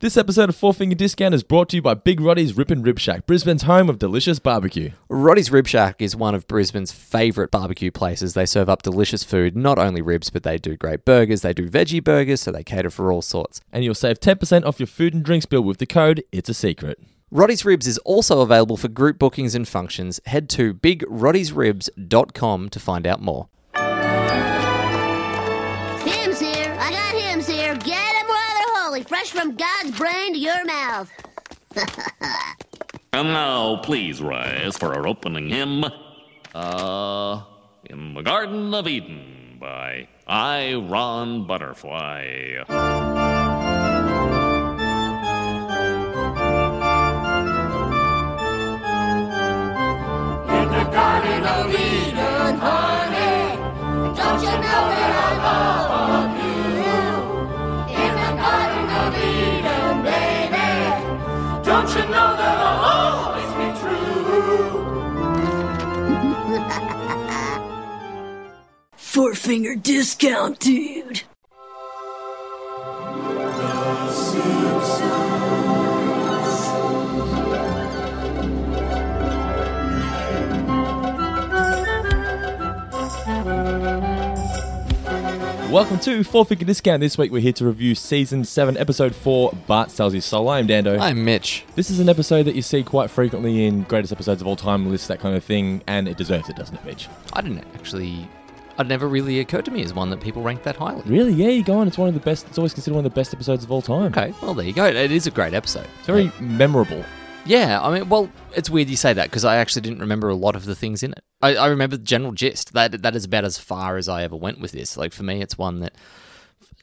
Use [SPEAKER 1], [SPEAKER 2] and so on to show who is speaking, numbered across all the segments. [SPEAKER 1] This episode of Four Finger Discount is brought to you by Big Roddy's Rip and Rib Shack, Brisbane's home of delicious barbecue.
[SPEAKER 2] Roddy's Rib Shack is one of Brisbane's favourite barbecue places. They serve up delicious food, not only ribs, but they do great burgers. They do veggie burgers, so they cater for all sorts.
[SPEAKER 1] And you'll save 10% off your food and drinks bill with the code It's a Secret.
[SPEAKER 2] Roddy's Ribs is also available for group bookings and functions. Head to bigroddysribs.com to find out more.
[SPEAKER 3] Him's here. I got him's here. Get him, brother holy, fresh from God's brain to your mouth.
[SPEAKER 4] And now, please rise for our opening hymn, uh, In the Garden of Eden by I. Ron Butterfly.
[SPEAKER 3] In the Garden of Eden, honey, don't you know that I love you? In the Garden of Eden, baby, don't you know that I'll always be true?
[SPEAKER 5] Four finger discount, dude.
[SPEAKER 1] Welcome to Four Finger Discount. This week we're here to review Season 7, Episode 4, Bart Sells His Soul. I am Dando.
[SPEAKER 2] I'm Mitch.
[SPEAKER 1] This is an episode that you see quite frequently in greatest episodes of all time lists, that kind of thing, and it deserves it, doesn't it, Mitch?
[SPEAKER 2] I didn't actually. It never really occurred to me as one that people rank that highly.
[SPEAKER 1] Really? Yeah, you go on. It's one of the best, it's always considered one of the best episodes of all time.
[SPEAKER 2] Okay, well, there you go. It is a great episode.
[SPEAKER 1] It's very memorable.
[SPEAKER 2] Yeah, I mean, well, it's weird you say that because I actually didn't remember a lot of the things in it. I, I remember the general gist. That that is about as far as I ever went with this. Like for me, it's one that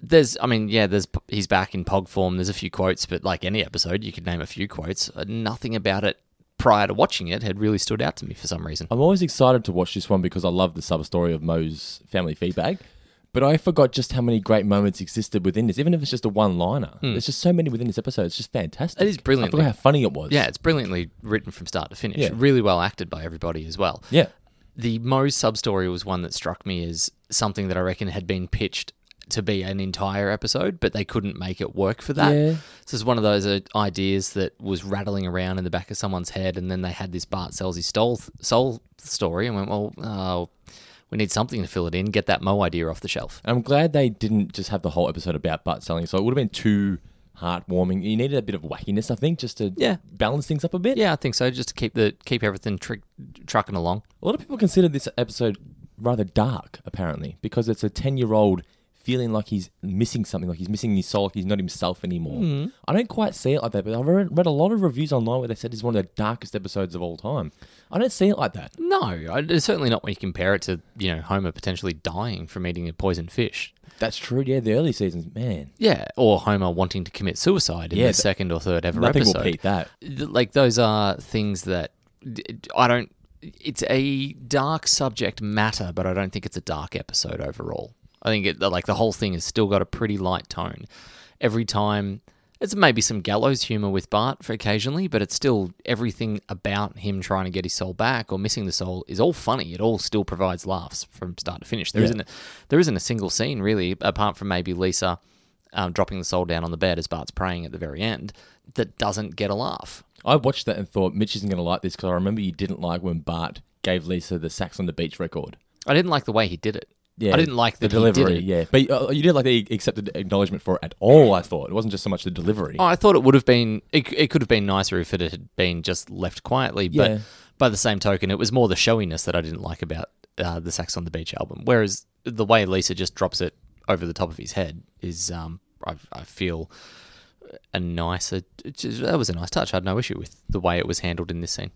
[SPEAKER 2] there's. I mean, yeah, there's he's back in pog form. There's a few quotes, but like any episode, you could name a few quotes. Uh, Nothing about it prior to watching it had really stood out to me for some reason.
[SPEAKER 1] I'm always excited to watch this one because I love the sub story of Moe's family feedback. But I forgot just how many great moments existed within this, even if it's just a one liner. There's just so many within this episode. It's just fantastic.
[SPEAKER 2] It Hmm. is brilliant.
[SPEAKER 1] I forgot how funny it was.
[SPEAKER 2] Yeah, it's brilliantly written from start to finish.
[SPEAKER 1] Yeah.
[SPEAKER 2] Really well acted by everybody as well.
[SPEAKER 1] Yeah.
[SPEAKER 2] the Moe's sub story was one that struck me as something that I reckon had been pitched to be an entire episode, but they couldn't make it work for that.
[SPEAKER 1] Yeah.
[SPEAKER 2] This is one of those uh, ideas that was rattling around in the back of someone's head, and then they had this Bart sells his soul, soul story and went, well, uh, we need something to fill it in, get that Moe idea off the shelf.
[SPEAKER 1] I'm glad they didn't just have the whole episode about butt selling. So it would have been too heartwarming. You needed a bit of wackiness, I think, just to
[SPEAKER 2] Yeah.
[SPEAKER 1] balance things up a bit.
[SPEAKER 2] Yeah, I think so, just to keep the keep everything trick trucking along.
[SPEAKER 1] A lot of people consider this episode rather dark, apparently, because it's a 10 year old feeling like he's missing something, like he's missing his soul, like he's not himself anymore. I don't quite see it like that, but I've read, read a lot of reviews online where they said it's one of the darkest episodes of all time. I don't see it like that.
[SPEAKER 2] No, I- it's certainly not when you compare it to, you know, Homer potentially dying from eating a poisoned fish.
[SPEAKER 1] That's true, yeah, the early seasons, man.
[SPEAKER 2] Yeah, or Homer wanting to commit suicide in
[SPEAKER 1] Yeah,
[SPEAKER 2] the
[SPEAKER 1] th-
[SPEAKER 2] second or third ever
[SPEAKER 1] Nothing
[SPEAKER 2] episode.
[SPEAKER 1] will beat that.
[SPEAKER 2] Th- Like those are things that d- d- I don't. It's a dark subject matter, but I don't think it's a dark episode overall. I think it, like the whole thing has still got a pretty light tone. Every time, it's maybe some gallows humor with Bart for occasionally, but it's still everything about him trying to get his soul back or missing the soul is all funny. It all still provides laughs from start to finish. There
[SPEAKER 1] Yeah.
[SPEAKER 2] not a, there isn't a single scene really, apart from maybe Lisa um, dropping the soul down on the bed as Bart's praying at the very end, that doesn't get a laugh.
[SPEAKER 1] I watched that and thought, Mitch isn't going to like this because I remember you didn't like when Bart gave Lisa the Sax on the Beach record.
[SPEAKER 2] I didn't like the way he did it.
[SPEAKER 1] Yeah,
[SPEAKER 2] I didn't like that he did it.
[SPEAKER 1] yeah, but uh, you didn't like that he accepted acknowledgement for it at all. I thought it wasn't just so much the delivery.
[SPEAKER 2] Oh, I thought it would have been it, it could have been nicer if it had been just left quietly. But
[SPEAKER 1] Yeah.
[SPEAKER 2] by the same token, it was more the showiness that I didn't like about uh, the Sax on the Beach album. Whereas the way Lisa just drops it over the top of his head is, um, I, I feel a nicer. it's just- That was a nice touch. I had no issue with the way it was handled in this scene.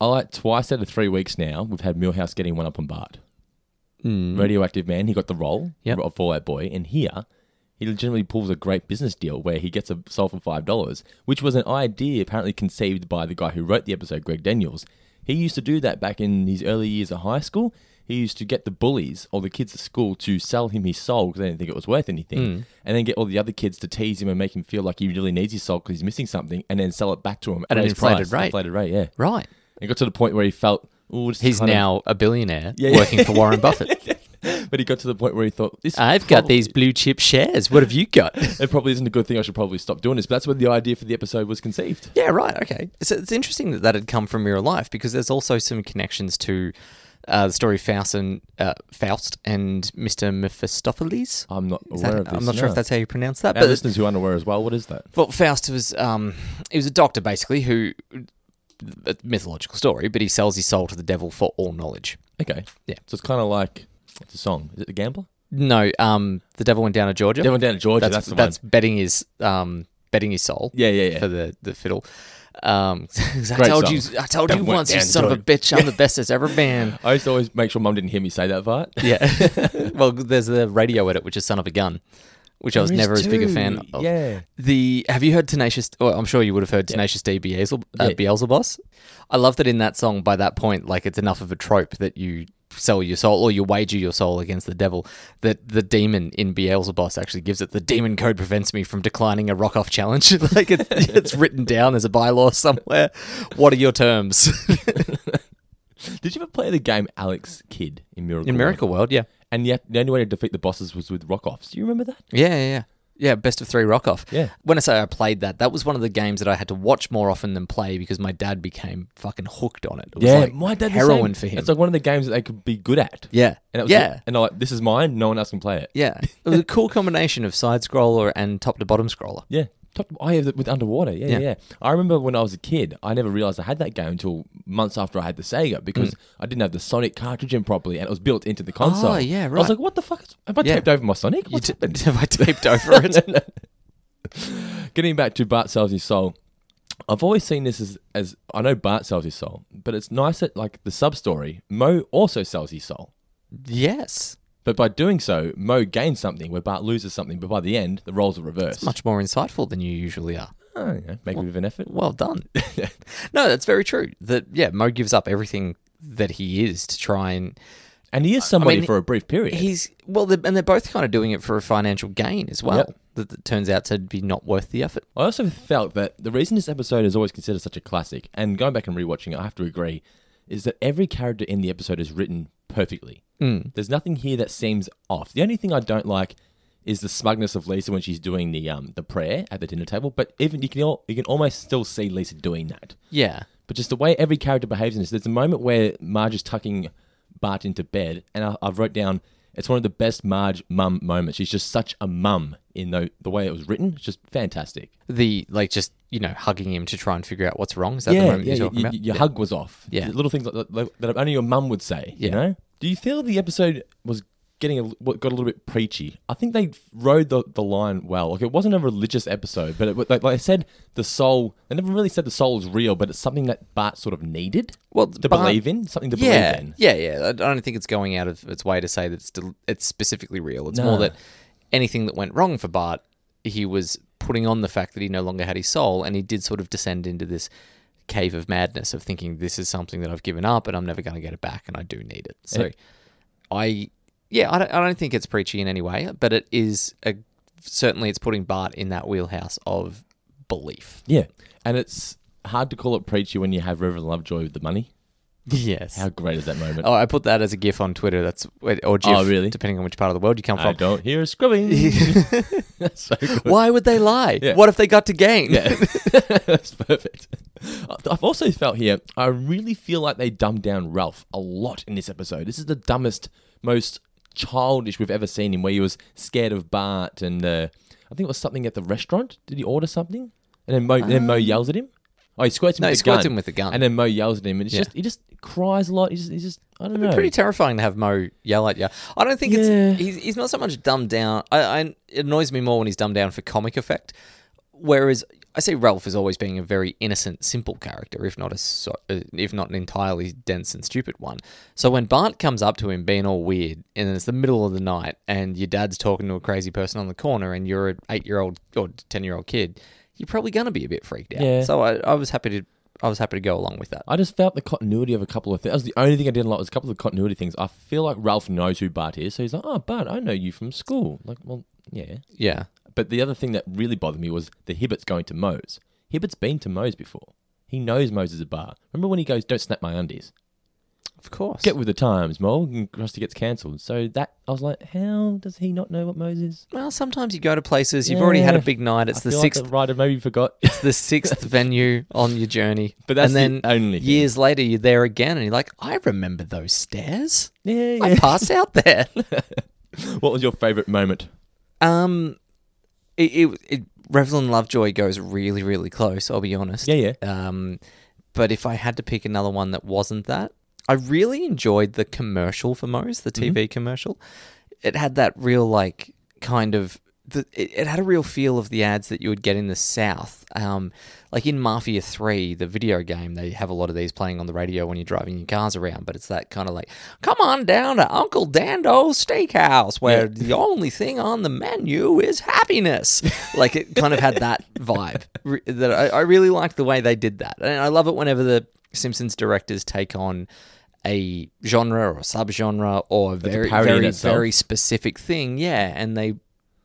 [SPEAKER 1] I like twice out of three weeks now, we've had Millhouse getting one up on Bart. Radioactive Man, he got the role
[SPEAKER 2] Hmm. Yep.
[SPEAKER 1] of Fallout Boy, and here he legitimately pulls a great business deal where he gets a soul for five dollars, which was an idea apparently conceived by the guy who wrote the episode, Greg Daniels. He used to do that back in his early years at high school. He used to get the bullies or the kids at school to sell him his soul because they didn't think it was worth anything,
[SPEAKER 2] Hmm.
[SPEAKER 1] and then get all the other kids to tease him and make him feel like he really needs his soul because he's missing something, and then sell it back to him
[SPEAKER 2] At an
[SPEAKER 1] his
[SPEAKER 2] inflated rate.
[SPEAKER 1] Inflated rate, yeah.
[SPEAKER 2] Right.
[SPEAKER 1] It got to the point where he felt, oh, this is
[SPEAKER 2] He's
[SPEAKER 1] kind of-
[SPEAKER 2] now a billionaire
[SPEAKER 1] Yeah, yeah.
[SPEAKER 2] working for Warren Buffett.
[SPEAKER 1] but he got to the point where he thought, this
[SPEAKER 2] I've got these blue chip shares. What have you got?
[SPEAKER 1] It probably isn't a good thing. I should probably stop doing this. But that's where the idea for the episode was conceived.
[SPEAKER 2] yeah, right. Okay. So it's interesting that that had come from real life because there's also some connections to uh, the story Faust and uh, Faust and Mr. Mephistopheles.
[SPEAKER 1] I'm not
[SPEAKER 2] Is
[SPEAKER 1] aware
[SPEAKER 2] that-
[SPEAKER 1] of this.
[SPEAKER 2] I'm not sure
[SPEAKER 1] no.
[SPEAKER 2] if that's how you pronounce that,
[SPEAKER 1] Our
[SPEAKER 2] but
[SPEAKER 1] listeners who aren't aware as well, what is that?
[SPEAKER 2] Well, Faust was um, he was a doctor basically who a mythological story, but he sells his soul to the devil for all knowledge.
[SPEAKER 1] Okay.
[SPEAKER 2] Yeah.
[SPEAKER 1] So it's kind of like, what's the song? Is it The Gambler?
[SPEAKER 2] No, um, the devil went down to Georgia.
[SPEAKER 1] They went down to Georgia.
[SPEAKER 2] that's
[SPEAKER 1] That's, the
[SPEAKER 2] that's
[SPEAKER 1] one.
[SPEAKER 2] betting his um, betting his soul.
[SPEAKER 1] Yeah, yeah, yeah.
[SPEAKER 2] For the the fiddle. Um, 'cause I
[SPEAKER 1] Great
[SPEAKER 2] told
[SPEAKER 1] song.
[SPEAKER 2] you, I told
[SPEAKER 1] Devil
[SPEAKER 2] you
[SPEAKER 1] went
[SPEAKER 2] once, you
[SPEAKER 1] down to
[SPEAKER 2] son of a
[SPEAKER 1] Georgia.
[SPEAKER 2] bitch, I'm the best that's ever been.
[SPEAKER 1] I used to always make sure mum didn't hear me say that part.
[SPEAKER 2] Yeah. well, there's the radio edit, which is "Son of a Gun," which I was
[SPEAKER 1] There is
[SPEAKER 2] never as big a fan
[SPEAKER 1] two,
[SPEAKER 2] of.
[SPEAKER 1] yeah.
[SPEAKER 2] The Have you heard Tenacious? Well, I'm sure you would have heard Tenacious D. Beelzebub. Uh,
[SPEAKER 1] Yeah.
[SPEAKER 2] Beelzebos. I love that in that song. By that point, like it's enough of a trope that you sell your soul or you wager your soul against the devil. That the demon in Beelzebos actually gives it. The demon code prevents me from declining a rock off challenge. like it's, it's written down. There's a bylaw somewhere. What are your terms
[SPEAKER 1] Did you ever play the game Alex Kidd in Miracle?
[SPEAKER 2] in Miracle
[SPEAKER 1] World?
[SPEAKER 2] World? Yeah.
[SPEAKER 1] And yet the only way to defeat the bosses was with rock offs. Do you remember that?
[SPEAKER 2] Yeah, yeah, yeah. Yeah, best of three rock off.
[SPEAKER 1] Yeah.
[SPEAKER 2] When I say I played that, that was one of the games that I had to watch more often than play because my dad became fucking hooked on it. It was like
[SPEAKER 1] dad the same.
[SPEAKER 2] heroin for him.
[SPEAKER 1] It's like one of the games that they could be good at.
[SPEAKER 2] yeah.
[SPEAKER 1] And it was
[SPEAKER 2] yeah.
[SPEAKER 1] and I'm like, this is mine. No one else can play it.
[SPEAKER 2] yeah. It was a cool combination of side scroller and top to bottom scroller.
[SPEAKER 1] Yeah. Top, I have it with underwater. Yeah, yeah,
[SPEAKER 2] Yeah.
[SPEAKER 1] yeah. I remember when I was a kid, I never realized I had that game until months after I had the Sega
[SPEAKER 2] Mm.
[SPEAKER 1] because I didn't have the Sonic cartridge in properly, and it was built into the console.
[SPEAKER 2] Oh, yeah,
[SPEAKER 1] I was
[SPEAKER 2] right.
[SPEAKER 1] like, what the fuck? Is, have I
[SPEAKER 2] Yeah.
[SPEAKER 1] taped over my Sonic?
[SPEAKER 2] You
[SPEAKER 1] What's
[SPEAKER 2] t-
[SPEAKER 1] happened?
[SPEAKER 2] have I taped over it?
[SPEAKER 1] Getting back to Bart sells his soul. I've always seen this as, as I know Bart sells his soul, but it's nice that like the sub story, Mo also sells his soul.
[SPEAKER 2] yes.
[SPEAKER 1] But by doing so, Mo gains something where Bart loses something. But by the end, the roles are reversed.
[SPEAKER 2] Much more insightful than you usually are.
[SPEAKER 1] Oh, yeah, make a bit of an effort.
[SPEAKER 2] Well done. no, that's very true. That yeah, Mo gives up everything that he is to try and
[SPEAKER 1] And he is somebody
[SPEAKER 2] mean,
[SPEAKER 1] for a brief period.
[SPEAKER 2] He's well, they're, and they're both kind of doing it for a financial gain as well.
[SPEAKER 1] Yep.
[SPEAKER 2] That, that turns out to be not worth the effort.
[SPEAKER 1] I also felt that the reason this episode is always considered such a classic, and going back and rewatching it, I have to agree, is that every character in the episode is written perfectly. There's nothing here that seems off. The only thing I don't like is the smugness of Lisa when she's doing the um the prayer at the dinner table. But even you can al- you can almost still see Lisa doing that.
[SPEAKER 2] Yeah,
[SPEAKER 1] But just the way every character behaves in this, there's a moment where Marge is tucking Bart into bed, and I, I've wrote down it's one of the best Marge mum moments. She's just such a mum in the the way it was written. It's just fantastic.
[SPEAKER 2] the like just you know hugging him to try and figure out what's wrong. Is that the moment you're talking
[SPEAKER 1] y- y-
[SPEAKER 2] about?
[SPEAKER 1] your hug was off.
[SPEAKER 2] Yeah.
[SPEAKER 1] little things like, like, that only your mum would say. You
[SPEAKER 2] Yeah.
[SPEAKER 1] know? Do you feel the episode was getting a, what got a little bit preachy? I think they rode the, the line well. Like it wasn't a religious episode, but it, wa- like, like I said, the soul. They never really said the soul is real, but it's something that Bart sort of needed.
[SPEAKER 2] Well,
[SPEAKER 1] to
[SPEAKER 2] Bart-
[SPEAKER 1] believe in something to
[SPEAKER 2] yeah,
[SPEAKER 1] believe in.
[SPEAKER 2] yeah, yeah. I don't think it's going out of its way to say that it's del- it's specifically real. It's
[SPEAKER 1] No.
[SPEAKER 2] more that anything that went wrong for Bart, he was putting on the fact that he no longer had his soul, and he did sort of descend into this cave of madness of thinking this is something that I've given up and I'm never going to get it back, and I do need it. So, I yeah, I don't, I don't think it's preachy in any way, but it is a certainly it's putting Bart in that wheelhouse of belief.
[SPEAKER 1] Yeah, and it's hard to call it preachy when you have Reverend Lovejoy with the money.
[SPEAKER 2] Yes.
[SPEAKER 1] How great is that moment?
[SPEAKER 2] Oh, I put that as a GIF on Twitter. That's or GIF,
[SPEAKER 1] Oh, really?
[SPEAKER 2] depending on which part of the world you come
[SPEAKER 1] I
[SPEAKER 2] from.
[SPEAKER 1] don't hear a scrubbing. That's so good.
[SPEAKER 2] Why would they lie?
[SPEAKER 1] Yeah.
[SPEAKER 2] What if they got to gain?
[SPEAKER 1] That's perfect. I've also felt here, I really feel like they dumbed down Ralph a lot in this episode. This is the dumbest, most childish we've ever seen him, where he was scared of Bart and uh, I think it was something at the restaurant. Did he order something? And then Mo, then Mo yells at him. Oh, he squirts him
[SPEAKER 2] Um, No,
[SPEAKER 1] with
[SPEAKER 2] he
[SPEAKER 1] the
[SPEAKER 2] squirts
[SPEAKER 1] gun.
[SPEAKER 2] him with the gun.
[SPEAKER 1] And then Mo yells at him, and it's
[SPEAKER 2] Yeah.
[SPEAKER 1] just he just cries a lot. He's just, he's just I don't know.
[SPEAKER 2] Pretty terrifying to have Mo yell at you. I don't think
[SPEAKER 1] Yeah.
[SPEAKER 2] it's he's, he's not so much dumbed down. I, I it annoys me more when he's dumbed down for comic effect. Whereas I see Ralph as always being a very innocent, simple character, if not a so, uh, if not an entirely dense and stupid one. So when Bart comes up to him being all weird, and it's the middle of the night, and your dad's talking to a crazy person on the corner, and you're an eight year old or ten year old kid, you're probably gonna be a bit freaked out.
[SPEAKER 1] Yeah.
[SPEAKER 2] So I, I was happy to I was happy to go along with that.
[SPEAKER 1] I just felt the continuity of a couple of things. That was the only thing I didn't like. Was a couple of continuity things. I feel like Ralph knows who Bart is, so he's like, "Oh, Bart, I know you from school." Like, well, yeah.
[SPEAKER 2] Yeah.
[SPEAKER 1] But the other thing that really bothered me was the Hibbert's going to Moe's. Hibbert's been to Moe's before. He knows Moe's is a bar. Remember when he goes, "Don't snap my undies."
[SPEAKER 2] Of course.
[SPEAKER 1] Get with the times, Mole. And Krusty gets cancelled. So that I was like, how does he not know what Moses?
[SPEAKER 2] well, sometimes you go to places, you've already had a
[SPEAKER 1] Yeah.
[SPEAKER 2] big night. It's
[SPEAKER 1] I
[SPEAKER 2] the
[SPEAKER 1] feel
[SPEAKER 2] sixth
[SPEAKER 1] Like the writer maybe forgot.
[SPEAKER 2] it's the sixth venue on your journey.
[SPEAKER 1] But that's
[SPEAKER 2] and then
[SPEAKER 1] the only thing.
[SPEAKER 2] years later you're there again and you're like, I remember those stairs.
[SPEAKER 1] yeah,
[SPEAKER 2] I
[SPEAKER 1] yeah.
[SPEAKER 2] passed out there.
[SPEAKER 1] What was your favourite moment?
[SPEAKER 2] Um, it, it, it Revlon Lovejoy goes really, really close. I'll be honest.
[SPEAKER 1] Yeah,
[SPEAKER 2] Um, but if I had to pick another one that wasn't that, I really enjoyed the commercial for Moe's, the TV commercial. It had that real like kind of. The, it, it had a real feel of the ads that you would get in the South. Um, like in Mafia 3, the video game, they have a lot of these playing on the radio when you're driving your cars around, but it's that kind of like, come on down to Uncle Dando's Steakhouse, where the only thing on the menu is happiness. like it kind of had that vibe re- that I, I really liked the way they did that. And I love it whenever the Simpsons directors take on a genre or subgenre or a very,
[SPEAKER 1] parody in
[SPEAKER 2] very,
[SPEAKER 1] itself.
[SPEAKER 2] very specific thing. Yeah. And they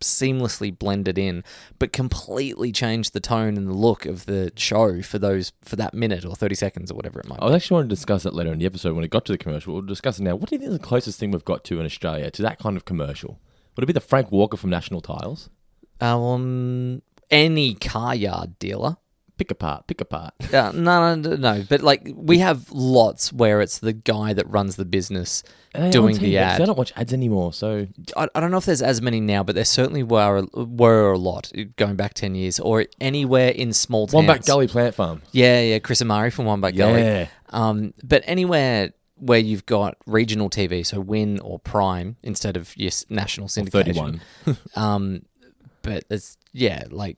[SPEAKER 2] seamlessly blended in, but completely changed the tone and the look of the show for those, for that minute or 30 seconds or whatever it might
[SPEAKER 1] I
[SPEAKER 2] be.
[SPEAKER 1] was actually wanting to discuss that later in the episode when it got to the commercial. We'll discuss it now. What do you think is the closest thing we've got to in Australia to that kind of commercial? Would it be the Frank Walker from National Tiles?
[SPEAKER 2] Um, any car yard dealer.
[SPEAKER 1] Pick apart, pick apart.
[SPEAKER 2] Uh, no, no, no, no. But like, we have lots where it's the guy that runs the business
[SPEAKER 1] And they
[SPEAKER 2] doing
[SPEAKER 1] aren't
[SPEAKER 2] the
[SPEAKER 1] TV, so I
[SPEAKER 2] ad.
[SPEAKER 1] don't watch ads anymore, so
[SPEAKER 2] I, I don't know if there's as many now, but there certainly were were a lot going back ten years, or anywhere in small towns.
[SPEAKER 1] Wombat Gully Plant Farm.
[SPEAKER 2] Yeah, yeah. Chris Amari from Wombat Gully.
[SPEAKER 1] Yeah.
[SPEAKER 2] Um, but anywhere where you've got regional TV, so Win or Prime instead of your s- national syndication.
[SPEAKER 1] 31.
[SPEAKER 2] Um, but it's yeah, like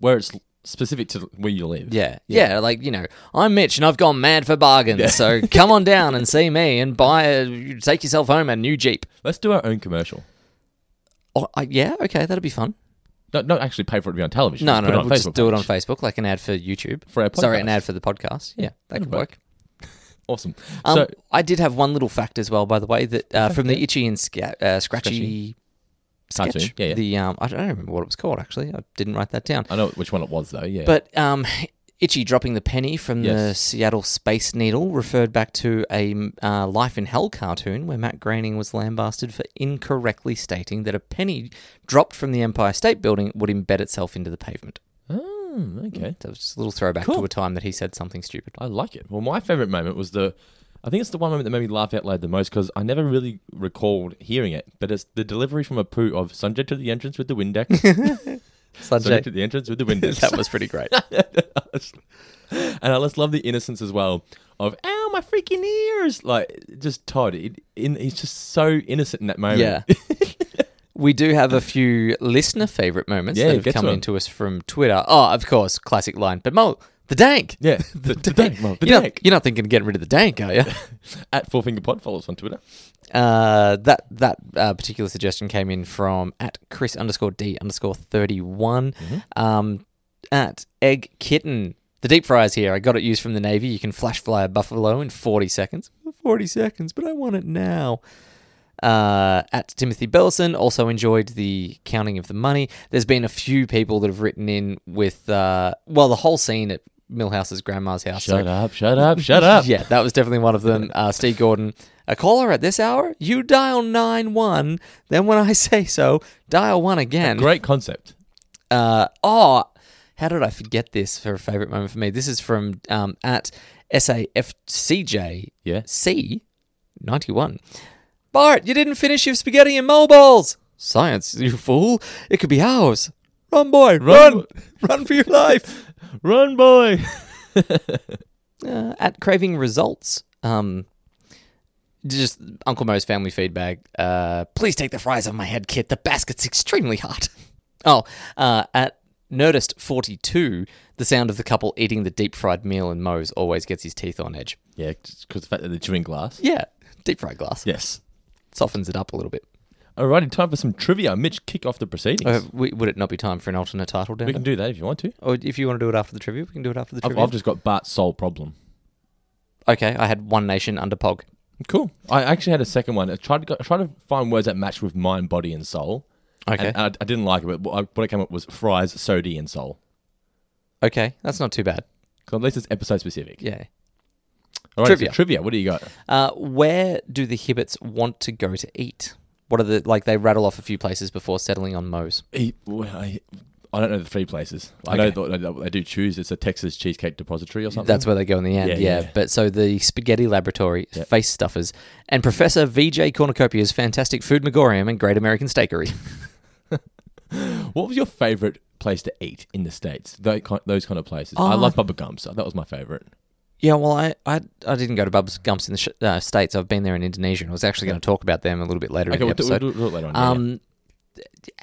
[SPEAKER 1] Where it's specific to where you live.
[SPEAKER 2] Yeah, yeah, like you know, I'm Mitch and I've gone mad for bargains. So come on down and see me and buy a take yourself home a new Jeep.
[SPEAKER 1] Let's do our own commercial.
[SPEAKER 2] Oh, I, yeah, okay, that'll be fun.
[SPEAKER 1] Not, not actually pay for it to be on television.
[SPEAKER 2] No,
[SPEAKER 1] just
[SPEAKER 2] no,
[SPEAKER 1] put
[SPEAKER 2] no
[SPEAKER 1] it on
[SPEAKER 2] we'll just
[SPEAKER 1] Facebook
[SPEAKER 2] do it on
[SPEAKER 1] page.
[SPEAKER 2] Facebook, like an ad for YouTube.
[SPEAKER 1] For our
[SPEAKER 2] Sorry, an
[SPEAKER 1] podcast.
[SPEAKER 2] ad for the podcast. Yeah, that could
[SPEAKER 1] work.
[SPEAKER 2] work.
[SPEAKER 1] Awesome.
[SPEAKER 2] Um,
[SPEAKER 1] so
[SPEAKER 2] I did have one little fact as well, by the way, that uh, from the Itchy and sca- uh, Scratchy, sketch.
[SPEAKER 1] Cartoon, yeah, yeah.
[SPEAKER 2] The um, I don't remember what it was called actually. I didn't write that down.
[SPEAKER 1] I know which one it was though. Yeah.
[SPEAKER 2] But um, Itchy dropping the penny from the
[SPEAKER 1] Yes.
[SPEAKER 2] Seattle Space Needle referred back to a uh, Life in Hell cartoon where Matt Groening was lambasted for incorrectly stating that a penny dropped from the Empire State Building would embed itself into the pavement.
[SPEAKER 1] Hmm, okay.
[SPEAKER 2] So it's just a little throwback to
[SPEAKER 1] Cool.
[SPEAKER 2] a time that he said something stupid.
[SPEAKER 1] I like it. Well, my favorite moment was the. I think it's the one moment that made me laugh out loud the most because I never really recalled hearing it, but it's the delivery from a poo of subject to the entrance with the Windex. subject to
[SPEAKER 2] Sanjay,
[SPEAKER 1] the entrance with the Windex.
[SPEAKER 2] that was pretty great.
[SPEAKER 1] and I just love the innocence as well of, ow, my freaking ears. Like, just Todd, it, in, he's just so innocent in that moment.
[SPEAKER 2] Yeah. We do have a few listener favorite moments
[SPEAKER 1] Yeah,
[SPEAKER 2] that have
[SPEAKER 1] get to
[SPEAKER 2] come
[SPEAKER 1] them.
[SPEAKER 2] into us from Twitter. Oh, of course, classic line. But Mo, the dank.
[SPEAKER 1] Yeah. The, the dank. Mum, The
[SPEAKER 2] you're,
[SPEAKER 1] dank.
[SPEAKER 2] Not, you're not thinking of getting rid of the dank, are you?
[SPEAKER 1] At Four Finger Pod, follow us on Twitter.
[SPEAKER 2] Uh, that that uh, particular suggestion came in from at Chris underscore D underscore thirty one, um, at Egg Kitten. The deep fryer's here. I got it used from the Navy. You can flash fly a buffalo in forty seconds. Forty seconds, but I want it now. Uh, at Timothy Bellison also enjoyed the counting of the money. There's been a few people that have written in with uh, well, the whole scene at Millhouse's grandma's house. so-
[SPEAKER 1] Shut up, shut up, shut up.
[SPEAKER 2] yeah, that was definitely one of them. Uh, Steve Gordon. A caller at this hour? You dial 9 1. Then when I say so, dial 1 again.
[SPEAKER 1] Great concept.
[SPEAKER 2] Uh, oh, how did I forget this for a favorite moment for me? This is from um, at SAFCJ
[SPEAKER 1] Yeah.
[SPEAKER 2] C91. Bart, you didn't finish your spaghetti and mole balls. Science, you fool. It could be ours. Run, boy, run. Run for your life.
[SPEAKER 1] Run, boy.
[SPEAKER 2] uh, at craving results. Um, just Uncle Mo's family feedback. Uh, please take the fries off my head, kid. The basket's extremely hot. Oh, uh, at Nerdist forty two, the sound of the couple eating the deep fried meal in Mo's always gets his teeth on edge.
[SPEAKER 1] yeah, because the fact that they're chewing glass.
[SPEAKER 2] Yeah, deep fried glass
[SPEAKER 1] Yes.
[SPEAKER 2] softens it up a little bit.
[SPEAKER 1] Alrighty, time for some trivia. Mitch, kick off the proceedings.
[SPEAKER 2] Uh, we, would it not be time for an alternate title,
[SPEAKER 1] we
[SPEAKER 2] Dan?
[SPEAKER 1] can do that if you want to.
[SPEAKER 2] Or if you want to do it after the trivia, we can do it after the
[SPEAKER 1] I've,
[SPEAKER 2] trivia.
[SPEAKER 1] I've just got Bart's sole problem.
[SPEAKER 2] Okay, I had One Nation under Pog.
[SPEAKER 1] Cool. I actually had a second one. I tried to go, I tried to find words that match with mind, body, and soul.
[SPEAKER 2] Okay,
[SPEAKER 1] And I, I didn't like it, but what I, what I came up with was fries, sody, and soul.
[SPEAKER 2] okay, that's not too bad.
[SPEAKER 1] So at least it's episode specific.
[SPEAKER 2] Yeah.
[SPEAKER 1] All right,
[SPEAKER 2] Trivia.
[SPEAKER 1] So trivia. What do you got?
[SPEAKER 2] Uh, where do the Hibbets want to go to eat? What are the like? They rattle off a few places before settling on Moe's.
[SPEAKER 1] He, well, I, I don't know the three places. I know that that they do choose. It's a Texas Cheesecake Depository or something.
[SPEAKER 2] That's where they go in the end. Yeah,
[SPEAKER 1] Yeah, yeah, yeah.
[SPEAKER 2] But so the Spaghetti Laboratory, Face Stuffers, and Professor VJ Cornucopia's Fantastic Food Megorium and Great American Steakery.
[SPEAKER 1] What was your favorite place to eat in the states? Those kind, those kind of places. I
[SPEAKER 2] Oh.
[SPEAKER 1] love Bubba Gump, so that was my favorite.
[SPEAKER 2] yeah, well, I, I I didn't go to Bub's Gumps in the sh- uh, states. I've been there in Indonesia, and I was actually going to talk about them a little bit later
[SPEAKER 1] Okay,
[SPEAKER 2] in
[SPEAKER 1] we'll
[SPEAKER 2] the
[SPEAKER 1] do, we'll
[SPEAKER 2] episode.
[SPEAKER 1] do it later on. yeah, yeah.
[SPEAKER 2] Um,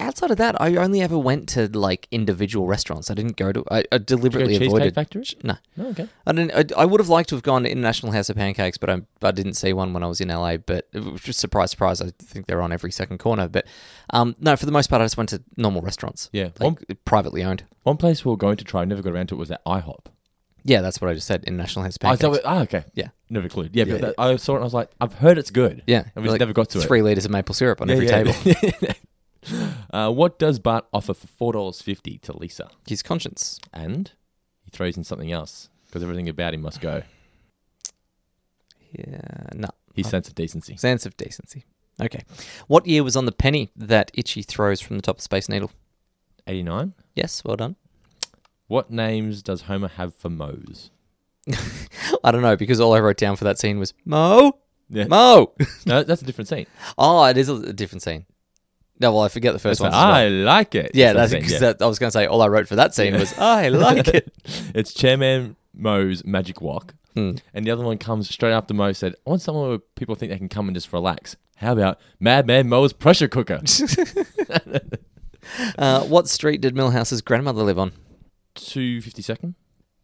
[SPEAKER 2] outside of that, I only ever went to like individual restaurants. I didn't go to. I, I
[SPEAKER 1] Did
[SPEAKER 2] deliberately
[SPEAKER 1] you go to Cheesecake
[SPEAKER 2] avoided.
[SPEAKER 1] Factory?
[SPEAKER 2] No,
[SPEAKER 1] No, okay.
[SPEAKER 2] I didn't. I, I would have liked to have gone to International House of Pancakes, but I, I didn't see one when I was in LA. But it was just surprise, surprise. I think they're on every second corner. But um, no, for the most part, I just went to normal restaurants.
[SPEAKER 1] Yeah.
[SPEAKER 2] like,
[SPEAKER 1] One-
[SPEAKER 2] privately owned.
[SPEAKER 1] One place we were going to try, never got around to it, was that IHOP.
[SPEAKER 2] Yeah, that's what I just said. International House of
[SPEAKER 1] Oh, is
[SPEAKER 2] Pancakes.
[SPEAKER 1] that what- ah, okay.
[SPEAKER 2] Yeah.
[SPEAKER 1] Never clued. Yeah,
[SPEAKER 2] Yeah,
[SPEAKER 1] but that, I saw it and I was like, I've heard it's good.
[SPEAKER 2] yeah,
[SPEAKER 1] And we just
[SPEAKER 2] like
[SPEAKER 1] never got to
[SPEAKER 2] three liters of maple syrup on
[SPEAKER 1] it.
[SPEAKER 2] every table.
[SPEAKER 1] table. uh, what does Bart offer for $4.50 to Lisa?
[SPEAKER 2] His conscience.
[SPEAKER 1] And he throws in something else because everything about him must go.
[SPEAKER 2] Yeah, no
[SPEAKER 1] His sense of decency.
[SPEAKER 2] sense of decency. Okay, what year was on the penny that Itchy throws from the top of Space Needle?
[SPEAKER 1] 89.
[SPEAKER 2] Yes, well done.
[SPEAKER 1] What names does Homer have for Moe's?
[SPEAKER 2] I don't know because all I wrote down for that scene was Mo,
[SPEAKER 1] Yeah.
[SPEAKER 2] Mo.
[SPEAKER 1] No, that's a different scene.
[SPEAKER 2] Oh, it is a different scene. No, well, I forget the
[SPEAKER 1] It's
[SPEAKER 2] first
[SPEAKER 1] like,
[SPEAKER 2] one. as well.
[SPEAKER 1] I like it.
[SPEAKER 2] Yeah,
[SPEAKER 1] It's
[SPEAKER 2] that's
[SPEAKER 1] that scene,
[SPEAKER 2] because
[SPEAKER 1] yeah.
[SPEAKER 2] that, I was going to say all I wrote for that scene was I like it.
[SPEAKER 1] It's Chairman Moe's Magic Walk.
[SPEAKER 2] Hmm.
[SPEAKER 1] And the other one comes straight after Moe said, I want somewhere where people think they can come and just relax. How about Madman Moe's Pressure Cooker?
[SPEAKER 2] Uh, what street did Millhouse's grandmother live on?
[SPEAKER 1] 252nd?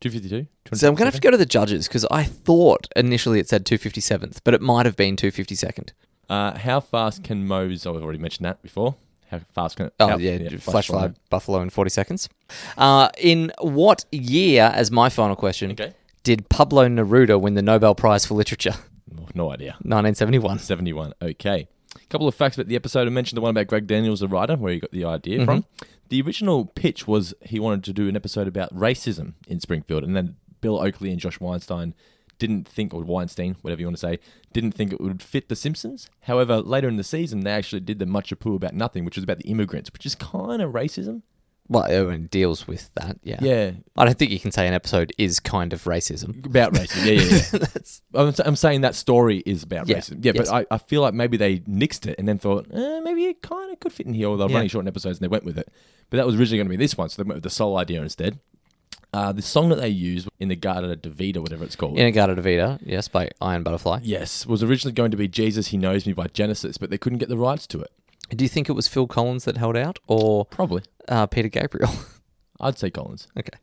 [SPEAKER 1] 252?
[SPEAKER 2] So I'm going to have to go to the judges because I thought initially it said 257th, but it might have been 252nd.
[SPEAKER 1] Uh, how fast can Moe's, oh, I've already mentioned that before. How fast can it?
[SPEAKER 2] Oh,
[SPEAKER 1] how-
[SPEAKER 2] yeah,
[SPEAKER 1] flash
[SPEAKER 2] flash flood Buffalo in 40 seconds. Uh, in what year, as my final question,
[SPEAKER 1] Okay.
[SPEAKER 2] did Pablo Neruda win the Nobel Prize for Literature?
[SPEAKER 1] Oh, No idea.
[SPEAKER 2] 1971.
[SPEAKER 1] 71. Okay. A couple of facts about the episode. I mentioned the one about Greg Daniels, the writer, where he got the idea from. The original pitch was he wanted to do an episode about racism in Springfield, and then Bill Oakley and Josh Weinstein didn't think, or Weinstein, whatever you want to say, didn't think it would fit The Simpsons. However, later in the season, they actually did the Much Ado About Nothing, which was about the immigrants, which is kind of racism.
[SPEAKER 2] Well, Irwin deals with that, yeah.
[SPEAKER 1] Yeah.
[SPEAKER 2] I don't think you can say an episode is kind of racism.
[SPEAKER 1] About racism. Yeah, yeah, yeah. I'm, I'm saying that story is about
[SPEAKER 2] Yeah,
[SPEAKER 1] racism. Yeah,
[SPEAKER 2] yes.
[SPEAKER 1] but I, I feel like maybe they nixed it and then thought, eh, maybe it kind of could fit in here, although
[SPEAKER 2] Yeah.
[SPEAKER 1] running short on episodes and they went with it. But that was originally going to be this one, so they went with the soul idea instead. Uh, the song that they used in the Garden of David or whatever it's called.
[SPEAKER 2] Inagata De Vita, yes, by Iron Butterfly.
[SPEAKER 1] Yes, was originally going to be Jesus He Knows Me by Genesis, but they couldn't get the rights to it.
[SPEAKER 2] Do you think it was Phil Collins that held out or
[SPEAKER 1] Probably.
[SPEAKER 2] uh, Peter Gabriel?
[SPEAKER 1] I'd say Collins.
[SPEAKER 2] okay.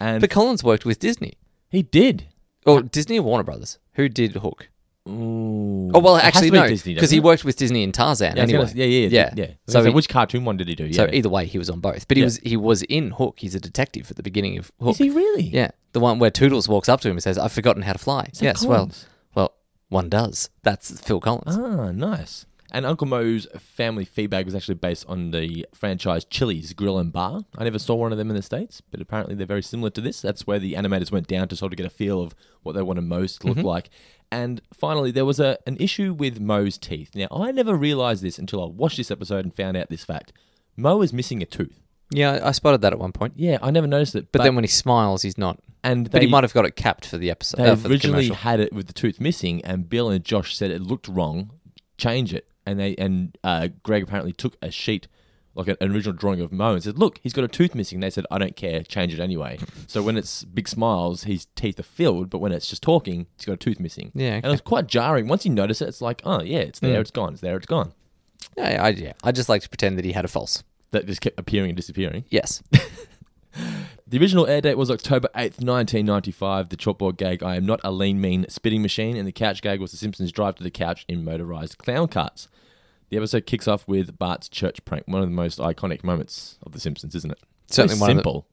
[SPEAKER 1] And
[SPEAKER 2] But Collins worked with Disney.
[SPEAKER 1] he did. Uh,
[SPEAKER 2] Or Disney or Warner Brothers. Who did Hook?
[SPEAKER 1] Ooh.
[SPEAKER 2] Oh, well,
[SPEAKER 1] It has
[SPEAKER 2] actually,
[SPEAKER 1] to be
[SPEAKER 2] no.
[SPEAKER 1] Disney,
[SPEAKER 2] Because he
[SPEAKER 1] doesn't it?
[SPEAKER 2] worked with Disney in Tarzan
[SPEAKER 1] Yeah, I was
[SPEAKER 2] anyway.
[SPEAKER 1] gonna- yeah, yeah, yeah. yeah.
[SPEAKER 2] So,
[SPEAKER 1] So,
[SPEAKER 2] he-
[SPEAKER 1] which cartoon one did he do? Yeah.
[SPEAKER 2] so either way, he was on both. But he, was, he was in Hook. He's a detective at the beginning of Hook.
[SPEAKER 1] Is he really?
[SPEAKER 2] Yeah. The one where Toodles walks up to him and says, I've forgotten how to fly.
[SPEAKER 1] that
[SPEAKER 2] yes,
[SPEAKER 1] Collins?
[SPEAKER 2] well, well, one does. That's Phil Collins.
[SPEAKER 1] Ah, nice. And Uncle Mo's family feedback was actually based on the franchise Chili's Grill and Bar. I never saw one of them in the States, but apparently they're very similar to this. That's where the animators went down to sort of get a feel of what they wanted Mo's to look like. And finally, there was a, an issue with Mo's teeth. Now, I never realized this until I watched this episode and found out this fact. Mo is missing a tooth.
[SPEAKER 2] Yeah, I- I spotted that at one point.
[SPEAKER 1] Yeah, I never noticed it.
[SPEAKER 2] But, then when he smiles, he's not.
[SPEAKER 1] and
[SPEAKER 2] but he
[SPEAKER 1] they-
[SPEAKER 2] might have got it capped for the episode.
[SPEAKER 1] They
[SPEAKER 2] uh, for the
[SPEAKER 1] originally
[SPEAKER 2] commercial.
[SPEAKER 1] had it with the tooth missing, and Bill and Josh said it looked wrong. Change it, and they and uh, Greg apparently took a sheet, like an, an original drawing of Mo, and said, "Look, he's got a tooth missing." And they said, "I don't care, change it anyway." so when it's big smiles, his teeth are filled, but when it's just talking, he's got a tooth missing.
[SPEAKER 2] Yeah,
[SPEAKER 1] and
[SPEAKER 2] okay. Mm.
[SPEAKER 1] it was quite jarring. Once you notice it, it's like, "Oh yeah, it's there, it's gone, it's there, it's gone."
[SPEAKER 2] Yeah, I, yeah. I just like to pretend that he had a false.
[SPEAKER 1] That just kept appearing and disappearing.
[SPEAKER 2] Yes.
[SPEAKER 1] The original air date was October 8th, 1995. The chalkboard gag, I am not a lean, mean spitting machine, and the couch gag was The Simpsons drive to the couch in motorized clown carts. The episode kicks off with Bart's church prank, one of the most iconic moments of The Simpsons, isn't it?
[SPEAKER 2] Certainly
[SPEAKER 1] Very
[SPEAKER 2] one of the-
[SPEAKER 1] simple.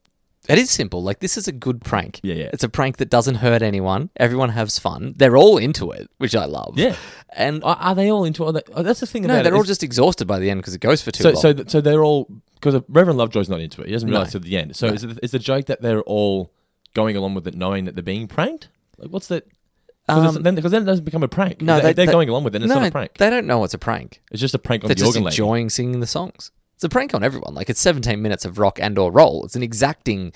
[SPEAKER 2] it is simple. Like this is a good prank.
[SPEAKER 1] Yeah, yeah.
[SPEAKER 2] It's a prank that doesn't hurt anyone. Everyone has fun. They're all into it, which I love.
[SPEAKER 1] Yeah.
[SPEAKER 2] And
[SPEAKER 1] Are, are they all into it? Oh, that's the thing
[SPEAKER 2] no,
[SPEAKER 1] about
[SPEAKER 2] they're
[SPEAKER 1] it.
[SPEAKER 2] all
[SPEAKER 1] is-
[SPEAKER 2] just exhausted by the end because it goes for too
[SPEAKER 1] so,
[SPEAKER 2] long.
[SPEAKER 1] so, th- so they're all because Reverend Lovejoy's not into it. He doesn't
[SPEAKER 2] No.
[SPEAKER 1] realize till the end. So, is, it, is the joke that they're all going along with it, knowing that they're being pranked? Like, what's that? Because then, 'cause then it doesn't become a prank.
[SPEAKER 2] Um, No,
[SPEAKER 1] if
[SPEAKER 2] they,
[SPEAKER 1] they're
[SPEAKER 2] they-
[SPEAKER 1] going along with it. It's
[SPEAKER 2] no,
[SPEAKER 1] not a prank.
[SPEAKER 2] They don't know it's a prank.
[SPEAKER 1] it's just a prank on
[SPEAKER 2] They're
[SPEAKER 1] the
[SPEAKER 2] just
[SPEAKER 1] organ lady.
[SPEAKER 2] enjoying singing the songs. It's a prank on everyone. Like it's 17 minutes of rock and or roll. It's an exacting,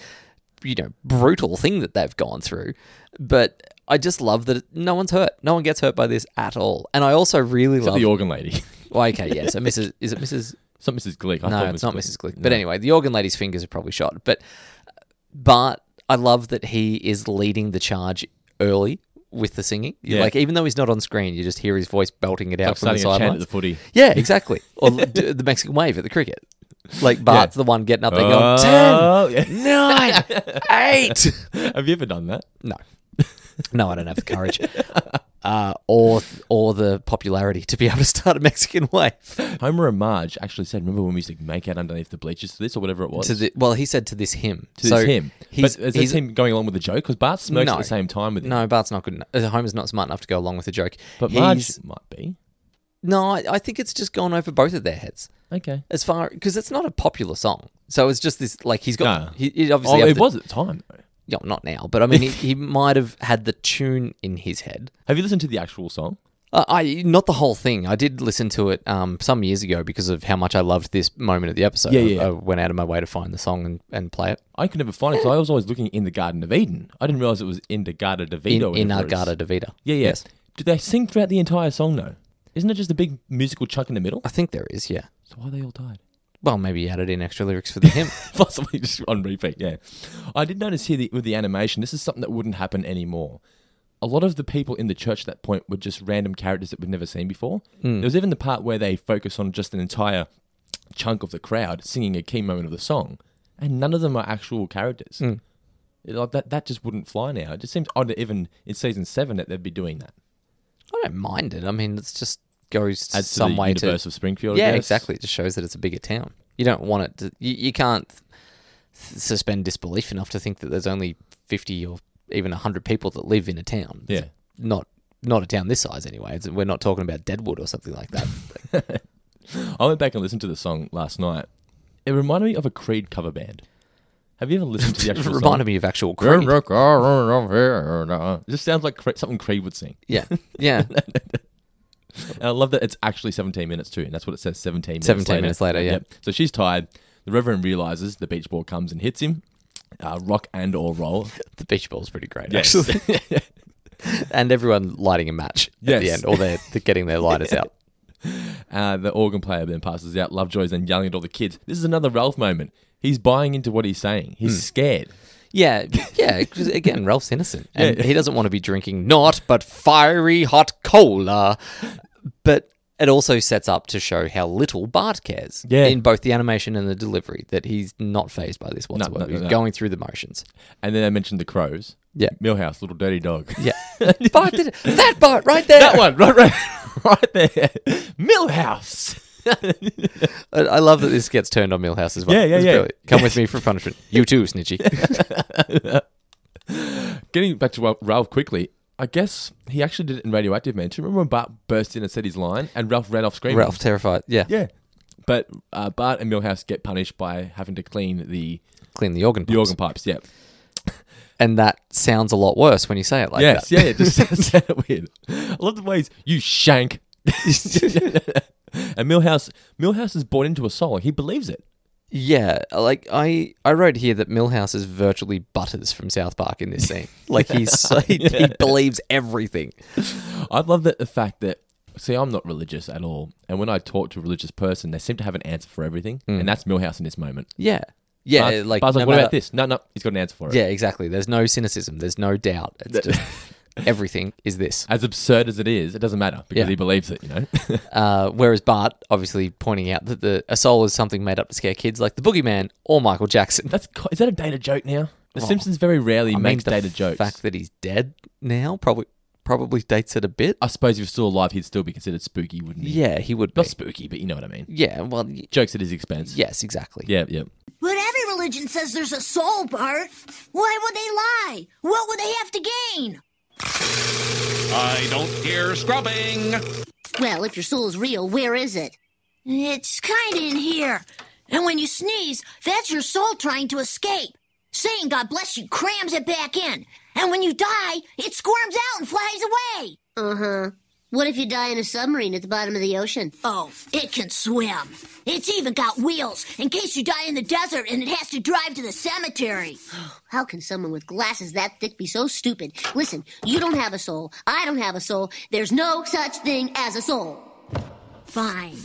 [SPEAKER 2] you know, brutal thing that they've gone through. But I just love that it, no one's hurt. No one gets hurt by this at all. And I also really
[SPEAKER 1] Except
[SPEAKER 2] love.
[SPEAKER 1] the organ lady.
[SPEAKER 2] Well, okay, yeah. So Mrs. is it Mrs.
[SPEAKER 1] it's not Mrs. Glick. I
[SPEAKER 2] no,
[SPEAKER 1] thought it was
[SPEAKER 2] it's not
[SPEAKER 1] Glick.
[SPEAKER 2] Mrs. Glick. But anyway, the organ lady's fingers are probably shot. But but I love that he is leading the charge early with the singing. You-
[SPEAKER 1] Yeah.
[SPEAKER 2] Like even though he's not on screen, you just hear his voice belting it out
[SPEAKER 1] Like
[SPEAKER 2] from the
[SPEAKER 1] starting a chant at
[SPEAKER 2] sidelines.
[SPEAKER 1] the footy.
[SPEAKER 2] yeah, exactly. Or d- the Mexican wave at the cricket. Like Bart's the one getting up there going ten,
[SPEAKER 1] Oh, yeah.
[SPEAKER 2] nine, eight.
[SPEAKER 1] Have you ever done that?
[SPEAKER 2] No, no, I don't have the courage. Uh, or or the popularity to be able to start a Mexican wave.
[SPEAKER 1] Homer and Marge actually said, "Remember when we used to make out underneath the bleachers to this or whatever it was."
[SPEAKER 2] to the well, he said to this him.
[SPEAKER 1] To
[SPEAKER 2] so
[SPEAKER 1] this him,
[SPEAKER 2] He's,
[SPEAKER 1] but is
[SPEAKER 2] he's
[SPEAKER 1] this him going along with the joke? Because Bart smirks
[SPEAKER 2] No.
[SPEAKER 1] at the same time with him.
[SPEAKER 2] no Bart's not good enough. uh, Homer's not smart enough to go along with the joke.
[SPEAKER 1] but
[SPEAKER 2] he's,
[SPEAKER 1] Marge might be
[SPEAKER 2] no, I, I think it's just gone over both of their heads
[SPEAKER 1] okay.
[SPEAKER 2] as far because it's not a popular song. So it's just this like he's got
[SPEAKER 1] No.
[SPEAKER 2] he, it obviously
[SPEAKER 1] Oh,
[SPEAKER 2] have
[SPEAKER 1] it
[SPEAKER 2] the-
[SPEAKER 1] was at the time. though.
[SPEAKER 2] yeah, not now, but I mean he, he might have had the tune in his head.
[SPEAKER 1] Have you listened to the actual song?
[SPEAKER 2] Uh, I not the whole thing. I did listen to it um, some years ago because of how much I loved this moment of the episode.
[SPEAKER 1] Yeah,
[SPEAKER 2] I-
[SPEAKER 1] yeah.
[SPEAKER 2] I went out of my way to find the song and, and play it.
[SPEAKER 1] I could never find it because I was always looking in the Garden of Eden. I didn't realize it was in the Garda
[SPEAKER 2] In,
[SPEAKER 1] Davido. or
[SPEAKER 2] in
[SPEAKER 1] whatever it is.
[SPEAKER 2] Argata Davida.
[SPEAKER 1] Yeah, yeah. Do they sing throughout the entire song though? Isn't it just a big musical chunk in the middle?
[SPEAKER 2] I think there is, yeah.
[SPEAKER 1] So why are they all died?
[SPEAKER 2] Well, maybe he added in extra lyrics for the hymn.
[SPEAKER 1] Possibly just on repeat. Yeah, I did notice here the, with the animation, this is something that wouldn't happen anymore. A lot of the people in the church at that point were just random characters that we'd never seen before. There was even the part where they focus on just an entire chunk of the crowd singing a key moment of the song, and none of them are actual characters. It- Like that, that just wouldn't fly now. It just seems odd that even in season seven that they'd be doing that.
[SPEAKER 2] I don't mind it. I mean, it's just goes
[SPEAKER 1] Adds to
[SPEAKER 2] some
[SPEAKER 1] the
[SPEAKER 2] way
[SPEAKER 1] universe
[SPEAKER 2] to
[SPEAKER 1] of Springfield. I
[SPEAKER 2] Oh, yeah,
[SPEAKER 1] guess.
[SPEAKER 2] exactly. It just shows that it's a bigger town. You don't want it. To, you, you can't th- suspend disbelief enough to think that there's only fifty or even hundred people that live in a town. It's
[SPEAKER 1] Yeah.
[SPEAKER 2] not not a town this size anyway. It's, we're not talking about Deadwood or something like that.
[SPEAKER 1] I went back and listened to the song last night. It reminded me of a Creed cover band. Have you ever listened to the
[SPEAKER 2] it
[SPEAKER 1] actual song?
[SPEAKER 2] reminded me of actual Creed.
[SPEAKER 1] It just sounds like Creed, something Creed would sing.
[SPEAKER 2] Yeah, yeah.
[SPEAKER 1] And I love that it's actually 17 minutes too, and that's what it says 17 minutes
[SPEAKER 2] 17
[SPEAKER 1] later.
[SPEAKER 2] minutes later, yeah.
[SPEAKER 1] So she's tired. The Reverend realizes the beach ball comes and hits him. Uh, rock and or roll.
[SPEAKER 2] the beach ball's pretty great actually. and everyone lighting a match at the
[SPEAKER 1] Yes.
[SPEAKER 2] end, or they're, they're getting their lighters out.
[SPEAKER 1] Uh, the organ player then passes out. Lovejoy's then yelling at all the kids. This is another Ralph moment. He's buying into what he's saying.
[SPEAKER 2] Hmm.
[SPEAKER 1] He's scared.
[SPEAKER 2] Yeah, yeah. Because again, Ralph's innocent, and he doesn't want to be drinking naught but fiery hot cola. But it also sets up to show how little Bart cares.
[SPEAKER 1] Yeah.
[SPEAKER 2] in both the animation and the delivery, that he's not phased by this whatsoever.
[SPEAKER 1] no, no,
[SPEAKER 2] he's
[SPEAKER 1] no.
[SPEAKER 2] going through the motions.
[SPEAKER 1] And then I mentioned the crows.
[SPEAKER 2] Yeah.
[SPEAKER 1] Millhouse, little dirty dog.
[SPEAKER 2] Yeah, Bart did it. That Bart right there.
[SPEAKER 1] That one, right, right, right there. Millhouse.
[SPEAKER 2] I I love that this gets turned on Millhouse as well.
[SPEAKER 1] Yeah, yeah,
[SPEAKER 2] It's
[SPEAKER 1] yeah.
[SPEAKER 2] brilliant. Come with me for punishment. You too, Snitchy.
[SPEAKER 1] Getting back to Ra- Ralph quickly, I guess he actually did it in Radioactive Man. Do you remember when Bart burst in and said his line and Ralph ran off screaming?
[SPEAKER 2] Ralph terrified. Yeah,
[SPEAKER 1] Yeah. But uh, Bart and Millhouse get punished by having to clean the,
[SPEAKER 2] clean the organ.
[SPEAKER 1] the
[SPEAKER 2] pipes.
[SPEAKER 1] organ pipes. Yeah.
[SPEAKER 2] and that sounds a lot worse when you say it like
[SPEAKER 1] yes.
[SPEAKER 2] that.
[SPEAKER 1] Yeah. It just sounds sounded weird. I love the ways you shank. and Millhouse, Millhouse is bought into a soul. He believes it.
[SPEAKER 2] Yeah, like I, I wrote here that Milhouse is virtually Butters from South Park in this scene. Like he's so, he, he believes everything.
[SPEAKER 1] I love that the fact that see, I'm not religious at all, and when I talk to a religious person, they seem to have an answer for everything, and that's Millhouse in this moment.
[SPEAKER 2] Yeah, Mm. yeah.
[SPEAKER 1] Bart's-
[SPEAKER 2] like
[SPEAKER 1] Bart's
[SPEAKER 2] no
[SPEAKER 1] like, what
[SPEAKER 2] matter-
[SPEAKER 1] about this? No, no, he's got an answer for it.
[SPEAKER 2] Yeah, exactly. There's no cynicism. There's no doubt. It's just everything is this.
[SPEAKER 1] As absurd as it is, it doesn't matter because
[SPEAKER 2] Yeah.
[SPEAKER 1] he believes it. You know.
[SPEAKER 2] Uh, whereas Bart, obviously pointing out that the a soul is something made up to scare kids, like the boogeyman or Michael Jackson.
[SPEAKER 1] that's co- is that a dated joke now? The Simpsons very rarely
[SPEAKER 2] Oh. I mean,
[SPEAKER 1] makes
[SPEAKER 2] the
[SPEAKER 1] dated jokes.
[SPEAKER 2] fact that he's dead now probably probably dates it a bit.
[SPEAKER 1] I suppose if he was still alive, he'd still be considered spooky, wouldn't he?
[SPEAKER 2] Yeah, he would. Be.
[SPEAKER 1] Not spooky, but you know what I mean.
[SPEAKER 2] Yeah, well, y-
[SPEAKER 1] Jokes at his expense.
[SPEAKER 2] yes, exactly.
[SPEAKER 1] Yeah, yeah.
[SPEAKER 5] But every religion says there's a soul, Bart. Why would they lie? What would they have to gain?
[SPEAKER 4] I don't hear scrubbing.
[SPEAKER 5] Well, if your soul is real, where is it? It's kinda in here. And when you sneeze, that's your soul trying to escape. Saying God bless you crams it back in. And when you die, it squirms out and flies away.
[SPEAKER 6] Uh huh. What if you die in a submarine at the bottom of the ocean?
[SPEAKER 5] Oh, it can swim. It's even got wheels in case you die in the desert and it has to drive to the cemetery.
[SPEAKER 6] How can someone with glasses that thick be so stupid? Listen, you don't have a soul. I don't have a soul. There's no such thing as a soul.
[SPEAKER 5] Fine.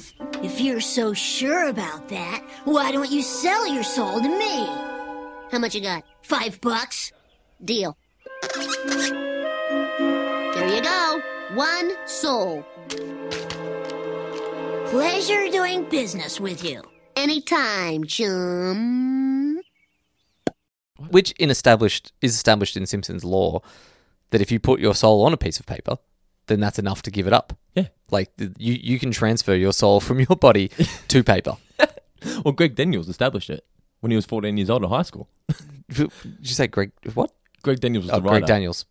[SPEAKER 5] If you're so sure about that, why don't you sell your soul to me?
[SPEAKER 6] How much you got?
[SPEAKER 5] Five bucks?
[SPEAKER 6] Deal. There you go. One soul.
[SPEAKER 5] Pleasure doing business with you.
[SPEAKER 6] Anytime, chum.
[SPEAKER 2] which in established is established in Simpsons law that if you put your soul on a piece of paper, then that's enough to give it up.
[SPEAKER 1] Yeah.
[SPEAKER 2] Like th- you, you can transfer your soul from your body to paper.
[SPEAKER 1] Well, Greg Daniels established it when he was 14 years old in high school.
[SPEAKER 2] Did you say Greg? What?
[SPEAKER 1] Greg Daniels was
[SPEAKER 2] Oh,
[SPEAKER 1] the writer,
[SPEAKER 2] Greg Daniels.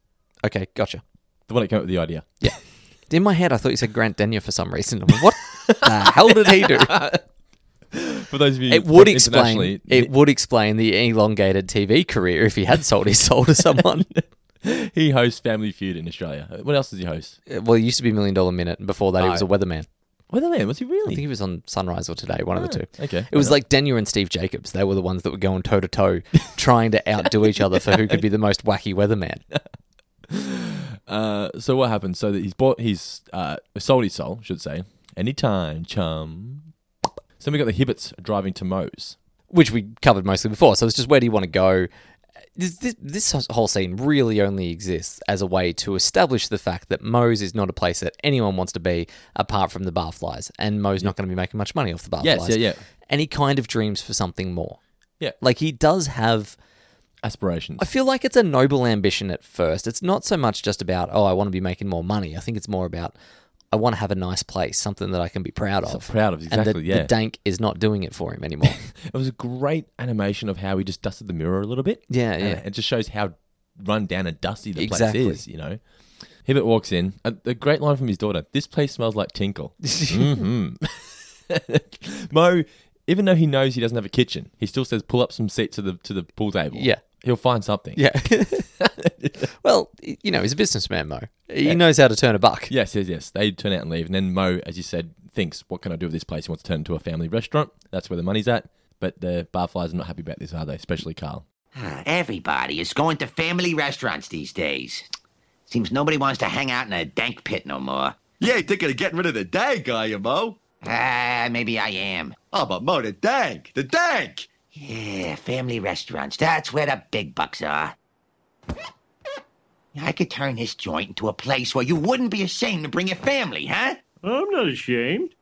[SPEAKER 2] Okay, gotcha.
[SPEAKER 1] the one that came up with the idea.
[SPEAKER 2] Yeah. In my head, I thought you said Grant Denyer for some reason. I'm like, what the hell did he do?
[SPEAKER 1] For those of you,
[SPEAKER 2] It would
[SPEAKER 1] from
[SPEAKER 2] explain.
[SPEAKER 1] internationally,
[SPEAKER 2] It would explain the elongated TV career if he had sold his soul to someone.
[SPEAKER 1] he hosts Family Feud in Australia. What else does he host?
[SPEAKER 2] well, he used to be Million Dollar Minute, and before that, he was a weatherman.
[SPEAKER 1] Weatherman? Was he
[SPEAKER 2] I
[SPEAKER 1] really?
[SPEAKER 2] think he was on Sunrise or Today, one of the two.
[SPEAKER 1] Oh, okay.
[SPEAKER 2] It was like Denyer and Steve Jacobs. They were the ones that were going toe to toe, trying to outdo each other for who could be the most wacky weatherman.
[SPEAKER 1] Uh, so what happened? So that he's bought his uh, sold his soul, should say. Anytime, chum. So we got the Hibbets driving to Moe's.
[SPEAKER 2] which we covered mostly before. So it's just where do you want to go? This, this, this whole scene really only exists as a way to establish the fact that Moe's is not a place that anyone wants to be apart from the barflies, and Moe's not going to be making much money off the barflies.
[SPEAKER 1] Yes, yeah, yeah.
[SPEAKER 2] And he kind of dreams for something more.
[SPEAKER 1] Yeah, like
[SPEAKER 2] Like he does have
[SPEAKER 1] aspirations.
[SPEAKER 2] I feel like it's a noble ambition at first. It's not so much just about, oh, I want to be making more money. I think it's more about, I want to have a nice place, something that I can be proud of.
[SPEAKER 1] proud of,
[SPEAKER 2] And the,
[SPEAKER 1] exactly, yeah.
[SPEAKER 2] the dank is not doing it for him anymore.
[SPEAKER 1] It was a great animation of how he just dusted the mirror a little bit.
[SPEAKER 2] Yeah,
[SPEAKER 1] And
[SPEAKER 2] yeah.
[SPEAKER 1] It just shows how run down and dusty the
[SPEAKER 2] Exactly.
[SPEAKER 1] place is. You know. Hibbert walks in. A, a great line from his daughter. This place smells like tinkle. mm-hmm. Mo, even though he knows he doesn't have a kitchen, he still says pull up some seats to the to the pool table.
[SPEAKER 2] Yeah.
[SPEAKER 1] He'll find something.
[SPEAKER 2] yeah. well, you know, he's a businessman, Mo. He knows how to turn a buck.
[SPEAKER 1] Yes, yes, yes. They turn out and leave. And then Mo, as you said, thinks, what can I do with this place? He wants to turn it into a family restaurant. That's where the money's at. But the barflies are not happy about this, are they? Especially Carl.
[SPEAKER 7] Everybody is going to family restaurants these days. Seems nobody wants to hang out in a dank pit no more.
[SPEAKER 8] You ain't thinking of getting rid of the dank, are you, Mo?
[SPEAKER 7] Ah, maybe I am.
[SPEAKER 8] Oh, but Mo, the dank, the dank.
[SPEAKER 7] Yeah, family restaurants. That's where the big bucks are. I could turn this joint into a place where you wouldn't be ashamed to bring your family, huh?
[SPEAKER 9] I'm not ashamed.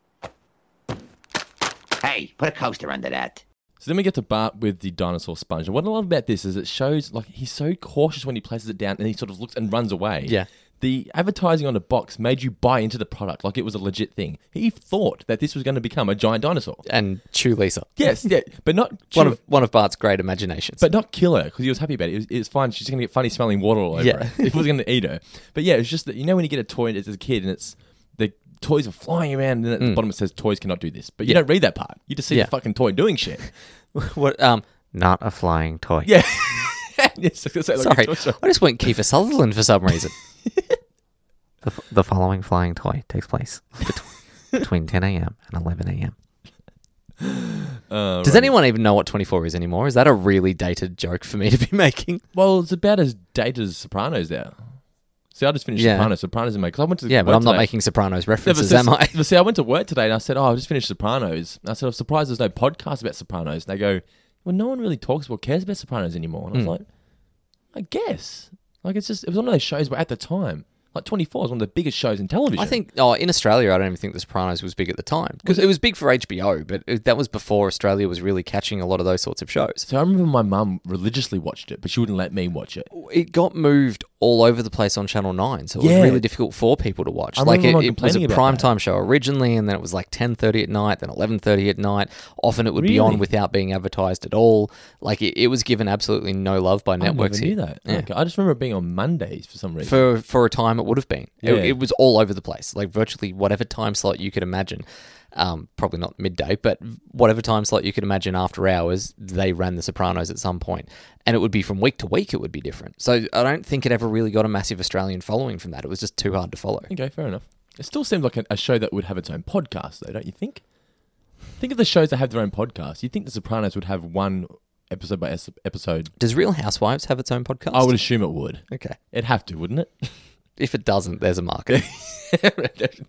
[SPEAKER 7] Hey, put a coaster under that.
[SPEAKER 1] So then we get to Bart with the dinosaur sponge. And what I love about this is it shows, like, he's so cautious when he places it down and he sort of looks and runs away.
[SPEAKER 2] Yeah.
[SPEAKER 1] The advertising on the box made you buy into the product like it was a legit thing. He thought that this was going to become a giant dinosaur.
[SPEAKER 2] And chew Lisa.
[SPEAKER 1] Yes, yeah, but not
[SPEAKER 2] One of one of Bart's great imaginations.
[SPEAKER 1] But not kill her because he was happy about it. It was, it was fine. She's going to get funny smelling water all over
[SPEAKER 2] Yeah.
[SPEAKER 1] her. It wasn't going to eat her. But yeah, it's just that you know when you get a toy as a kid and it's the toys are flying around and then at the bottom it says toys cannot do this. But you don't read that part. You just see
[SPEAKER 2] Mm. Yeah.
[SPEAKER 1] the fucking toy doing shit.
[SPEAKER 2] what um not a flying toy.
[SPEAKER 1] Yeah. It's like- it's like a
[SPEAKER 2] Sorry.
[SPEAKER 1] toy shop.
[SPEAKER 2] I just went Kiefer Sutherland for some reason. the, f- the following flying toy takes place betw- between 10 a.m. and 11 a.m. Does anyone even know what 24 is anymore? Is that a really dated joke for me to be making?
[SPEAKER 1] Well, it's about as dated as Sopranos now. See, I just finished
[SPEAKER 2] Yeah.
[SPEAKER 1] Sopranos. Sopranos in my because I went to
[SPEAKER 2] Yeah, but
[SPEAKER 1] work
[SPEAKER 2] I'm not
[SPEAKER 1] today.
[SPEAKER 2] making Sopranos
[SPEAKER 1] Yeah, but
[SPEAKER 2] references,
[SPEAKER 1] see-
[SPEAKER 2] am I?
[SPEAKER 1] But see, I went to work today and I said, "Oh, I just finished Sopranos." And I said, "I'm surprised there's no podcast about Sopranos." And they go, "Well, no one really talks or cares about Sopranos anymore." And
[SPEAKER 2] Hmm.
[SPEAKER 1] I was like, "I guess." Like it's just it was one of those shows where at the time, like 24 was one of the biggest shows in television.
[SPEAKER 2] I think oh in Australia I don't even think The Sopranos was big at the time because it was big for HBO, but it, that was before Australia was really catching a lot of those sorts of shows.
[SPEAKER 1] so. I remember my mum religiously watched it, but she wouldn't let me watch it.
[SPEAKER 2] It got moved all over the place on Channel Nine, so it
[SPEAKER 1] Yeah.
[SPEAKER 2] was really difficult for people to watch.
[SPEAKER 1] I
[SPEAKER 2] like
[SPEAKER 1] remember
[SPEAKER 2] it,
[SPEAKER 1] my
[SPEAKER 2] it was a
[SPEAKER 1] complaining about
[SPEAKER 2] prime
[SPEAKER 1] that.
[SPEAKER 2] time show originally, and then it was like ten thirty at night, then eleven thirty at night. Often it would be on
[SPEAKER 1] Really?
[SPEAKER 2] without being advertised at all. Like it, it was given absolutely no love by networks
[SPEAKER 1] I never knew
[SPEAKER 2] here.
[SPEAKER 1] that.
[SPEAKER 2] Yeah.
[SPEAKER 1] Like, I just remember it being on Mondays for some reason.
[SPEAKER 2] for for a time it would have been.
[SPEAKER 1] Yeah.
[SPEAKER 2] It, it was all over the place, like virtually whatever time slot you could imagine. Um, probably not midday, but whatever time slot you could imagine after hours, they ran The Sopranos at some point, and it would be from week to week. It would be different. So I don't think it ever really got a massive Australian following from that. It was just too hard to follow.
[SPEAKER 1] Okay, fair enough. It still seems like a, a show that would have its own podcast, though, don't you think? Think of the shows that have their own podcast. You'd think The Sopranos would have one episode by es- episode.
[SPEAKER 2] Does Real Housewives have its own podcast?
[SPEAKER 1] I would assume it would.
[SPEAKER 2] Okay.
[SPEAKER 1] It'd have to, wouldn't it?
[SPEAKER 2] If it doesn't, there's a market.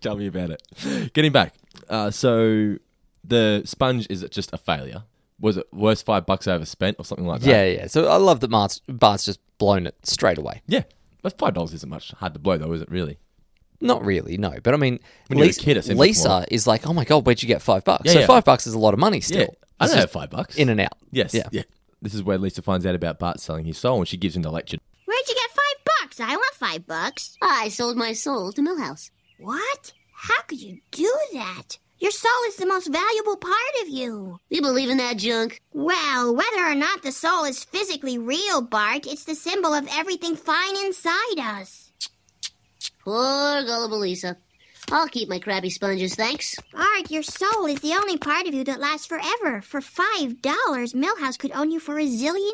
[SPEAKER 1] Tell me about it. Getting back. Uh, so the sponge is just a failure. Was it worst five bucks I ever spent or something like that?
[SPEAKER 2] yeah, yeah. So I love that Bart's, Bart's just blown it straight away.
[SPEAKER 1] Yeah. That's five dollars isn't much hard to blow though, is it really?
[SPEAKER 2] Not really, no. But I mean,
[SPEAKER 1] When you're a
[SPEAKER 2] Lisa,
[SPEAKER 1] kid, it seems
[SPEAKER 2] Lisa
[SPEAKER 1] more.
[SPEAKER 2] is like, oh my God, where'd you get five bucks?
[SPEAKER 1] Yeah,
[SPEAKER 2] so
[SPEAKER 1] yeah.
[SPEAKER 2] five bucks is a lot of money still.
[SPEAKER 1] Yeah. I
[SPEAKER 2] It's
[SPEAKER 1] don't have
[SPEAKER 2] just
[SPEAKER 1] five bucks.
[SPEAKER 2] In and out.
[SPEAKER 1] Yes.
[SPEAKER 2] Yeah.
[SPEAKER 1] This is where Lisa finds out about Bart selling his soul and she gives him the lecture.
[SPEAKER 6] Where'd you get five bucks? I want five bucks. I sold my soul to Millhouse.
[SPEAKER 5] What? How could you do that? Your soul is the most valuable part of you.
[SPEAKER 6] You believe in that junk?
[SPEAKER 5] Well, whether or not the soul is physically real, Bart, it's the symbol of everything fine inside us.
[SPEAKER 6] Poor gullible Lisa. I'll keep my crabby sponges, thanks.
[SPEAKER 5] Bart, your soul is the only part of you that lasts forever. For five dollars, Millhouse could own you for a zillion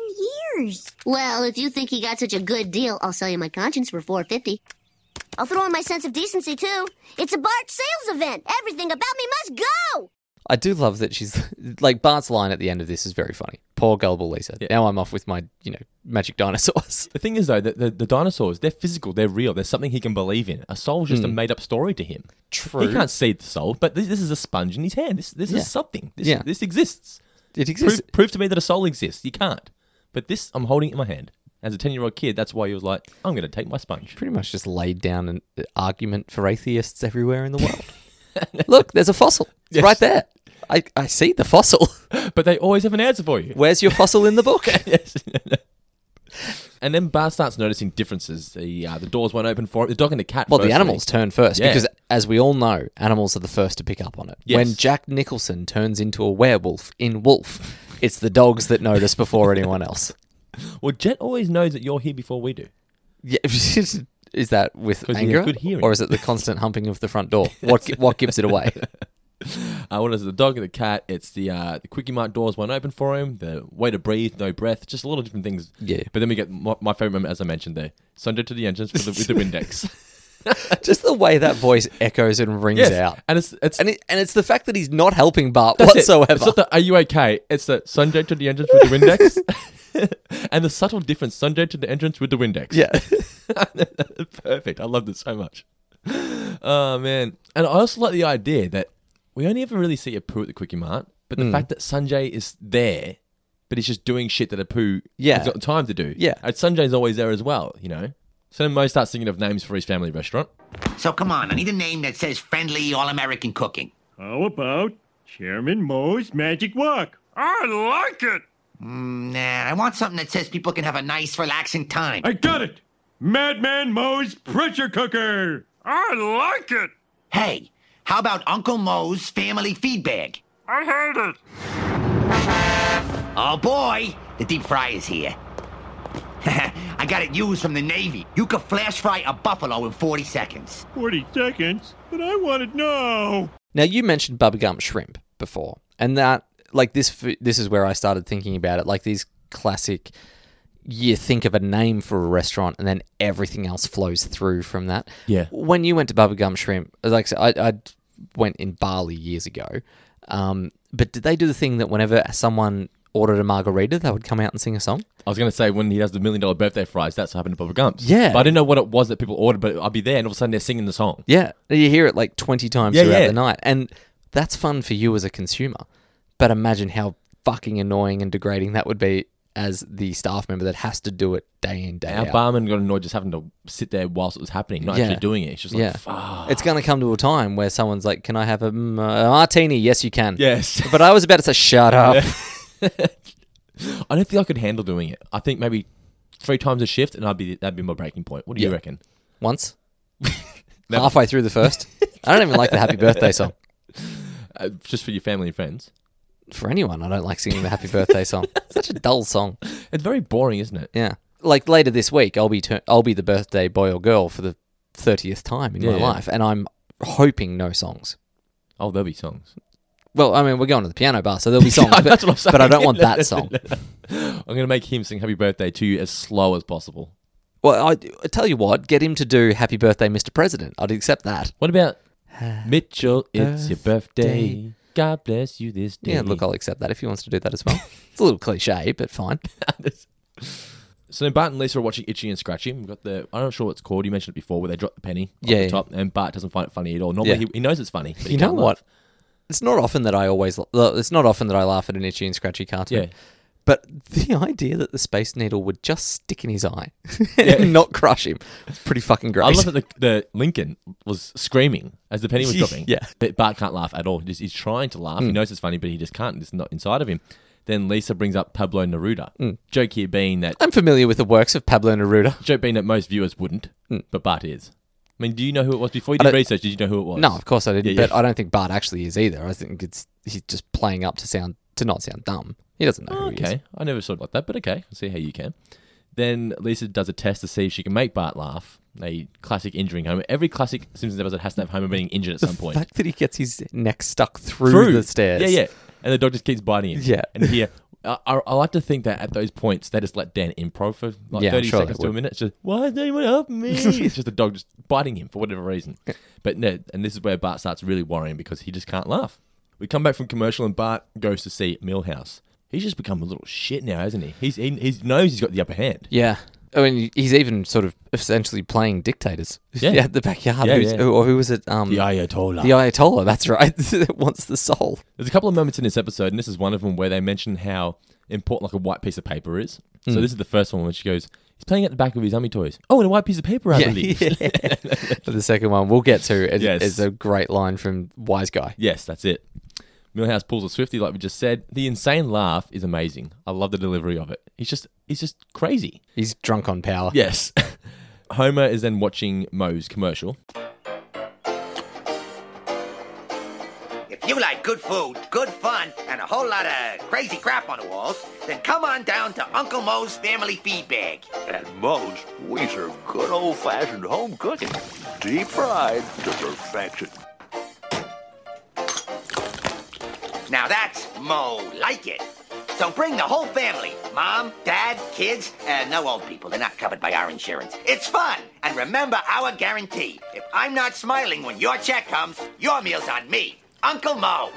[SPEAKER 5] years.
[SPEAKER 6] Well, if you think he got such a good deal, I'll sell you my conscience for four fifty.
[SPEAKER 5] I'll throw in my sense of decency, too. It's a Bart sales event. Everything about me must go.
[SPEAKER 2] I do love that she's like, Bart's line at the end of this is very funny. Poor gullible Lisa. Now I'm off with my, you know, magic dinosaurs.
[SPEAKER 1] The thing is though, that the, the dinosaurs, they're physical, they're real, there's something he can believe in. A soul's just a made up story to him.
[SPEAKER 2] Hmm. True.
[SPEAKER 1] He can't see the soul, but this, this is a sponge in his hand. This this
[SPEAKER 2] Yeah.
[SPEAKER 1] is something. This
[SPEAKER 2] Yeah.
[SPEAKER 1] this exists.
[SPEAKER 2] It exists.
[SPEAKER 1] prove, prove to me that a soul exists. You can't. But this, I'm holding it in my hand. As a 10 year old kid, that's why he was like, I'm going to take my sponge.
[SPEAKER 2] Pretty much just laid down an uh, argument for atheists everywhere in the world. Look, there's a fossil. It's right there. I, I see the fossil.
[SPEAKER 1] But they always have an answer for you.
[SPEAKER 2] Where's your fossil in the book?
[SPEAKER 1] Yes. and then Bart starts noticing differences. The, uh, the doors won't open for him. The dog and the cat.
[SPEAKER 2] Well, the
[SPEAKER 1] firstly.
[SPEAKER 2] animals turn first
[SPEAKER 1] Yeah.
[SPEAKER 2] because, as we all know, animals are the first to pick up on it.
[SPEAKER 1] Yes.
[SPEAKER 2] When Jack Nicholson turns into a werewolf in Wolf, it's the dogs that notice before anyone else.
[SPEAKER 1] Well, Jet always knows that you're here before we do.
[SPEAKER 2] Yeah, is that with
[SPEAKER 1] 'Cause he had
[SPEAKER 2] anger,
[SPEAKER 1] good hearing.
[SPEAKER 2] or is it the constant humping of the front door? What gi- what gives it away?
[SPEAKER 1] Uh, what is it? The dog and the cat. It's the uh, the quickie mart doors won't open for him. The way to breathe, no breath. Just a lot of different things.
[SPEAKER 2] Yeah.
[SPEAKER 1] But then we get my, my favorite moment, as I mentioned there. Sunday to the entrance with the, with the Windex.
[SPEAKER 2] Just the way that voice echoes and rings
[SPEAKER 1] yes.
[SPEAKER 2] out,
[SPEAKER 1] And it's it's
[SPEAKER 2] and it, and it's the fact that he's not helping Bart
[SPEAKER 1] That's it.
[SPEAKER 2] whatsoever.
[SPEAKER 1] It's not the are you okay? It's the Sunday to the entrance with the Windex. and the subtle difference, Sunday to the entrance with the Windex.
[SPEAKER 2] yeah,
[SPEAKER 1] Perfect. I love this so much. Oh man. And I also like the idea that we only ever really see a poo at the quickie mart, but
[SPEAKER 2] Hmm.
[SPEAKER 1] the fact that Sanjay is there, but he's just doing shit that a poo
[SPEAKER 2] Yeah.
[SPEAKER 1] has got time to do.
[SPEAKER 2] Yeah.
[SPEAKER 1] And Sanjay's always there as well, you know? So then Mo starts thinking of names for his family restaurant.
[SPEAKER 7] So come on, I need a name that says friendly all American cooking.
[SPEAKER 9] How about Chairman Moe's Magic Walk? I like it!
[SPEAKER 7] Nah, I want something that says people can have a nice, relaxing time.
[SPEAKER 9] I got it! Madman Moe's Pressure Cooker! I like it!
[SPEAKER 7] Hey, how about Uncle Moe's family feed bag?
[SPEAKER 9] I hate it!
[SPEAKER 7] Oh boy, the deep fry is here. I got it used from the Navy. You could flash fry a buffalo in 40 seconds.
[SPEAKER 9] 40 seconds, but I want it now!
[SPEAKER 2] Now you mentioned bubblegum shrimp before, and that like this f- this is where I started thinking about it. Like these classic, you think of a name for a restaurant, and then everything else flows through from that.
[SPEAKER 1] Yeah.
[SPEAKER 2] When you went to bubblegum shrimp, like I said, I, I went in Bali years ago, um, but did they do the thing that whenever someone ordered a margarita, they would come out and sing a song?
[SPEAKER 1] I was going to say when he does the million dollar birthday fries, that's what happened to Bubba Gumps.
[SPEAKER 2] Yeah.
[SPEAKER 1] But I didn't know what it was that people ordered, but I'll be there and all of a sudden they're singing the song.
[SPEAKER 2] Yeah, you hear it like 20 times
[SPEAKER 1] Yeah,
[SPEAKER 2] throughout
[SPEAKER 1] yeah.
[SPEAKER 2] the night. And that's fun for you as a consumer. But imagine how fucking annoying and degrading that would be as the staff member that has to do it day in, day
[SPEAKER 1] Our
[SPEAKER 2] out.
[SPEAKER 1] barman got annoyed just having to sit there whilst it was happening, not
[SPEAKER 2] Yeah.
[SPEAKER 1] actually doing it. It's just like,
[SPEAKER 2] yeah.
[SPEAKER 1] fuck.
[SPEAKER 2] It's going to come to a time where someone's like, Can I have a, mm, a martini? Yes, you can.
[SPEAKER 1] Yes.
[SPEAKER 2] But I was about to say, Shut up.
[SPEAKER 1] I don't think I could handle doing it. I think maybe three times a shift and I'd be that'd be my breaking point. What do you
[SPEAKER 2] Yeah.
[SPEAKER 1] reckon?
[SPEAKER 2] Once. Halfway through the first. I don't even like the happy birthday song.
[SPEAKER 1] Uh, just for your family and friends.
[SPEAKER 2] For anyone, I don't like singing the happy birthday song. Such a dull song.
[SPEAKER 1] It's very boring, isn't it?
[SPEAKER 2] Yeah. Like later this week, I'll be tur I'll be the birthday boy or girl for the thirtieth time in
[SPEAKER 1] Yeah,
[SPEAKER 2] my
[SPEAKER 1] yeah.
[SPEAKER 2] life, and I'm hoping no songs.
[SPEAKER 1] Oh, there'll be songs.
[SPEAKER 2] Well, I mean, we're going to the piano bar, so there'll be songs. but,
[SPEAKER 1] That's what I'm saying.
[SPEAKER 2] but I don't want that song.
[SPEAKER 1] I'm going to make him sing Happy Birthday to you as slow as possible.
[SPEAKER 2] Well, I, I tell you what, get him to do "Happy Birthday, Mr. President." I'd accept that.
[SPEAKER 1] What about Mitchell? It's your birthday. God bless you this day.
[SPEAKER 2] Yeah, look, I'll accept that if he wants to do that as well. it's a little cliche, but fine.
[SPEAKER 1] So Bart and Lisa are watching Itchy and Scratchy. We've got the I'm not sure what it's called. You mentioned it before, where they drop the penny off
[SPEAKER 2] Yeah,
[SPEAKER 1] the
[SPEAKER 2] yeah.
[SPEAKER 1] top, and Bart doesn't find it funny at all. Normally
[SPEAKER 2] Yeah.
[SPEAKER 1] he, he knows it's funny. But he
[SPEAKER 2] you know
[SPEAKER 1] can't
[SPEAKER 2] what?
[SPEAKER 1] laugh.
[SPEAKER 2] It's not often that I always. la- It's not often that I laugh at an itchy and scratchy cartoon.
[SPEAKER 1] Yeah.
[SPEAKER 2] But the idea that the space needle would just stick in his eye and not crush him, it's pretty fucking great.
[SPEAKER 1] I love that the, the Lincoln was screaming as the penny was dropping.
[SPEAKER 2] Yeah. Hmm.
[SPEAKER 1] but Bart can't laugh at all. He's, he's trying to laugh. He knows it's funny, but he just can't. It's not inside of him. Then Lisa brings up Pablo Neruda.
[SPEAKER 2] Hmm.
[SPEAKER 1] Joke here being that
[SPEAKER 2] I'm familiar with the works of Pablo Neruda.
[SPEAKER 1] joke being that most viewers wouldn't, but Bart is. I mean, do you know who it was before you
[SPEAKER 2] Hmm. I
[SPEAKER 1] did
[SPEAKER 2] don't-
[SPEAKER 1] research? Did you know who it was?
[SPEAKER 2] No, of course I didn't.
[SPEAKER 1] Yeah, yeah.
[SPEAKER 2] But I don't think Bart actually is either. I think it's he's just playing up to sound to not sound dumb. He doesn't know. Who he is.
[SPEAKER 1] Okay, I never saw it like that, but okay, I'll see how you can. Then Lisa does a test to see if she can make Bart laugh. A classic injuring Homer. Every classic Simpsons episode has to have Homer being injured at some
[SPEAKER 2] The
[SPEAKER 1] point.
[SPEAKER 2] fact that he gets his neck stuck through, the stairs.
[SPEAKER 1] Yeah, yeah. And the dog just keeps biting him.
[SPEAKER 2] Yeah.
[SPEAKER 1] And here, I, I, I like to think that at those points, they just let Dan improv for like
[SPEAKER 2] Yeah, I'm
[SPEAKER 1] 30
[SPEAKER 2] sure they
[SPEAKER 1] seconds to a
[SPEAKER 2] would.
[SPEAKER 1] minute. It's just, why is anyone helping me? it's just the dog just biting him for whatever reason. But no, and this is where Bart starts really worrying because he just can't laugh. We come back from commercial and Bart goes to see Millhouse. He's just become a little shit now, hasn't he? He's, he, he knows he's got the upper hand.
[SPEAKER 2] Yeah. I mean, he's even sort of essentially playing dictators.
[SPEAKER 1] Yeah.
[SPEAKER 2] at the backyard.
[SPEAKER 1] Yeah,
[SPEAKER 2] Who's-
[SPEAKER 1] yeah.
[SPEAKER 2] Or who was it? Um,
[SPEAKER 1] The Ayatollah.
[SPEAKER 2] the Ayatollah, that's right. that wants the soul.
[SPEAKER 1] There's a couple of moments in this episode, and this is one of them where they mention how important like a white piece of paper is. So this is the first one when she goes, "He's playing at the back of his ummy toys." Oh, and a white piece of paper, I believe.
[SPEAKER 2] But the second one we'll get to. It,
[SPEAKER 1] Yes.
[SPEAKER 2] It's a great line from Wise Guy.
[SPEAKER 1] Yes, that's it. Millhouse pulls a swifty, like we just said. The insane laugh is amazing. I love the delivery of it. He's just, he's just crazy.
[SPEAKER 2] He's drunk on power.
[SPEAKER 1] Yes. Homer is then watching Moe's commercial.
[SPEAKER 7] If you like good food, good fun, and a whole lot of crazy crap on the walls, then come on down to Uncle Moe's Family Feed Bag.
[SPEAKER 10] At Moe's, we serve good old fashioned home cooking, deep fried to perfection.
[SPEAKER 7] Now that's Moe like it. So bring the whole family mom, dad, kids, and no old people. They're not covered by our insurance. It's fun. And remember our guarantee if I'm not smiling when your check comes, your meal's on me, Uncle Moe.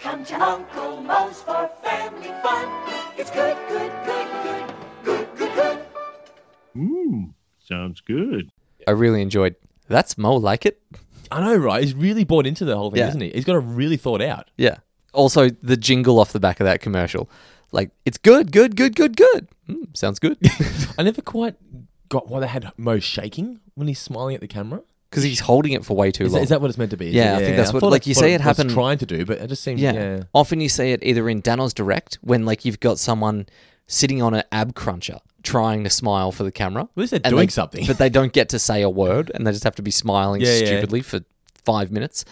[SPEAKER 3] Come to Uncle Mo's for family fun. It's good, good, good, good, good, good, good.
[SPEAKER 9] Sounds good.
[SPEAKER 2] I really enjoyed. That's Mo like it.
[SPEAKER 1] I know, right? He's really bought into the whole thing,
[SPEAKER 2] Yeah.
[SPEAKER 1] isn't he? He's got it really thought out.
[SPEAKER 2] Yeah. Also, the jingle off the back of that commercial, like it's good, good, good, good, good. Mm, sounds good.
[SPEAKER 1] I never quite got why they had Moe shaking when he's smiling at the camera.
[SPEAKER 2] Because he's holding it for way too
[SPEAKER 1] Is
[SPEAKER 2] long.
[SPEAKER 1] that, is that what it's meant to be? Is
[SPEAKER 2] Yeah,
[SPEAKER 1] it-
[SPEAKER 2] I think that's what-
[SPEAKER 1] thought
[SPEAKER 2] like, you
[SPEAKER 1] that's
[SPEAKER 2] say
[SPEAKER 1] what
[SPEAKER 2] it
[SPEAKER 1] was
[SPEAKER 2] happened-
[SPEAKER 1] Trying to do, but it just seems.
[SPEAKER 2] Yeah.
[SPEAKER 1] Yeah.
[SPEAKER 2] Often you see it either in Danos Direct when like you've got someone sitting on an ab cruncher trying to smile for the camera. At
[SPEAKER 1] least they're doing something.
[SPEAKER 2] but they don't get to say a word and they just have to be smiling
[SPEAKER 1] Yeah, yeah.
[SPEAKER 2] stupidly for five minutes.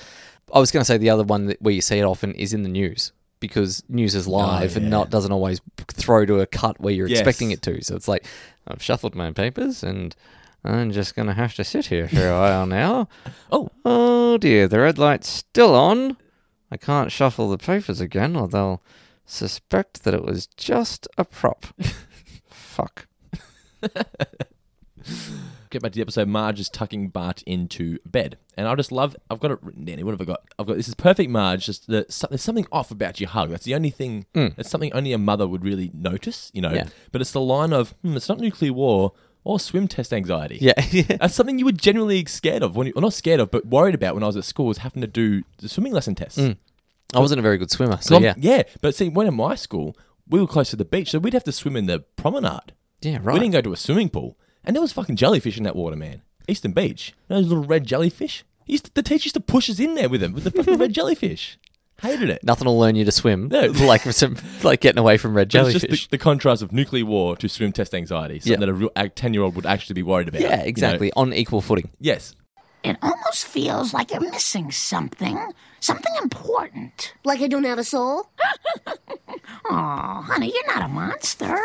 [SPEAKER 2] I was going to say the other one that where you see it often is in the news because news is live and
[SPEAKER 1] Oh, yeah.
[SPEAKER 2] not doesn't always throw to a cut where you're
[SPEAKER 1] Yes.
[SPEAKER 2] expecting it to. So it's like I've shuffled my papers and I'm just going to have to sit here for a while now.
[SPEAKER 1] Oh.
[SPEAKER 2] Oh dear, the red light's still on. I can't shuffle the papers again, or they'll suspect that it was just a prop. Fuck.
[SPEAKER 1] Get back to the episode. Marge is tucking Bart into bed, and I just love. I've got it written down. here. What have I got? I've got this is perfect, Marge. Just the, so- there's something off about your hug. That's the only thing. That's something only a mother would really notice, you know.
[SPEAKER 2] Mm. Yeah.
[SPEAKER 1] But it's the line of hmm, it's not nuclear war or swim test anxiety.
[SPEAKER 2] Yeah, yeah.
[SPEAKER 1] That's something you were generally scared of when you, well, not scared of, but worried about when I was at school was having to do the swimming lesson tests.
[SPEAKER 2] I wasn't a very good swimmer, so
[SPEAKER 1] So I'm-
[SPEAKER 2] Mm. yeah.
[SPEAKER 1] yeah, but see, when in my school, we were close to the beach, so we'd have to swim in the promenade.
[SPEAKER 2] Yeah,
[SPEAKER 1] We
[SPEAKER 2] right.
[SPEAKER 1] didn't go to a swimming pool, and there was fucking jellyfish in that water, man. Eastern Beach, You know those little red jellyfish. He used to, the teacher used to push us in there with them with the fucking red jellyfish. Hated it.
[SPEAKER 2] Nothing will learn you to swim.
[SPEAKER 1] No.
[SPEAKER 2] like some, like getting away from red
[SPEAKER 1] But it's just
[SPEAKER 2] jellyfish.
[SPEAKER 1] the, the contrast of nuclear war to swim test anxiety, something
[SPEAKER 2] Yeah.
[SPEAKER 1] that a real ten-year-old would actually be worried about. you
[SPEAKER 2] yeah,
[SPEAKER 1] know?
[SPEAKER 2] exactly. On equal footing.
[SPEAKER 1] Yes,
[SPEAKER 5] It almost feels like you're missing something, something important.
[SPEAKER 6] Like I don't have a soul?
[SPEAKER 5] Oh, honey, you're not a monster.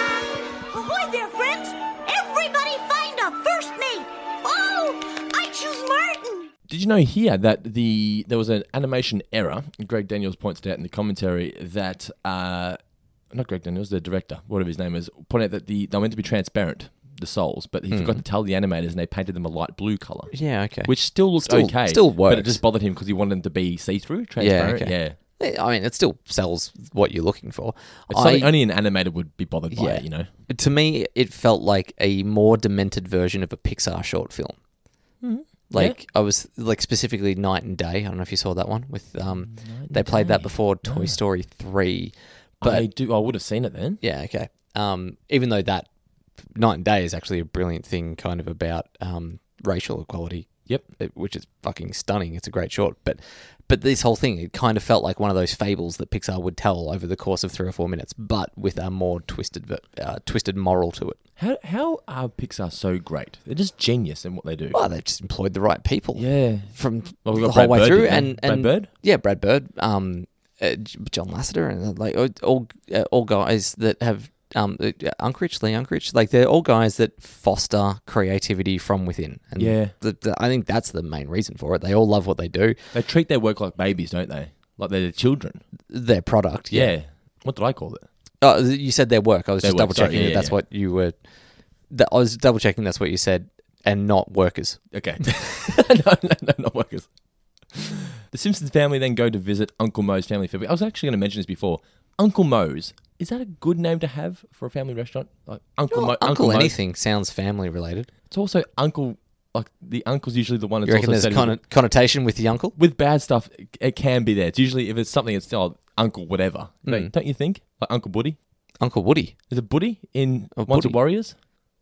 [SPEAKER 11] Oh,
[SPEAKER 1] you know here that the there was an animation error? Greg Daniels points it out in the commentary that uh, not Greg Daniels, the director, whatever his name is, pointed out that the they were meant to be transparent, the souls, but he forgot to tell the animators, and they painted them a light blue color.
[SPEAKER 2] Hmm. Yeah, okay.
[SPEAKER 1] Which still looked
[SPEAKER 2] Still-
[SPEAKER 1] okay,
[SPEAKER 2] still
[SPEAKER 1] But it
[SPEAKER 2] works.
[SPEAKER 1] just bothered him because he wanted them to be see through, transparent. Yeah,
[SPEAKER 2] okay. I mean, it still sells what you're looking for.
[SPEAKER 1] It's
[SPEAKER 2] I-
[SPEAKER 1] something only an animator would be bothered by
[SPEAKER 2] Yeah.
[SPEAKER 1] it, you know.
[SPEAKER 2] to me, it felt like a more demented version of a Pixar short film.
[SPEAKER 1] Mm-hmm.
[SPEAKER 2] Like I was like specifically Night and Day. I don't know if you saw that one with um, they played that before Toy Story three, but
[SPEAKER 1] I do. I would have seen it then.
[SPEAKER 2] yeah, okay. Um, even though that Night and Day is actually a brilliant thing, kind of about um, racial equality.
[SPEAKER 1] Yep.
[SPEAKER 2] it- which is fucking stunning. It's a great short, but but this whole thing it kind of felt like one of those fables that Pixar would tell over the course of three or four minutes, but with a more twisted ver- uh, twisted moral to it.
[SPEAKER 1] How how are Pixar so great? They're just genius in what they do.
[SPEAKER 2] Well, they just employed the right people.
[SPEAKER 1] Yeah.
[SPEAKER 2] from
[SPEAKER 1] Well, we've
[SPEAKER 2] the
[SPEAKER 1] got
[SPEAKER 2] whole
[SPEAKER 1] Brad
[SPEAKER 2] way
[SPEAKER 1] Bird,
[SPEAKER 2] through,
[SPEAKER 1] didn't Oh, we?
[SPEAKER 2] and,
[SPEAKER 1] Brad
[SPEAKER 2] and
[SPEAKER 1] Bird?
[SPEAKER 2] yeah, Brad Bird, um, uh, J- John Lasseter, and uh, like uh, all uh, all guys that have um, uh, Unkrich, Lee Unkrich, like they're all guys that foster creativity from within. And
[SPEAKER 1] Yeah.
[SPEAKER 2] the, the- I think that's the main reason for it. They all love what they do.
[SPEAKER 1] They treat their work like babies, don't they? Like they're their children.
[SPEAKER 2] Their product, yeah.
[SPEAKER 1] Yeah. What did I call it?
[SPEAKER 2] Oh, th- you said their work. I was
[SPEAKER 1] Their
[SPEAKER 2] just
[SPEAKER 1] work,
[SPEAKER 2] double checking
[SPEAKER 1] sorry, yeah,
[SPEAKER 2] that that's
[SPEAKER 1] yeah.
[SPEAKER 2] what you were. That I was double checking that's what you said, and not workers.
[SPEAKER 1] Okay. no, no, no, not workers. The Simpsons family then go to visit Uncle Moe's family. for- I was actually going to mention this before. Uncle Moe's. Is that a good name to have for a family restaurant? Like Uncle Mo,
[SPEAKER 2] Uncle,
[SPEAKER 1] Moe's?
[SPEAKER 2] anything sounds family related.
[SPEAKER 1] It's also Uncle. Like the uncle's usually the one. That's
[SPEAKER 2] You reckon
[SPEAKER 1] also
[SPEAKER 2] there's a
[SPEAKER 1] said with-
[SPEAKER 2] conno- connotation with the uncle?
[SPEAKER 1] with bad stuff, it- it can be there. It's usually if it's something, it's still Uncle whatever.
[SPEAKER 2] Hmm.
[SPEAKER 1] Don't, don't you think? Like Uncle Buddy.
[SPEAKER 2] Uncle Woody.
[SPEAKER 1] Is it Buddy in
[SPEAKER 2] Oh,
[SPEAKER 1] Once
[SPEAKER 2] Buddy.
[SPEAKER 1] of Warriors?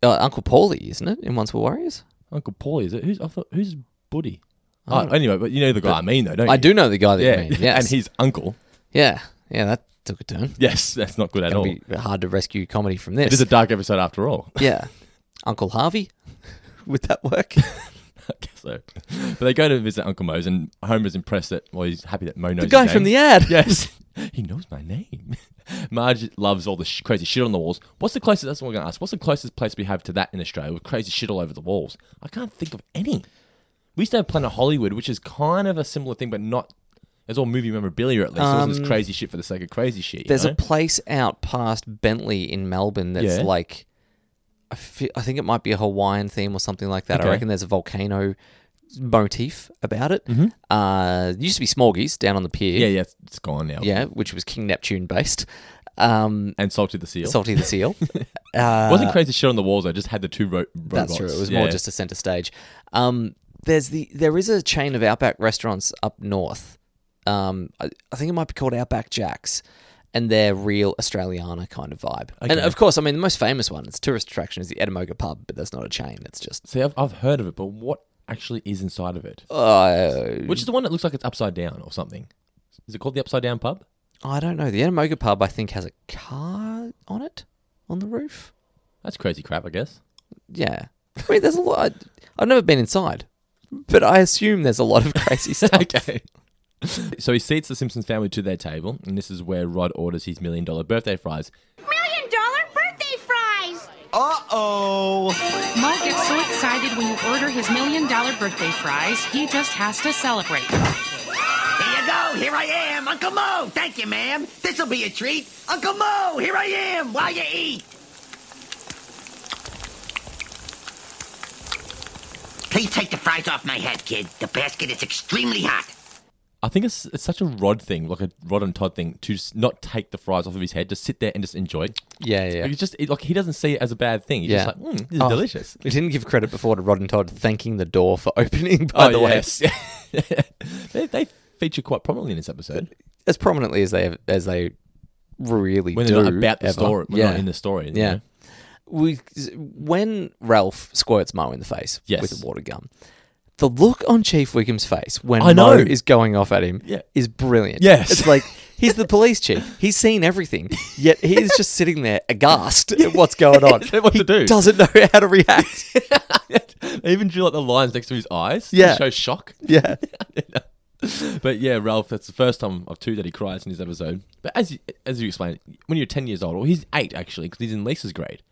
[SPEAKER 2] uh, Uncle Paulie, isn't it? In Once Were Warriors.
[SPEAKER 1] Uncle Paul is it? Who's I thought who's Buddy? Oh, anyway, but you know the guy I mean though, don't you?
[SPEAKER 2] I do know the guy that
[SPEAKER 1] Oh, Yeah,
[SPEAKER 2] you mean. Yes.
[SPEAKER 1] and his uncle.
[SPEAKER 2] yeah, yeah, that took a turn.
[SPEAKER 1] Yes, that's not good at
[SPEAKER 2] It'll
[SPEAKER 1] all.
[SPEAKER 2] be hard to rescue comedy from
[SPEAKER 1] It
[SPEAKER 2] this.
[SPEAKER 1] is a dark episode after all.
[SPEAKER 2] yeah, Uncle Harvey. Would that work?
[SPEAKER 1] I guess so. But they go to visit Uncle Moe's, and Homer's impressed that, well, he's happy that Mo knows
[SPEAKER 2] the guy from the ad.
[SPEAKER 1] Yes, he knows my name. Marge loves all the sh- crazy shit on the walls. What's the closest? That's what we're gonna ask. What's the closest place we have to that in Australia with crazy shit all over the walls? I can't think of any. We used to have Planet Hollywood, which is kind of a similar thing, but not. It's all movie memorabilia at least. it wasn't just crazy shit for the sake of crazy shit. you
[SPEAKER 2] Um, There's
[SPEAKER 1] know?
[SPEAKER 2] a place out past Bentley in Melbourne that's
[SPEAKER 1] Yeah.
[SPEAKER 2] like, I, fe- I think it might be a Hawaiian theme or something like that.
[SPEAKER 1] Okay.
[SPEAKER 2] I reckon there's a volcano motif about it. Uh, it used to be Smorgies down on the pier.
[SPEAKER 1] Mm-hmm. yeah, yeah, it's- it's gone now.
[SPEAKER 2] yeah, which was King Neptune based. Um,
[SPEAKER 1] and Salty the Seal.
[SPEAKER 2] Salty the Seal.
[SPEAKER 1] It wasn't crazy shit on the walls. I just had the two ro- robots.
[SPEAKER 2] uh, That's true. It was
[SPEAKER 1] Yeah.
[SPEAKER 2] more just a center stage. Um, there's the there is a chain of Outback restaurants up north. Um, I, I think it might be called Outback Jacks, and they're real Australiana kind of vibe. And
[SPEAKER 1] Okay.
[SPEAKER 2] of course, I mean the most famous one, it's a tourist attraction, is the Edamoga Pub, but that's not a chain. It's just
[SPEAKER 1] See, I've, I've heard of it, but what actually is inside of it?
[SPEAKER 2] uh,
[SPEAKER 1] Which is the one that looks like it's upside down or something. Is it called the Upside Down Pub?
[SPEAKER 2] I don't know. The Edamoga Pub, I think, has a car on it on the roof.
[SPEAKER 1] That's crazy crap, I guess.
[SPEAKER 2] Yeah, I mean there's a lot. I've never been inside, but I assume there's a lot of crazy stuff.
[SPEAKER 1] Okay. so he seats the Simpsons family to their table, and this is where Rod orders his million dollar birthday fries.
[SPEAKER 3] Million dollar birthday fries.
[SPEAKER 8] Uh-oh.
[SPEAKER 12] Mo gets so excited when you order his million dollar birthday fries, he just has to celebrate.
[SPEAKER 7] Here you go. Here I am, Uncle Mo. Thank you, ma'am. This'll be a treat. Uncle Mo, here I am. While you eat. Please take the fries off my head, kid. The basket is extremely hot.
[SPEAKER 1] I think it's, it's such a Rod thing, like a Rod and Todd thing, to just not take the fries off of his head, just sit there and just enjoy it.
[SPEAKER 2] Yeah, yeah.
[SPEAKER 1] Like, it's just it, like he doesn't see it as a bad thing. He's
[SPEAKER 2] Yeah.
[SPEAKER 1] just like, mm, this is
[SPEAKER 2] Oh,
[SPEAKER 1] delicious.
[SPEAKER 2] We didn't give credit before to Rod and Todd thanking the door for opening, by the way.
[SPEAKER 1] Oh, they, they feature quite prominently in this episode
[SPEAKER 2] As prominently as they as they really
[SPEAKER 1] when
[SPEAKER 2] do
[SPEAKER 1] they're not about the
[SPEAKER 2] ever.
[SPEAKER 1] story, when
[SPEAKER 2] yeah.
[SPEAKER 1] yeah. not in the story. you
[SPEAKER 2] yeah.
[SPEAKER 1] know?
[SPEAKER 2] We, when Ralph squirts Mo in the face
[SPEAKER 1] Yes.
[SPEAKER 2] with a water gun, the look on Chief Wiggum's face when
[SPEAKER 1] I
[SPEAKER 2] Mo
[SPEAKER 1] know.
[SPEAKER 2] is going off at him
[SPEAKER 1] Yeah.
[SPEAKER 2] is brilliant.
[SPEAKER 1] Yes.
[SPEAKER 2] It's like he's the police chief. He's seen everything, yet he is just sitting there aghast at what's going on.
[SPEAKER 1] doesn't know what
[SPEAKER 2] he
[SPEAKER 1] to do.
[SPEAKER 2] doesn't know how to react.
[SPEAKER 1] They even drew like the lines next to his eyes.
[SPEAKER 2] Yeah.
[SPEAKER 1] To show shock.
[SPEAKER 2] yeah.
[SPEAKER 1] But yeah, Ralph, that's the first time of two that he cries in this episode. But as you, as you explained, when you're 10 years old, or he's eight actually, because he's in Lisa's grade.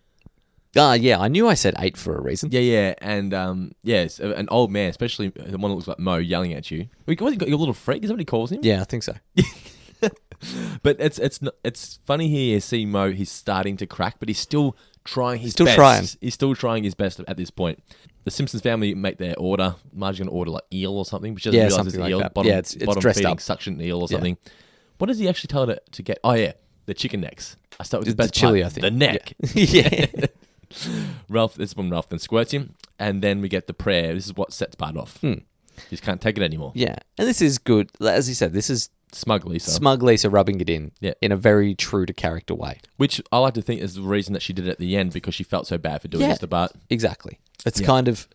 [SPEAKER 2] Ah, yeah, I knew I said eight for a reason.
[SPEAKER 1] Yeah, yeah, and um, yes, a- an old man, especially the one that looks like Mo, yelling at you. We got your little freak. Is that what he calls him?
[SPEAKER 2] Yeah, I think so.
[SPEAKER 1] but it's it's not, it's funny here. You see Mo, he's starting to crack, but he's still trying his
[SPEAKER 2] Still
[SPEAKER 1] best.
[SPEAKER 2] trying.
[SPEAKER 1] He's still trying his best at this point. The Simpsons family make their order. Marge's gonna order like eel or something, which she doesn't
[SPEAKER 2] Yeah,
[SPEAKER 1] realize
[SPEAKER 2] something
[SPEAKER 1] it's
[SPEAKER 2] like
[SPEAKER 1] eel.
[SPEAKER 2] that.
[SPEAKER 1] Bottom,
[SPEAKER 2] Yeah, it's- it's
[SPEAKER 1] bottom
[SPEAKER 2] dressed
[SPEAKER 1] feeding
[SPEAKER 2] up.
[SPEAKER 1] suction eel or
[SPEAKER 2] Yeah.
[SPEAKER 1] something. What does he actually tell her to get? Oh yeah, the chicken necks. I start with the
[SPEAKER 2] The
[SPEAKER 1] best
[SPEAKER 2] chili,
[SPEAKER 1] part,
[SPEAKER 2] I think.
[SPEAKER 1] The neck.
[SPEAKER 2] Yeah.
[SPEAKER 1] Ralph. This is when Ralph then squirts him, and then we get the prayer. This is what sets Bart off. Just can't take it anymore.
[SPEAKER 2] Hmm. Yeah, and this is good. As you said, this is
[SPEAKER 1] Smug Lisa.
[SPEAKER 2] smug Lisa rubbing it in,
[SPEAKER 1] Yeah.
[SPEAKER 2] in a very true to character way.
[SPEAKER 1] Which I like to think is the reason that she did it at the end because she felt so bad for doing
[SPEAKER 2] Yeah.
[SPEAKER 1] this to Bart.
[SPEAKER 2] Exactly. It's
[SPEAKER 1] Yeah.
[SPEAKER 2] kind of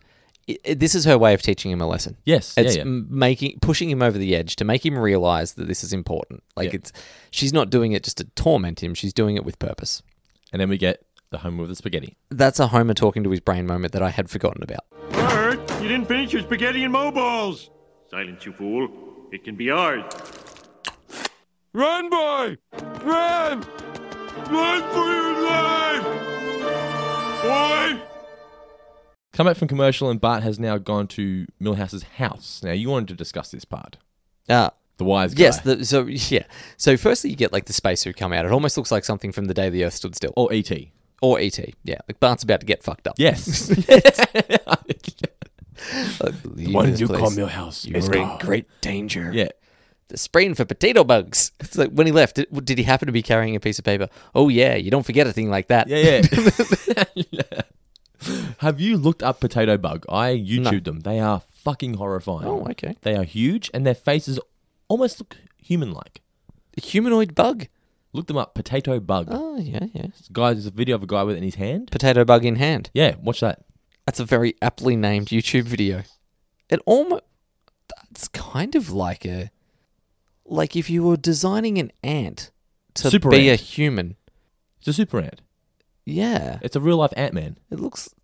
[SPEAKER 2] i i- this is her way of teaching him a lesson.
[SPEAKER 1] Yes, yeah,
[SPEAKER 2] it's
[SPEAKER 1] yeah.
[SPEAKER 2] m- making pushing him over the edge to make him realize that this is important. Like
[SPEAKER 1] Yeah.
[SPEAKER 2] it's she's not doing it just to torment him. She's doing it with purpose.
[SPEAKER 1] And then we get the home with the spaghetti.
[SPEAKER 2] That's a Homer talking to his brain moment that I had forgotten about.
[SPEAKER 9] Bert, you didn't finish your spaghetti and mo balls. Silence, you fool. It can be ours. Run, boy! Run! Run for your life! Boy!
[SPEAKER 1] Come back from commercial and Bart has now gone to Millhouse's house. Now you wanted to discuss this part.
[SPEAKER 2] Uh,
[SPEAKER 1] The wise guy.
[SPEAKER 2] yes. The, so yeah. So firstly, you get like the spacesuit come out. It almost looks like something from the day the Earth stood still,
[SPEAKER 1] or E E.T.
[SPEAKER 2] or ET. Yeah, like Bart's about to get fucked up.
[SPEAKER 1] Yes.
[SPEAKER 2] the
[SPEAKER 1] one you call Millhouse
[SPEAKER 2] you
[SPEAKER 1] is
[SPEAKER 2] are in
[SPEAKER 1] gone.
[SPEAKER 2] great danger.
[SPEAKER 1] yeah.
[SPEAKER 2] the sprain for potato bugs. It's like when he left, did, did he happen to be carrying a piece of paper? Oh yeah, you don't forget a thing like that.
[SPEAKER 1] Yeah, yeah. Have you looked up potato bug? I YouTubed them. They are fucking horrifying.
[SPEAKER 2] Oh, okay.
[SPEAKER 1] They are huge and their faces almost look human like.
[SPEAKER 2] A humanoid bug.
[SPEAKER 1] Look them up. Potato bug.
[SPEAKER 2] Oh yeah, yeah.
[SPEAKER 1] Guys, there's a video of a guy with it in his hand.
[SPEAKER 2] Potato bug in hand.
[SPEAKER 1] Yeah, watch that.
[SPEAKER 2] That's a very aptly named YouTube video. It almost that's kind of like a like if you were designing an ant to
[SPEAKER 1] Super
[SPEAKER 2] be
[SPEAKER 1] ant.
[SPEAKER 2] a human.
[SPEAKER 1] It's a super ant.
[SPEAKER 2] Yeah,
[SPEAKER 1] It's a real life Ant Man.
[SPEAKER 2] it looks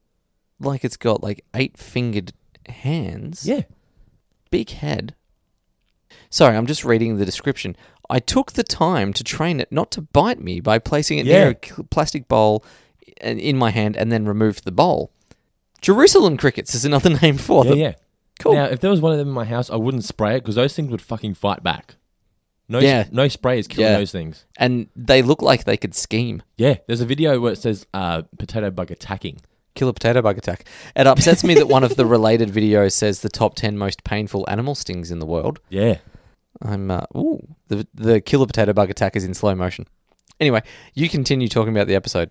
[SPEAKER 2] like it's got like eight fingered hands.
[SPEAKER 1] Yeah.
[SPEAKER 2] big head. Sorry, I'm just reading the description. I took the time to train it not to bite me by placing it near
[SPEAKER 1] Yeah.
[SPEAKER 2] a cl- plastic bowl in in my hand and then removed the bowl. Jerusalem crickets is another name for
[SPEAKER 1] Yeah,
[SPEAKER 2] them.
[SPEAKER 1] yeah.
[SPEAKER 2] Cool.
[SPEAKER 1] Now, if there was one of them in my house, I wouldn't spray it because those things would fucking fight back. No,
[SPEAKER 2] Yeah.
[SPEAKER 1] no spray is killing
[SPEAKER 2] Yeah.
[SPEAKER 1] those things.
[SPEAKER 2] And they look like they could scheme.
[SPEAKER 1] Yeah, there's a video where it says uh, potato bug attacking.
[SPEAKER 2] Killer potato bug attack. It upsets me that one of the related videos says the top 10 most painful animal stings in the world.
[SPEAKER 1] Yeah,
[SPEAKER 2] I'm, uh, ooh, the, the killer potato bug attack is in slow motion. Anyway, you continue talking about the episode.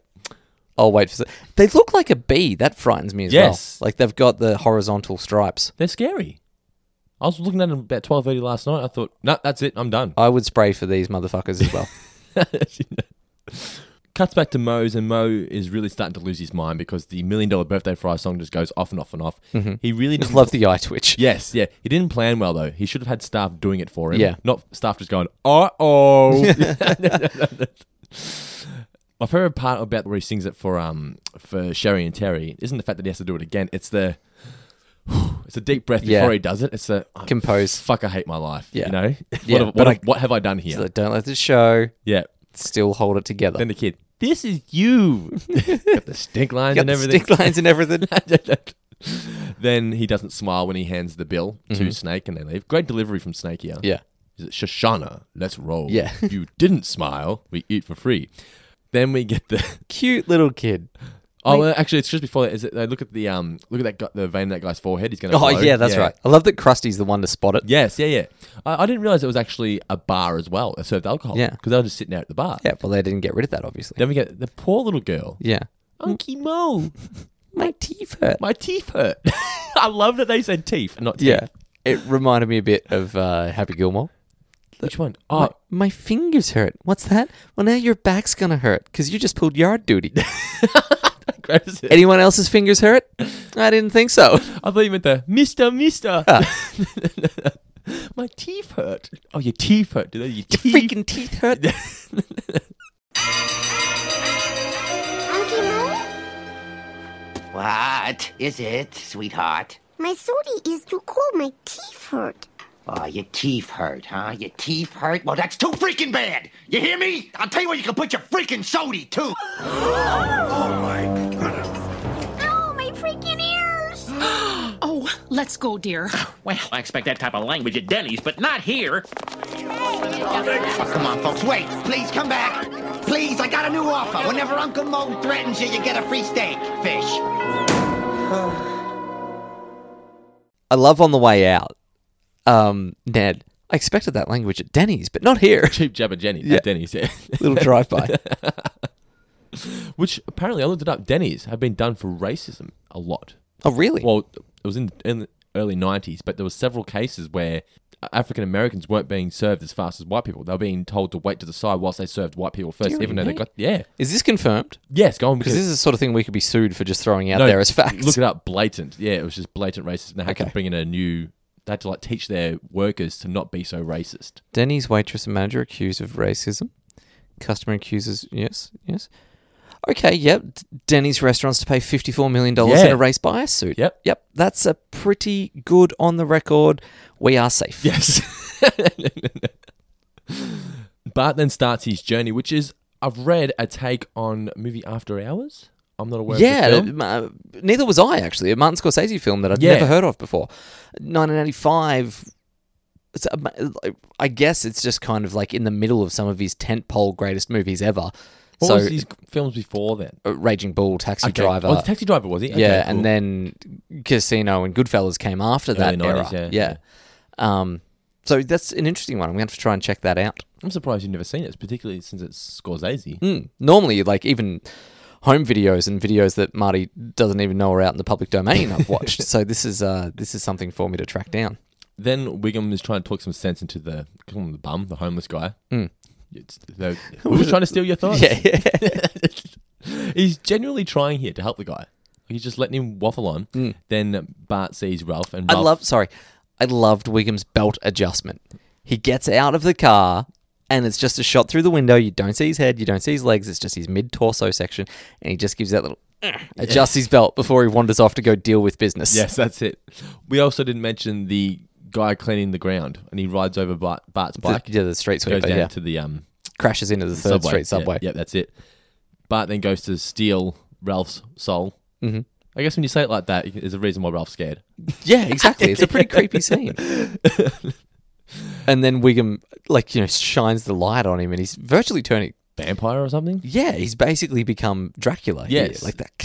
[SPEAKER 2] I'll wait for. They look like a bee. That frightens me as
[SPEAKER 1] Yes.
[SPEAKER 2] well. Like they've got the horizontal stripes.
[SPEAKER 1] they're scary. I was looking at them about twelve thirty last night. I thought, no, that's it. I'm done.
[SPEAKER 2] I would spray for these motherfuckers as well.
[SPEAKER 1] Oh. Cuts back to Mo's, and Mo is really starting to lose his mind because the Million Dollar Birthday Fry song just goes off and off and off. He really didn't
[SPEAKER 2] Love the eye twitch.
[SPEAKER 1] Yes, yeah. He didn't plan well though. He should have had staff doing it for him.
[SPEAKER 2] Yeah.
[SPEAKER 1] Not staff just going, uh oh. My favorite part about where he sings it for um for Sherry and Terry isn't the fact that he has to do it again. It's the it's a deep breath
[SPEAKER 2] Yeah.
[SPEAKER 1] before he does it. It's a oh,
[SPEAKER 2] Compose.
[SPEAKER 1] Fuck, I hate my life.
[SPEAKER 2] Yeah.
[SPEAKER 1] You know,
[SPEAKER 2] Yeah,
[SPEAKER 1] what, have,
[SPEAKER 2] but
[SPEAKER 1] what,
[SPEAKER 2] I-
[SPEAKER 1] have, what have I done
[SPEAKER 2] So
[SPEAKER 1] here?
[SPEAKER 2] they uh, don't let this show.
[SPEAKER 1] yeah.
[SPEAKER 2] Still hold it together.
[SPEAKER 1] Then the kid, this is you. Got the stink lines
[SPEAKER 2] Got
[SPEAKER 1] and
[SPEAKER 2] the
[SPEAKER 1] everything.
[SPEAKER 2] stick lines and everything.
[SPEAKER 1] then he doesn't smile when he hands the bill
[SPEAKER 2] Mm-hmm.
[SPEAKER 1] to Snake and they leave. Great delivery from Snake here.
[SPEAKER 2] yeah.
[SPEAKER 1] Is it Shoshana? Let's roll.
[SPEAKER 2] Yeah.
[SPEAKER 1] you didn't smile. We eat for free. Then we get the.
[SPEAKER 2] Cute little kid.
[SPEAKER 1] Oh, well, actually, it's just before that. Is it, they look at the um, look at that guy, the vein in that guy's forehead. He's gonna.
[SPEAKER 2] Oh
[SPEAKER 1] blow.
[SPEAKER 2] yeah, that's right. I love that Krusty's the one to spot it.
[SPEAKER 1] Yes, yeah, yeah. I, I didn't realize it was actually a bar as well that served alcohol.
[SPEAKER 2] Yeah.
[SPEAKER 1] because they were just sitting out at the bar.
[SPEAKER 2] Yeah, well they didn't get rid of that obviously.
[SPEAKER 1] Then we get the poor little girl.
[SPEAKER 2] Yeah.
[SPEAKER 1] Unky Mo,
[SPEAKER 2] My teeth hurt.
[SPEAKER 1] my teeth hurt. I love that they said teeth, not teeth.
[SPEAKER 2] Yeah. It reminded me a bit of uh, Happy Gilmore.
[SPEAKER 1] Which one? Oh,
[SPEAKER 2] My fingers hurt. What's that? Well, now your back's gonna hurt because you just pulled yard duty.
[SPEAKER 1] great is it?
[SPEAKER 2] Anyone else's fingers hurt? I didn't think so.
[SPEAKER 1] I thought you meant the Mister Mister.
[SPEAKER 2] Ah.
[SPEAKER 1] My teeth hurt. Oh, your teeth hurt. Do they? Your teeth.
[SPEAKER 2] Freaking teeth hurt.
[SPEAKER 3] Unky Mo,
[SPEAKER 7] What is it, sweetheart?
[SPEAKER 3] my soda is too cold. My teeth hurt.
[SPEAKER 7] Oh, your teeth hurt, huh? Your teeth hurt? Well, that's too freaking bad. You hear me? I'll tell you where you can put your freaking sody, too. oh, my goodness.
[SPEAKER 12] Oh, Let's go, dear.
[SPEAKER 13] Well, I expect that type of language at Denny's, but not here.
[SPEAKER 7] Oh, come on, folks. Wait. Please come back. Please, I got a new offer. Whenever Uncle Mo threatens you, you get a free steak. Fish.
[SPEAKER 2] I love on the way out. Um, Ned, I expected that language at Denny's, but not here.
[SPEAKER 1] Cheap jabber Jenny
[SPEAKER 2] Yeah.
[SPEAKER 1] at Denny's. Yeah.
[SPEAKER 2] Little drive by.
[SPEAKER 1] Which apparently I looked it up. Denny's have been done for racism a lot.
[SPEAKER 2] Oh, really?
[SPEAKER 1] Well, it was in, in the early '90s, but there were several cases where African Americans weren't being served as fast as white people. They were being told to wait to the side whilst they served white people first, even though they got yeah.
[SPEAKER 2] Is this confirmed?
[SPEAKER 1] Yes, go on
[SPEAKER 2] Because
[SPEAKER 1] because
[SPEAKER 2] this is the sort of thing we could be sued for just throwing out there as fact.
[SPEAKER 1] Look it up, blatant. Yeah, it was just blatant racism. They had to bring in a new. They had to like teach their workers to not be so racist.
[SPEAKER 2] Denny's waitress and manager accused of racism. Customer accuses. Yes, yes. Okay, yep. D- Denny's restaurants to pay $54 million in
[SPEAKER 1] Yeah.
[SPEAKER 2] a race bias suit.
[SPEAKER 1] Yep.
[SPEAKER 2] Yep. That's a pretty good on the record. We are safe.
[SPEAKER 1] Yes. Bart then starts his journey, which is I've read a take on movie After Hours. I'm not aware.
[SPEAKER 2] yeah,
[SPEAKER 1] of the film.
[SPEAKER 2] uh, neither was I actually. A Martin Scorsese film that I'd
[SPEAKER 1] Yeah.
[SPEAKER 2] never heard of before. 1985. It's, a ma- like, I guess it's just kind of like in the middle of some of his tentpole greatest movies ever.
[SPEAKER 1] What
[SPEAKER 2] so
[SPEAKER 1] was his films before then?
[SPEAKER 2] uh, Raging Bull, Taxi
[SPEAKER 1] Okay.
[SPEAKER 2] Driver.
[SPEAKER 1] Oh, Taxi Driver was he? Okay,
[SPEAKER 2] yeah,
[SPEAKER 1] cool.
[SPEAKER 2] and then Casino and Goodfellas came after that
[SPEAKER 1] Early
[SPEAKER 2] era.
[SPEAKER 1] 90s, yeah,
[SPEAKER 2] yeah. Um, so that's an interesting one. I'm going to have to try and check that out.
[SPEAKER 1] I'm surprised you've never seen it, particularly since it's Scorsese.
[SPEAKER 2] Mm. Normally, like even home videos and videos that Marty doesn't even know are out in the public domain, I've watched. so this is uh, this is something for me to track down.
[SPEAKER 1] Then Wiggum is trying to talk some sense into the call him the bum, the homeless guy.
[SPEAKER 2] Mm.
[SPEAKER 1] It's, they're- we're just trying to steal your thoughts.
[SPEAKER 2] Yeah,
[SPEAKER 1] he's genuinely trying here to help the guy. He's just letting him waffle on.
[SPEAKER 2] Mm.
[SPEAKER 1] Then Bart sees Ralph, and
[SPEAKER 2] I
[SPEAKER 1] Ralph,
[SPEAKER 2] love. Sorry, I loved Wiggum's belt adjustment. He gets out of the car. And it's just a shot through the window. You don't see his head. You don't see his legs. It's just his mid torso section, and he just gives that little adjusts his belt before he wanders off to go deal with business.
[SPEAKER 1] Yes, that's it. We also didn't mention the guy cleaning the ground, and he rides over Bart, Bart's
[SPEAKER 2] The-
[SPEAKER 1] bike.
[SPEAKER 2] yeah, the street
[SPEAKER 1] goes
[SPEAKER 2] sweeper,
[SPEAKER 1] down
[SPEAKER 2] yeah.
[SPEAKER 1] to the um,
[SPEAKER 2] crashes into the third street subway.
[SPEAKER 1] Yeah, yeah, that's it. Bart then goes to steal Ralph's soul.
[SPEAKER 2] Mhm.
[SPEAKER 1] I guess when you say it like that, there's a reason why Ralph's scared.
[SPEAKER 2] Yeah, exactly. It's a pretty creepy scene. And then Wiggum, like, you know, shines the light on him and he's virtually turning.
[SPEAKER 1] Vampire or something?
[SPEAKER 2] Yeah, he's basically become Dracula. here,
[SPEAKER 1] Yes.
[SPEAKER 2] Like that.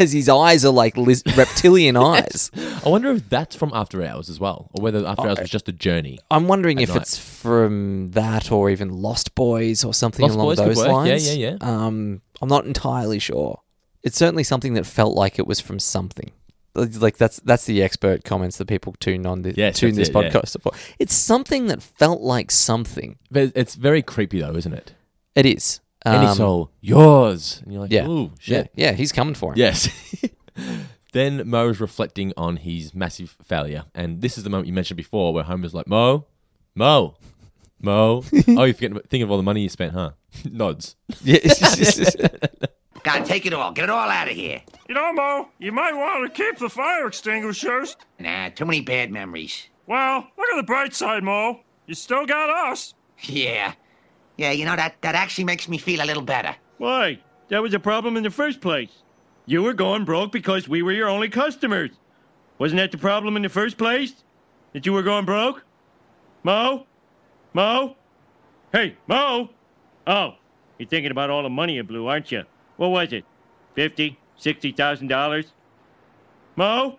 [SPEAKER 2] As his eyes are like lis- reptilian eyes.
[SPEAKER 1] I wonder if that's from After Hours as well, or whether After
[SPEAKER 2] Oh.
[SPEAKER 1] Hours was just a journey.
[SPEAKER 2] I'm wondering
[SPEAKER 1] At
[SPEAKER 2] if
[SPEAKER 1] night.
[SPEAKER 2] it's from that or even Lost Boys or something
[SPEAKER 1] Lost
[SPEAKER 2] along
[SPEAKER 1] Boys could
[SPEAKER 2] those
[SPEAKER 1] work. Yeah,
[SPEAKER 2] lines.
[SPEAKER 1] yeah, yeah.
[SPEAKER 2] Um, I'm not entirely sure. It's certainly something that felt like it was from something. Like like that's that's the expert comments that people tune on the,
[SPEAKER 1] Yes,
[SPEAKER 2] tune
[SPEAKER 1] that's
[SPEAKER 2] this
[SPEAKER 1] it, yeah.
[SPEAKER 2] podcast for. It's something that felt like something.
[SPEAKER 1] But it's very creepy though, isn't it?
[SPEAKER 2] It is.
[SPEAKER 1] Any
[SPEAKER 2] Um,
[SPEAKER 1] soul, yours. And you're like,
[SPEAKER 2] Yeah.
[SPEAKER 1] ooh, shit.
[SPEAKER 2] Yeah, yeah, he's coming for him.
[SPEAKER 1] Yes. then Mo is reflecting on his massive failure. And this is the moment you mentioned before where Homer's like, Mo, Mo, Mo. oh, you forget, think of all the money you spent, huh? Nods.
[SPEAKER 2] Yeah.
[SPEAKER 7] God, take it all. Get it all out of here.
[SPEAKER 9] You know, Mo, you might want to keep the fire extinguishers.
[SPEAKER 7] Nah, too many bad memories.
[SPEAKER 9] Well, look at the bright side, Mo. You still got us.
[SPEAKER 7] Yeah. Yeah, you know, that, that actually makes me feel a little better.
[SPEAKER 9] Why? That was a problem in the first place. You were going broke because we were your only customers. Wasn't that the problem in the first place? That you were going broke? Mo? Mo? Hey, Mo? Oh, you're thinking about all the money you blew, aren't you? What was it? Fifty, sixty thousand dollars? Mo?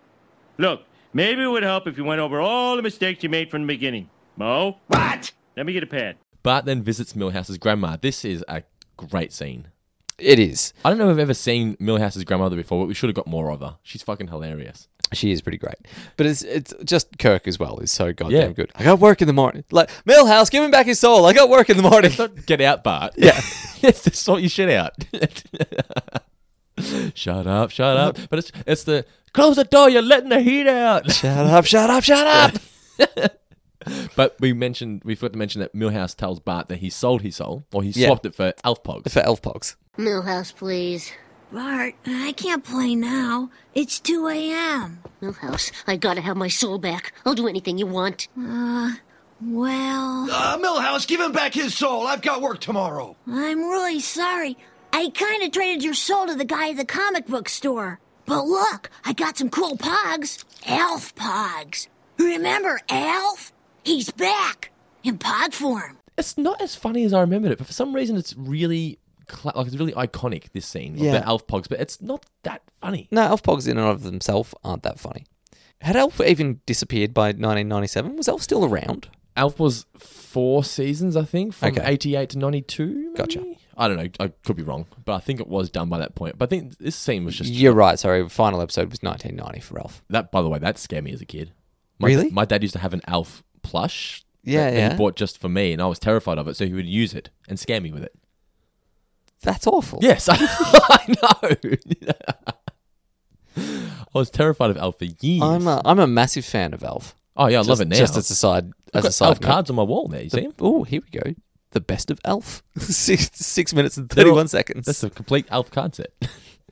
[SPEAKER 9] Look, maybe it would help if you went over all the mistakes you made from the beginning. Mo?
[SPEAKER 7] What?
[SPEAKER 9] Let me get a pad.
[SPEAKER 1] Bart then visits Millhouse's grandma. This is a great scene.
[SPEAKER 2] It is.
[SPEAKER 1] I don't know if I've ever seen Millhouse's grandmother before, but we should have got more of her. She's fucking hilarious.
[SPEAKER 2] She is pretty great. But it's it's just Kirk as well is so
[SPEAKER 1] Yeah.
[SPEAKER 2] goddamn good. I got work in the morning. Like Millhouse, give him back his soul. I got work in the morning.
[SPEAKER 1] Get out, Bart.
[SPEAKER 2] Yeah.
[SPEAKER 1] Let's just sort your shit out. shut up, shut up. But it's it's the close the door, you're letting the heat out.
[SPEAKER 2] shut up, shut up, shut up.
[SPEAKER 1] But we mentioned we forgot to mention that Millhouse tells Bart that he sold his soul or he
[SPEAKER 2] Yeah.
[SPEAKER 1] swapped it for elf pogs.
[SPEAKER 2] For elf pogs.
[SPEAKER 6] Millhouse, please.
[SPEAKER 5] Bart, I can't play now. It's 2 a.m.
[SPEAKER 6] Millhouse, I gotta have my soul back. I'll do anything you want.
[SPEAKER 5] Uh, well,
[SPEAKER 8] Uh, Millhouse, give him back his soul. I've got work tomorrow.
[SPEAKER 5] I'm really sorry. I kind of traded your soul to the guy at the comic book store. But look, I got some cool pogs. Elf pogs. Remember Elf? He's back in pog form.
[SPEAKER 1] It's not as funny as I remembered it, but for some reason it's really cla- like it's really iconic this scene of
[SPEAKER 2] Yeah.
[SPEAKER 1] the elf pogs, but it's not that funny.
[SPEAKER 2] No, elf pogs in and of themselves aren't that funny. Had elf even disappeared by 1997? Was elf still around?
[SPEAKER 1] Alf was four seasons, I think, from
[SPEAKER 2] Okay.
[SPEAKER 1] 88 to 92. Maybe? Gotcha. I don't know. I could be wrong, but I think it was done by that point. But I think this scene was just
[SPEAKER 2] You're right. Sorry, final episode was 1990 for elf.
[SPEAKER 1] that. By the way, that scared me as a kid. My,
[SPEAKER 2] Really?
[SPEAKER 1] My dad used to have an Alf plush.
[SPEAKER 2] Yeah,
[SPEAKER 1] that
[SPEAKER 2] yeah.
[SPEAKER 1] He bought just for me, and I was terrified of it, so he would use it and scare me with it.
[SPEAKER 2] That's awful.
[SPEAKER 1] Yes, I, I know. I was terrified of Alf for years.
[SPEAKER 2] I'm a, I'm a massive fan of elf.
[SPEAKER 1] oh yeah, I
[SPEAKER 2] Just-
[SPEAKER 1] love it now.
[SPEAKER 2] Just as a side,
[SPEAKER 1] I've
[SPEAKER 2] as a
[SPEAKER 1] got
[SPEAKER 2] side
[SPEAKER 1] Alf
[SPEAKER 2] note.
[SPEAKER 1] cards on my wall. There, you see
[SPEAKER 2] The-
[SPEAKER 1] 'em?
[SPEAKER 2] Oh, here we go. The best of elf. six, six minutes and
[SPEAKER 1] They're all-
[SPEAKER 2] 31 seconds.
[SPEAKER 1] That's a complete Alf card set.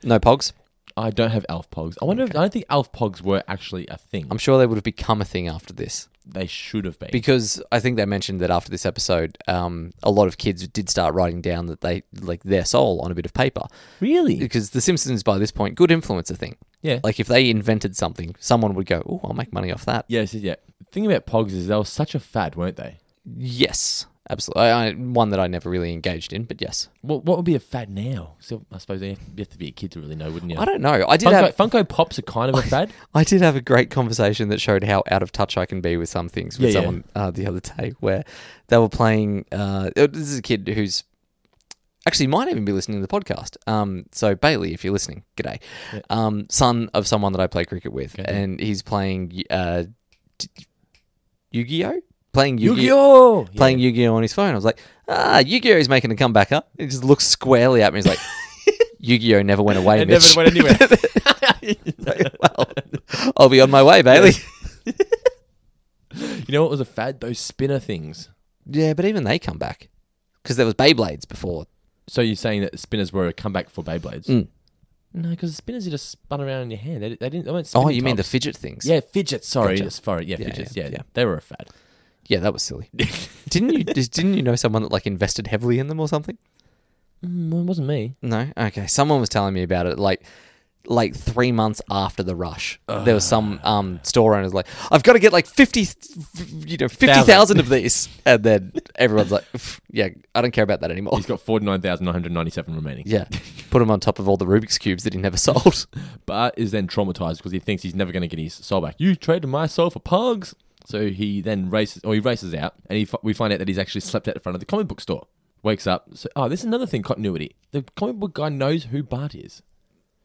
[SPEAKER 2] No pogs.
[SPEAKER 1] I don't have Alf Pogs. I wonder if I don't think Alf Pogs were actually a thing.
[SPEAKER 2] I'm sure they would have become a thing after this.
[SPEAKER 1] They should have been.
[SPEAKER 2] Because I think they mentioned that after this episode, um, a lot of kids did start writing down that they like their soul on a bit of paper.
[SPEAKER 1] Really?
[SPEAKER 2] Because The Simpsons, by this point, good influencer thing.
[SPEAKER 1] Yeah.
[SPEAKER 2] Like if they invented something, someone would go, "Oh, I'll make money off that."
[SPEAKER 1] yes, yes, yeah. The thing about Pogs is they were such a fad, weren't they?
[SPEAKER 2] Yes, absolutely. I, I, one that I never really engaged in, but yes,
[SPEAKER 1] What what would be a fad now? So I suppose you have you have to be a kid to really know, wouldn't you?
[SPEAKER 2] I don't know. I did
[SPEAKER 1] Funko,
[SPEAKER 2] have-
[SPEAKER 1] Funko Pops are kind of a fad.
[SPEAKER 2] I did have a great conversation that showed how out of touch I can be with some things with
[SPEAKER 1] Yeah, yeah.
[SPEAKER 2] someone Uh, the other day where they were playing. Uh, this is a kid who's actually might even be listening to the podcast. Um, so Bailey, if you're listening, g'day. Um, son of someone that I play cricket with, and he's playing uh, Yu-Gi-Oh. Playing Yu-Gi-Oh!
[SPEAKER 1] Yu-Gi-Oh!
[SPEAKER 2] Playing Yu-Gi-Oh on his phone. I was like, ah, Yu-Gi-Oh is making a comeback, huh? He just looks squarely at me. He's like, Yu-Gi-Oh never went away,
[SPEAKER 1] It never
[SPEAKER 2] Mitch.
[SPEAKER 1] went anywhere.
[SPEAKER 2] Like, well, I'll be on my way, Bailey.
[SPEAKER 1] You know what was a fad? Those spinner things.
[SPEAKER 2] Yeah, but even they come back because there was Beyblades before.
[SPEAKER 1] So you're saying that spinners were a comeback for Beyblades?
[SPEAKER 2] Mm.
[SPEAKER 1] No, because spinners you just spun around in your hand. They, they didn't. They weren't
[SPEAKER 2] Oh,
[SPEAKER 1] spinning
[SPEAKER 2] you mean the
[SPEAKER 1] tops.
[SPEAKER 2] fidget things?
[SPEAKER 1] Yeah, fidgets. Sorry,
[SPEAKER 2] Gotcha.
[SPEAKER 1] sorry. Yeah,
[SPEAKER 2] Yeah,
[SPEAKER 1] fidgets.
[SPEAKER 2] yeah,
[SPEAKER 1] Yeah,
[SPEAKER 2] yeah.
[SPEAKER 1] they were a fad.
[SPEAKER 2] Yeah, that was silly. didn't you? just- Didn't you know someone that like invested heavily in them or something?
[SPEAKER 1] Mm, well, it wasn't me.
[SPEAKER 2] No. Okay. Someone was telling me about it. Like. Like three months after the rush, there was some um, store owners like, "I've got to get like fifty, you know, fifty thousand of these," and then everyone's like, "Pff, "Yeah, I don't care about that anymore."
[SPEAKER 1] He's got forty nine thousand nine hundred ninety seven remaining.
[SPEAKER 2] Yeah, put them on top of all the Rubik's cubes that he never sold.
[SPEAKER 1] Bart is then traumatized because he thinks he's never going to get his soul back. You traded my soul for pugs. So he then races, or he races out, and he, fi- we find out that he's actually slept out in front of the comic book store. Wakes up. So, oh, this is another thing continuity. The comic book guy knows who Bart is.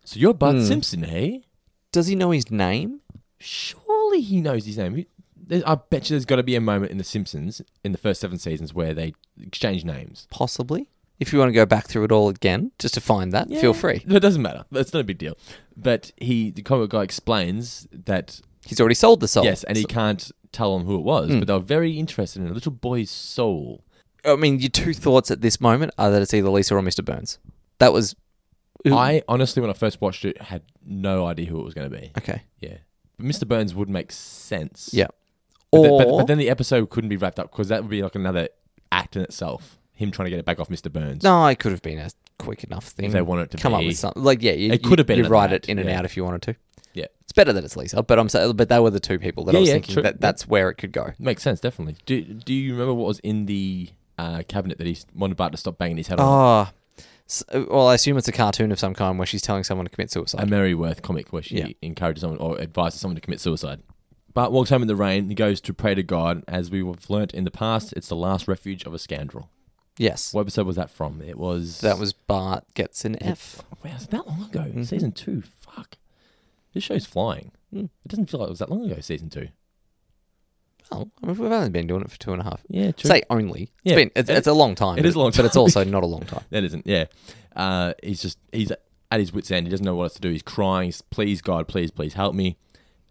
[SPEAKER 1] So you're Bart
[SPEAKER 2] Hmm.
[SPEAKER 1] Simpson, hey?
[SPEAKER 2] Does he know his name?
[SPEAKER 1] Surely he knows his name. He- there- I bet you there's got to be a moment in The Simpsons in the first seven seasons where they exchange names.
[SPEAKER 2] Possibly. If you want to go back through it all again, just to find that,
[SPEAKER 1] Yeah.
[SPEAKER 2] feel free.
[SPEAKER 1] But it doesn't matter. That's not a big deal. But he, the comic book guy, explains that
[SPEAKER 2] He's already sold the soul.
[SPEAKER 1] Yes, and he can't tell them who it was,
[SPEAKER 2] Hmm.
[SPEAKER 1] but they were very interested in a little boy's soul.
[SPEAKER 2] I mean, your two thoughts at this moment are that it's either Lisa or Mr. Burns. That was. Who-
[SPEAKER 1] I honestly, when I first watched it, had no idea who it was going to be.
[SPEAKER 2] Okay.
[SPEAKER 1] Yeah. But Mr. Burns would make sense.
[SPEAKER 2] Yeah.
[SPEAKER 1] But, the- but,
[SPEAKER 2] Or-
[SPEAKER 1] but then the episode couldn't be wrapped up because that would be like another act in itself. Him trying to get it back off Mr. Burns.
[SPEAKER 2] No, it could have been a quick enough thing.
[SPEAKER 1] If they want it to
[SPEAKER 2] come up
[SPEAKER 1] be.
[SPEAKER 2] with something like yeah, you,
[SPEAKER 1] It could
[SPEAKER 2] you-
[SPEAKER 1] have been
[SPEAKER 2] You
[SPEAKER 1] another
[SPEAKER 2] write it
[SPEAKER 1] act,
[SPEAKER 2] in and
[SPEAKER 1] yeah.
[SPEAKER 2] out if you wanted to.
[SPEAKER 1] Yeah.
[SPEAKER 2] It's better that it's Lisa, but I'm saying, but they were the two people that I
[SPEAKER 1] Yeah,
[SPEAKER 2] was
[SPEAKER 1] yeah,
[SPEAKER 2] thinking
[SPEAKER 1] true.
[SPEAKER 2] that that's where it could go.
[SPEAKER 1] Makes sense, definitely. Do Do you remember what was in the uh, cabinet that he wanted Bart to stop banging his head on?
[SPEAKER 2] Oh, S well, I assume it's a cartoon of some kind where she's telling someone to commit suicide.
[SPEAKER 1] a Mary Worth comic where she
[SPEAKER 2] Yeah.
[SPEAKER 1] encourages someone or advises someone to commit suicide. Bart walks home in the rain. He goes to pray to God. As we have learnt in the past, it's the last refuge of a scoundrel.
[SPEAKER 2] yes,
[SPEAKER 1] What episode was that from? It was Mm-hmm.
[SPEAKER 2] that was Bart gets an F.
[SPEAKER 1] wow, is it that long ago? Season two. Fuck, this show's flying. It doesn't feel like it was that long ago. Season two.
[SPEAKER 2] Oh, I mean, we've only been doing it for two and a half.
[SPEAKER 1] Yeah, true.
[SPEAKER 2] Say only. It's
[SPEAKER 1] Yeah.
[SPEAKER 2] been it's,
[SPEAKER 1] It-
[SPEAKER 2] it's a long time.
[SPEAKER 1] it
[SPEAKER 2] but
[SPEAKER 1] is a long
[SPEAKER 2] but it's
[SPEAKER 1] time.
[SPEAKER 2] also not a long time.
[SPEAKER 1] That isn't. Yeah, uh, he's just he's at his wits end. He doesn't know what else to do. He's crying. He's, please God, please, please help me.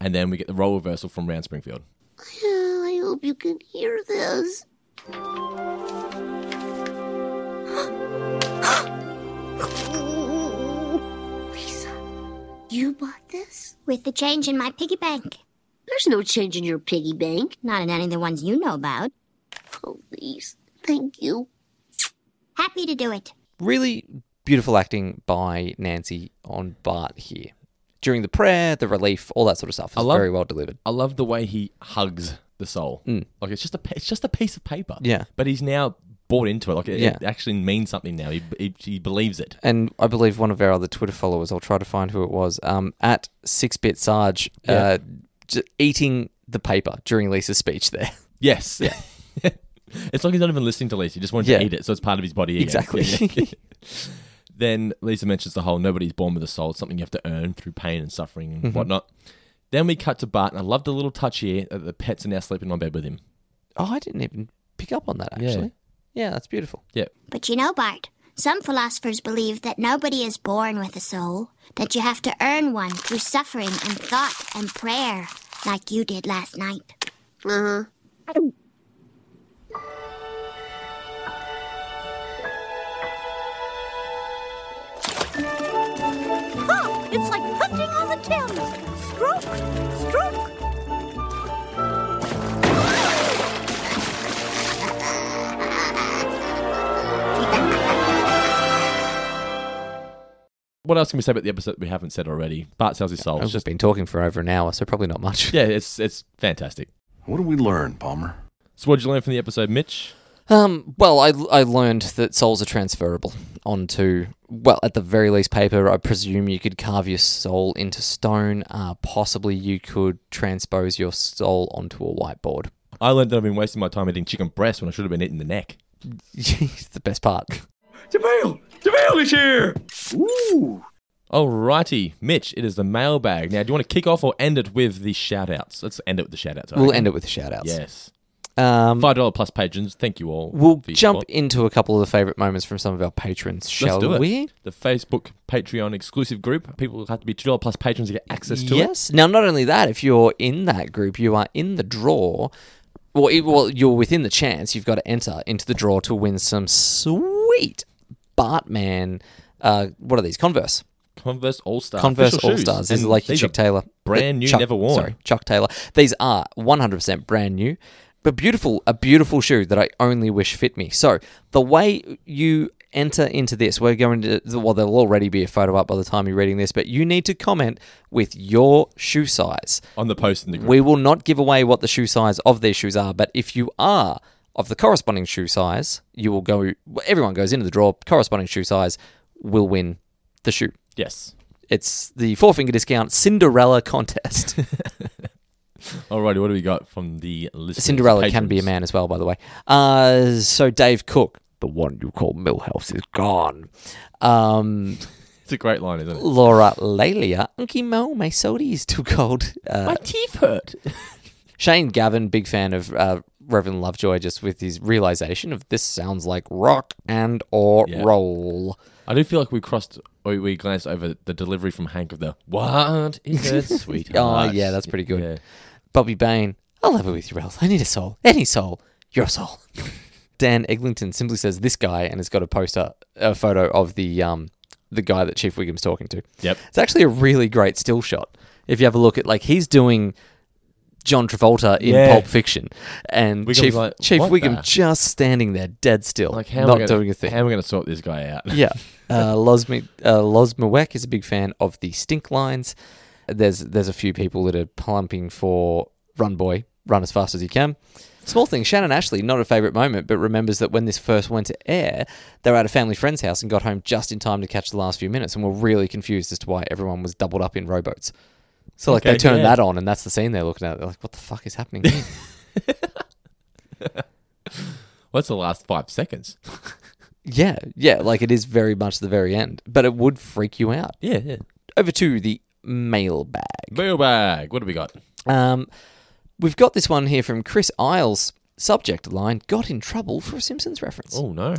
[SPEAKER 1] And then we get the role reversal from Round Springfield.
[SPEAKER 6] I hope you can hear this.
[SPEAKER 5] You bought this?
[SPEAKER 6] With the change in my piggy bank. There's no change in your piggy bank.
[SPEAKER 5] Not in any of the ones you know about.
[SPEAKER 6] Please. Thank you.
[SPEAKER 5] Happy to do it.
[SPEAKER 2] Really beautiful acting by Nancy on Bart here. during the prayer, the relief, all that sort of stuff. It's very well delivered.
[SPEAKER 1] I love the way he hugs the soul. Like it's just a pa- it's just a piece of paper.
[SPEAKER 2] Mm. Yeah.
[SPEAKER 1] But he's now bought into it. Like it,
[SPEAKER 2] Yeah.
[SPEAKER 1] it actually means something now. He, he, he believes it.
[SPEAKER 2] And I believe one of our other Twitter followers, I'll try to find who it was, um, at Six Bit Sarge,
[SPEAKER 1] Yeah.
[SPEAKER 2] uh, j- eating the paper during Lisa's speech there.
[SPEAKER 1] Yes. Yeah. it's like he's not even listening to Lisa. He just wanted
[SPEAKER 2] Yeah.
[SPEAKER 1] to eat it, so it's part of his body. again.
[SPEAKER 2] Exactly.
[SPEAKER 1] Yeah, yeah. then Lisa mentions the whole nobody's born with a soul. It's something you have to earn through pain and suffering and
[SPEAKER 2] Mhm.
[SPEAKER 1] whatnot. Then we cut to Bart, and I love the little touch here that the pets are now sleeping on bed with him.
[SPEAKER 2] Oh, I didn't even pick up on that actually. Yeah, that's beautiful.
[SPEAKER 1] Yeah.
[SPEAKER 11] But you know, Bart, some philosophers believe that nobody is born with a soul, that you have to earn one through suffering and thought and prayer, like you did last night. Uh huh.
[SPEAKER 3] Oh, it's like hunting on the Thames. Stroke, stroke.
[SPEAKER 1] What else can we say about the episode that we haven't said already? Bart sells his soul. It's
[SPEAKER 2] I've
[SPEAKER 1] just
[SPEAKER 2] just been talking for over an hour, so probably not much.
[SPEAKER 1] yeah, it's it's fantastic.
[SPEAKER 14] What did we learn, Palmer?
[SPEAKER 1] So what did you learn from the episode, Mitch?
[SPEAKER 2] Um, well, I, I learned that souls are transferable onto, well, at the very least, paper. I presume you could carve your soul into stone. Uh, possibly you could transpose your soul onto a whiteboard.
[SPEAKER 1] I learned that I've been wasting my time eating chicken breast when I should have been eating the neck.
[SPEAKER 2] it's the best part.
[SPEAKER 1] Jamil! Jamil is here! Ooh! Alrighty, Mitch, it is the mailbag. Now, do you want to kick off or end it with the shout outs? Let's end it with the shout outs.
[SPEAKER 2] We'll end it with the shout-outs.
[SPEAKER 1] Yes.
[SPEAKER 2] Um,
[SPEAKER 1] $5 plus patrons. Thank you all.
[SPEAKER 2] We'll
[SPEAKER 1] for your
[SPEAKER 2] jump
[SPEAKER 1] support.
[SPEAKER 2] into a couple of the favourite moments from some of our patrons, shall
[SPEAKER 1] Let's do it.
[SPEAKER 2] we?
[SPEAKER 1] The Facebook Patreon exclusive group. People have to be $2 plus patrons to get access to it.
[SPEAKER 2] yes. Now, not only that, if you're in that group, you are in the draw. Well, it, well, you're within the chance. You've got to enter into the draw to win some sweet Bartman. Uh, what are these? Converse.
[SPEAKER 1] Converse All Stars.
[SPEAKER 2] Converse All Stars. These are like your Chuck Taylor.
[SPEAKER 1] Brand new,
[SPEAKER 2] Chuck-
[SPEAKER 1] never worn.
[SPEAKER 2] Sorry, Chuck Taylor. These are 100% brand new, but beautiful. A beautiful shoe that I only wish fit me. So the way you enter into this, we're going to, well, there'll already be a photo up by the time you're reading this, but you need to comment with your shoe size.
[SPEAKER 1] On the post in the group.
[SPEAKER 2] We will not give away what the shoe size of these shoes are, but if you are of the corresponding shoe size, you will go, everyone goes into the draw, corresponding shoe size will win the shoe.
[SPEAKER 1] Yes.
[SPEAKER 2] It's the four finger discount Cinderella contest.
[SPEAKER 1] Alrighty, what do we got from the list?
[SPEAKER 2] Cinderella can be a man as well, by the way. Uh, so Dave Cook, the one you call Millhouse, is gone. Um,
[SPEAKER 1] It's a great line, isn't it?
[SPEAKER 2] Laura Lelia, Unky Mo, my soda is too cold. Uh,
[SPEAKER 1] teeth hurt.
[SPEAKER 2] Shane Gavin, big fan of uh, Reverend Lovejoy, just with his realization of this sounds like rock and or
[SPEAKER 1] Yeah.
[SPEAKER 2] roll.
[SPEAKER 1] I do feel like we crossed, or we glanced over the delivery from Hank of the "What is it, sweetheart?"
[SPEAKER 2] oh yeah, that's pretty good. Bobby Bain, I'll have it with you, Ralph. I need a soul, any soul, your soul. Dan Eglinton simply says this guy, and has got a poster, a photo of the um, the guy that Chief Wiggum's talking to.
[SPEAKER 1] Yep.
[SPEAKER 2] it's actually a really great still shot. If you have a look at like he's doing John Travolta in
[SPEAKER 1] Yeah.
[SPEAKER 2] Pulp Fiction, and
[SPEAKER 1] Wiggum's
[SPEAKER 2] Chief
[SPEAKER 1] like,
[SPEAKER 2] Chief
[SPEAKER 1] "What
[SPEAKER 2] Wiggum
[SPEAKER 1] the-"
[SPEAKER 2] just standing there, dead still,
[SPEAKER 1] Like how
[SPEAKER 2] not
[SPEAKER 1] am I gonna,
[SPEAKER 2] doing a thing.
[SPEAKER 1] How am I going to sort this guy out?
[SPEAKER 2] Yeah. Uh, Losmi, uh, Losmawek is a big fan of the stink lines. There's there's a few people that are plumping for Run Boy, run as fast as you can. Small thing, Shannon Ashley, not a favourite moment, but remembers that when this first went to air, they were at a family friend's house and got home just in time to catch the last few minutes and were really confused as to why everyone was doubled up in rowboats. So, like, they
[SPEAKER 1] Okay,
[SPEAKER 2] turned
[SPEAKER 1] yeah.
[SPEAKER 2] that on and that's the scene they're looking at. They're like, what the fuck is happening here?
[SPEAKER 1] What's the last five seconds?
[SPEAKER 2] Yeah, yeah, like it is very much the very end, but it would freak you out.
[SPEAKER 1] Yeah, yeah.
[SPEAKER 2] Over to the mailbag.
[SPEAKER 1] Mailbag. What do we got?
[SPEAKER 2] Um, we've got this one here from Chris Isles. Subject line: Got in trouble for a Simpsons reference.
[SPEAKER 1] Oh no!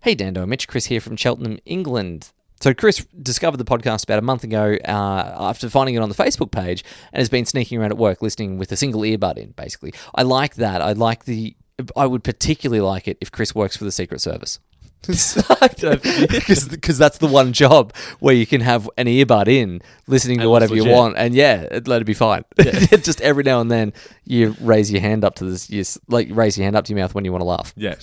[SPEAKER 2] Hey Dando, Mitch, Chris here from Cheltenham, England. So Chris discovered the podcast about a month ago uh, after finding it on the Facebook page, and has been sneaking around at work listening with a single earbud in. Basically, I like that. I like the. I would particularly like it if Chris works for the Secret Service. because that's the one job where you can have an earbud in listening to
[SPEAKER 1] And
[SPEAKER 2] whatever you
[SPEAKER 1] legit.
[SPEAKER 2] want and yeah it, let it be fine just every now and then you raise your hand up to this you s- like raise your hand up to your mouth when you want to laugh
[SPEAKER 1] Yeah.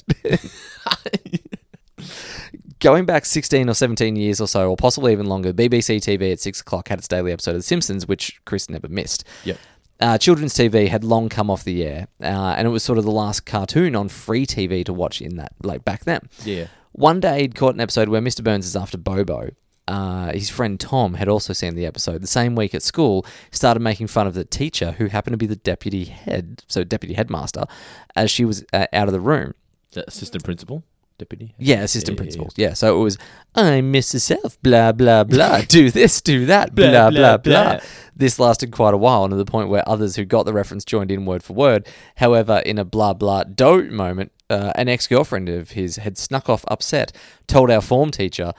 [SPEAKER 2] going back 16 or 17 years or so, or possibly even longer, BBC TV at 6 o'clock had its daily episode of The Simpsons, which Chris never missed.
[SPEAKER 1] Yep.
[SPEAKER 2] Uh, children's TV had long come off the air, uh, and it was sort of the last cartoon on free TV to watch in that, like back then.
[SPEAKER 1] Yeah.
[SPEAKER 2] One day he'd caught an episode where Mr. Burns is after Bobo. Uh, his friend Tom had also seen the episode. The same week at school, started making fun of the teacher, who happened to be the deputy head, so deputy headmaster, as she was uh, out of the room.
[SPEAKER 1] The assistant principal, deputy.
[SPEAKER 2] Yeah, assistant principals. Yeah, so it was I'm Mrs. Self, blah blah blah. do this, do that, blah blah blah, This lasted quite a while, and to the point where others who got the reference joined in word for word. However, in a blah blah dote moment, uh, an ex-girlfriend of his had snuck off upset, told our form teacher,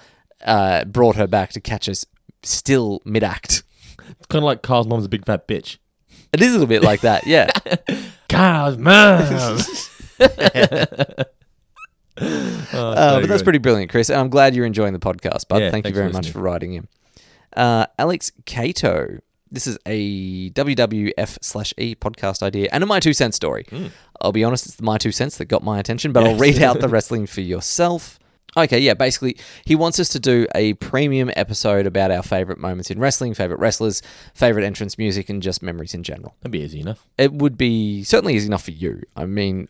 [SPEAKER 2] uh, brought her back to catch us still mid-act.
[SPEAKER 1] Kind of like Carl's mom's a big fat bitch.
[SPEAKER 2] It is a little bit like that, yeah.
[SPEAKER 1] Carl's mom.
[SPEAKER 2] Uh,
[SPEAKER 1] so
[SPEAKER 2] but that's
[SPEAKER 1] good.
[SPEAKER 2] pretty brilliant, Chris. And I'm glad you're enjoying the podcast, bud.
[SPEAKER 1] Yeah,
[SPEAKER 2] Thank you
[SPEAKER 1] thanks
[SPEAKER 2] very
[SPEAKER 1] for
[SPEAKER 2] much
[SPEAKER 1] listening.
[SPEAKER 2] for writing in. Uh, Alex Cato. This is a WWF slash E podcast idea and a My Two Cents story. I'll be honest, it's the My Two Cents that got my attention, but I'll
[SPEAKER 1] Hmm. Yes.
[SPEAKER 2] read out the wrestling for yourself. Okay, yeah, basically, he wants us to do a premium episode about our favorite moments in wrestling, favorite wrestlers, favorite entrance music, and just memories in general.
[SPEAKER 1] That'd be easy enough.
[SPEAKER 2] It would be certainly easy enough for you. I mean,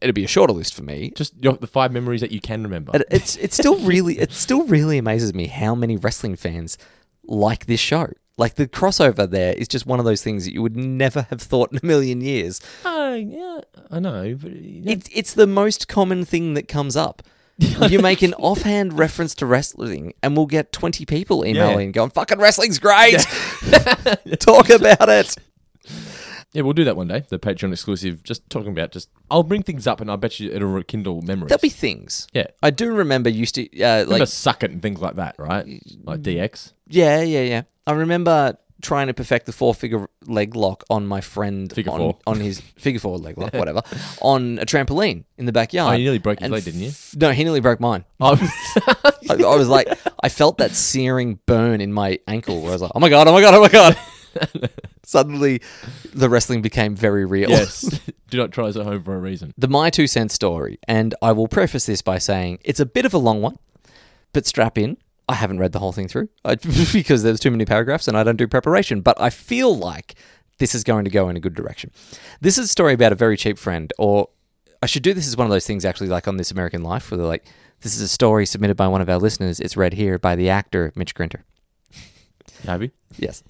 [SPEAKER 2] it'd be a shorter list for me.
[SPEAKER 1] Just your, the five memories that you can remember.
[SPEAKER 2] It, it's it's still really it still really amazes me how many wrestling fans like this show. Like the crossover there is just one of those things that you would never have thought in a million years.
[SPEAKER 1] Oh, yeah, I know. But
[SPEAKER 2] It, it's the most common thing that comes up. you make an offhand reference to wrestling, and we'll get twenty people emailing going, "Fucking wrestling's great! Talk about it."
[SPEAKER 1] yeah, we'll do that one day. The Patreon exclusive. Just talking about. Just I'll bring things up, and I bet you it'll rekindle memories.
[SPEAKER 2] There'll be things.
[SPEAKER 1] Yeah.
[SPEAKER 2] I do remember used to uh,
[SPEAKER 1] Remember
[SPEAKER 2] like
[SPEAKER 1] suck it and things like that, right? Like DX.
[SPEAKER 2] Yeah, yeah, yeah. I remember trying to perfect the four figure leg lock on my friend
[SPEAKER 1] Figure
[SPEAKER 2] on,
[SPEAKER 1] four.
[SPEAKER 2] on his figure four leg lock, whatever, on a trampoline in the backyard.
[SPEAKER 1] Oh, you nearly broke his
[SPEAKER 2] And
[SPEAKER 1] leg, didn't you?
[SPEAKER 2] f- No, he nearly broke mine.
[SPEAKER 1] I Um,
[SPEAKER 2] I, I was like, I felt that searing burn in my ankle where I was like, oh my God, oh my God, oh my God. Suddenly, the wrestling became very real.
[SPEAKER 1] Yes. do not try this at home for a reason.
[SPEAKER 2] The My Two Cents story, and I will preface this by saying it's a bit of a long one, but strap in. I haven't read the whole thing through I, because there's too many paragraphs and I don't do preparation, but I feel like this is going to go in a good direction. This is a story about a very cheap friend, or I should do this as one of those things actually, like on This American Life, where they're like, this is a story submitted by one of our listeners. It's read here by the actor Mitch Grinter.
[SPEAKER 1] Happy?
[SPEAKER 2] Yes.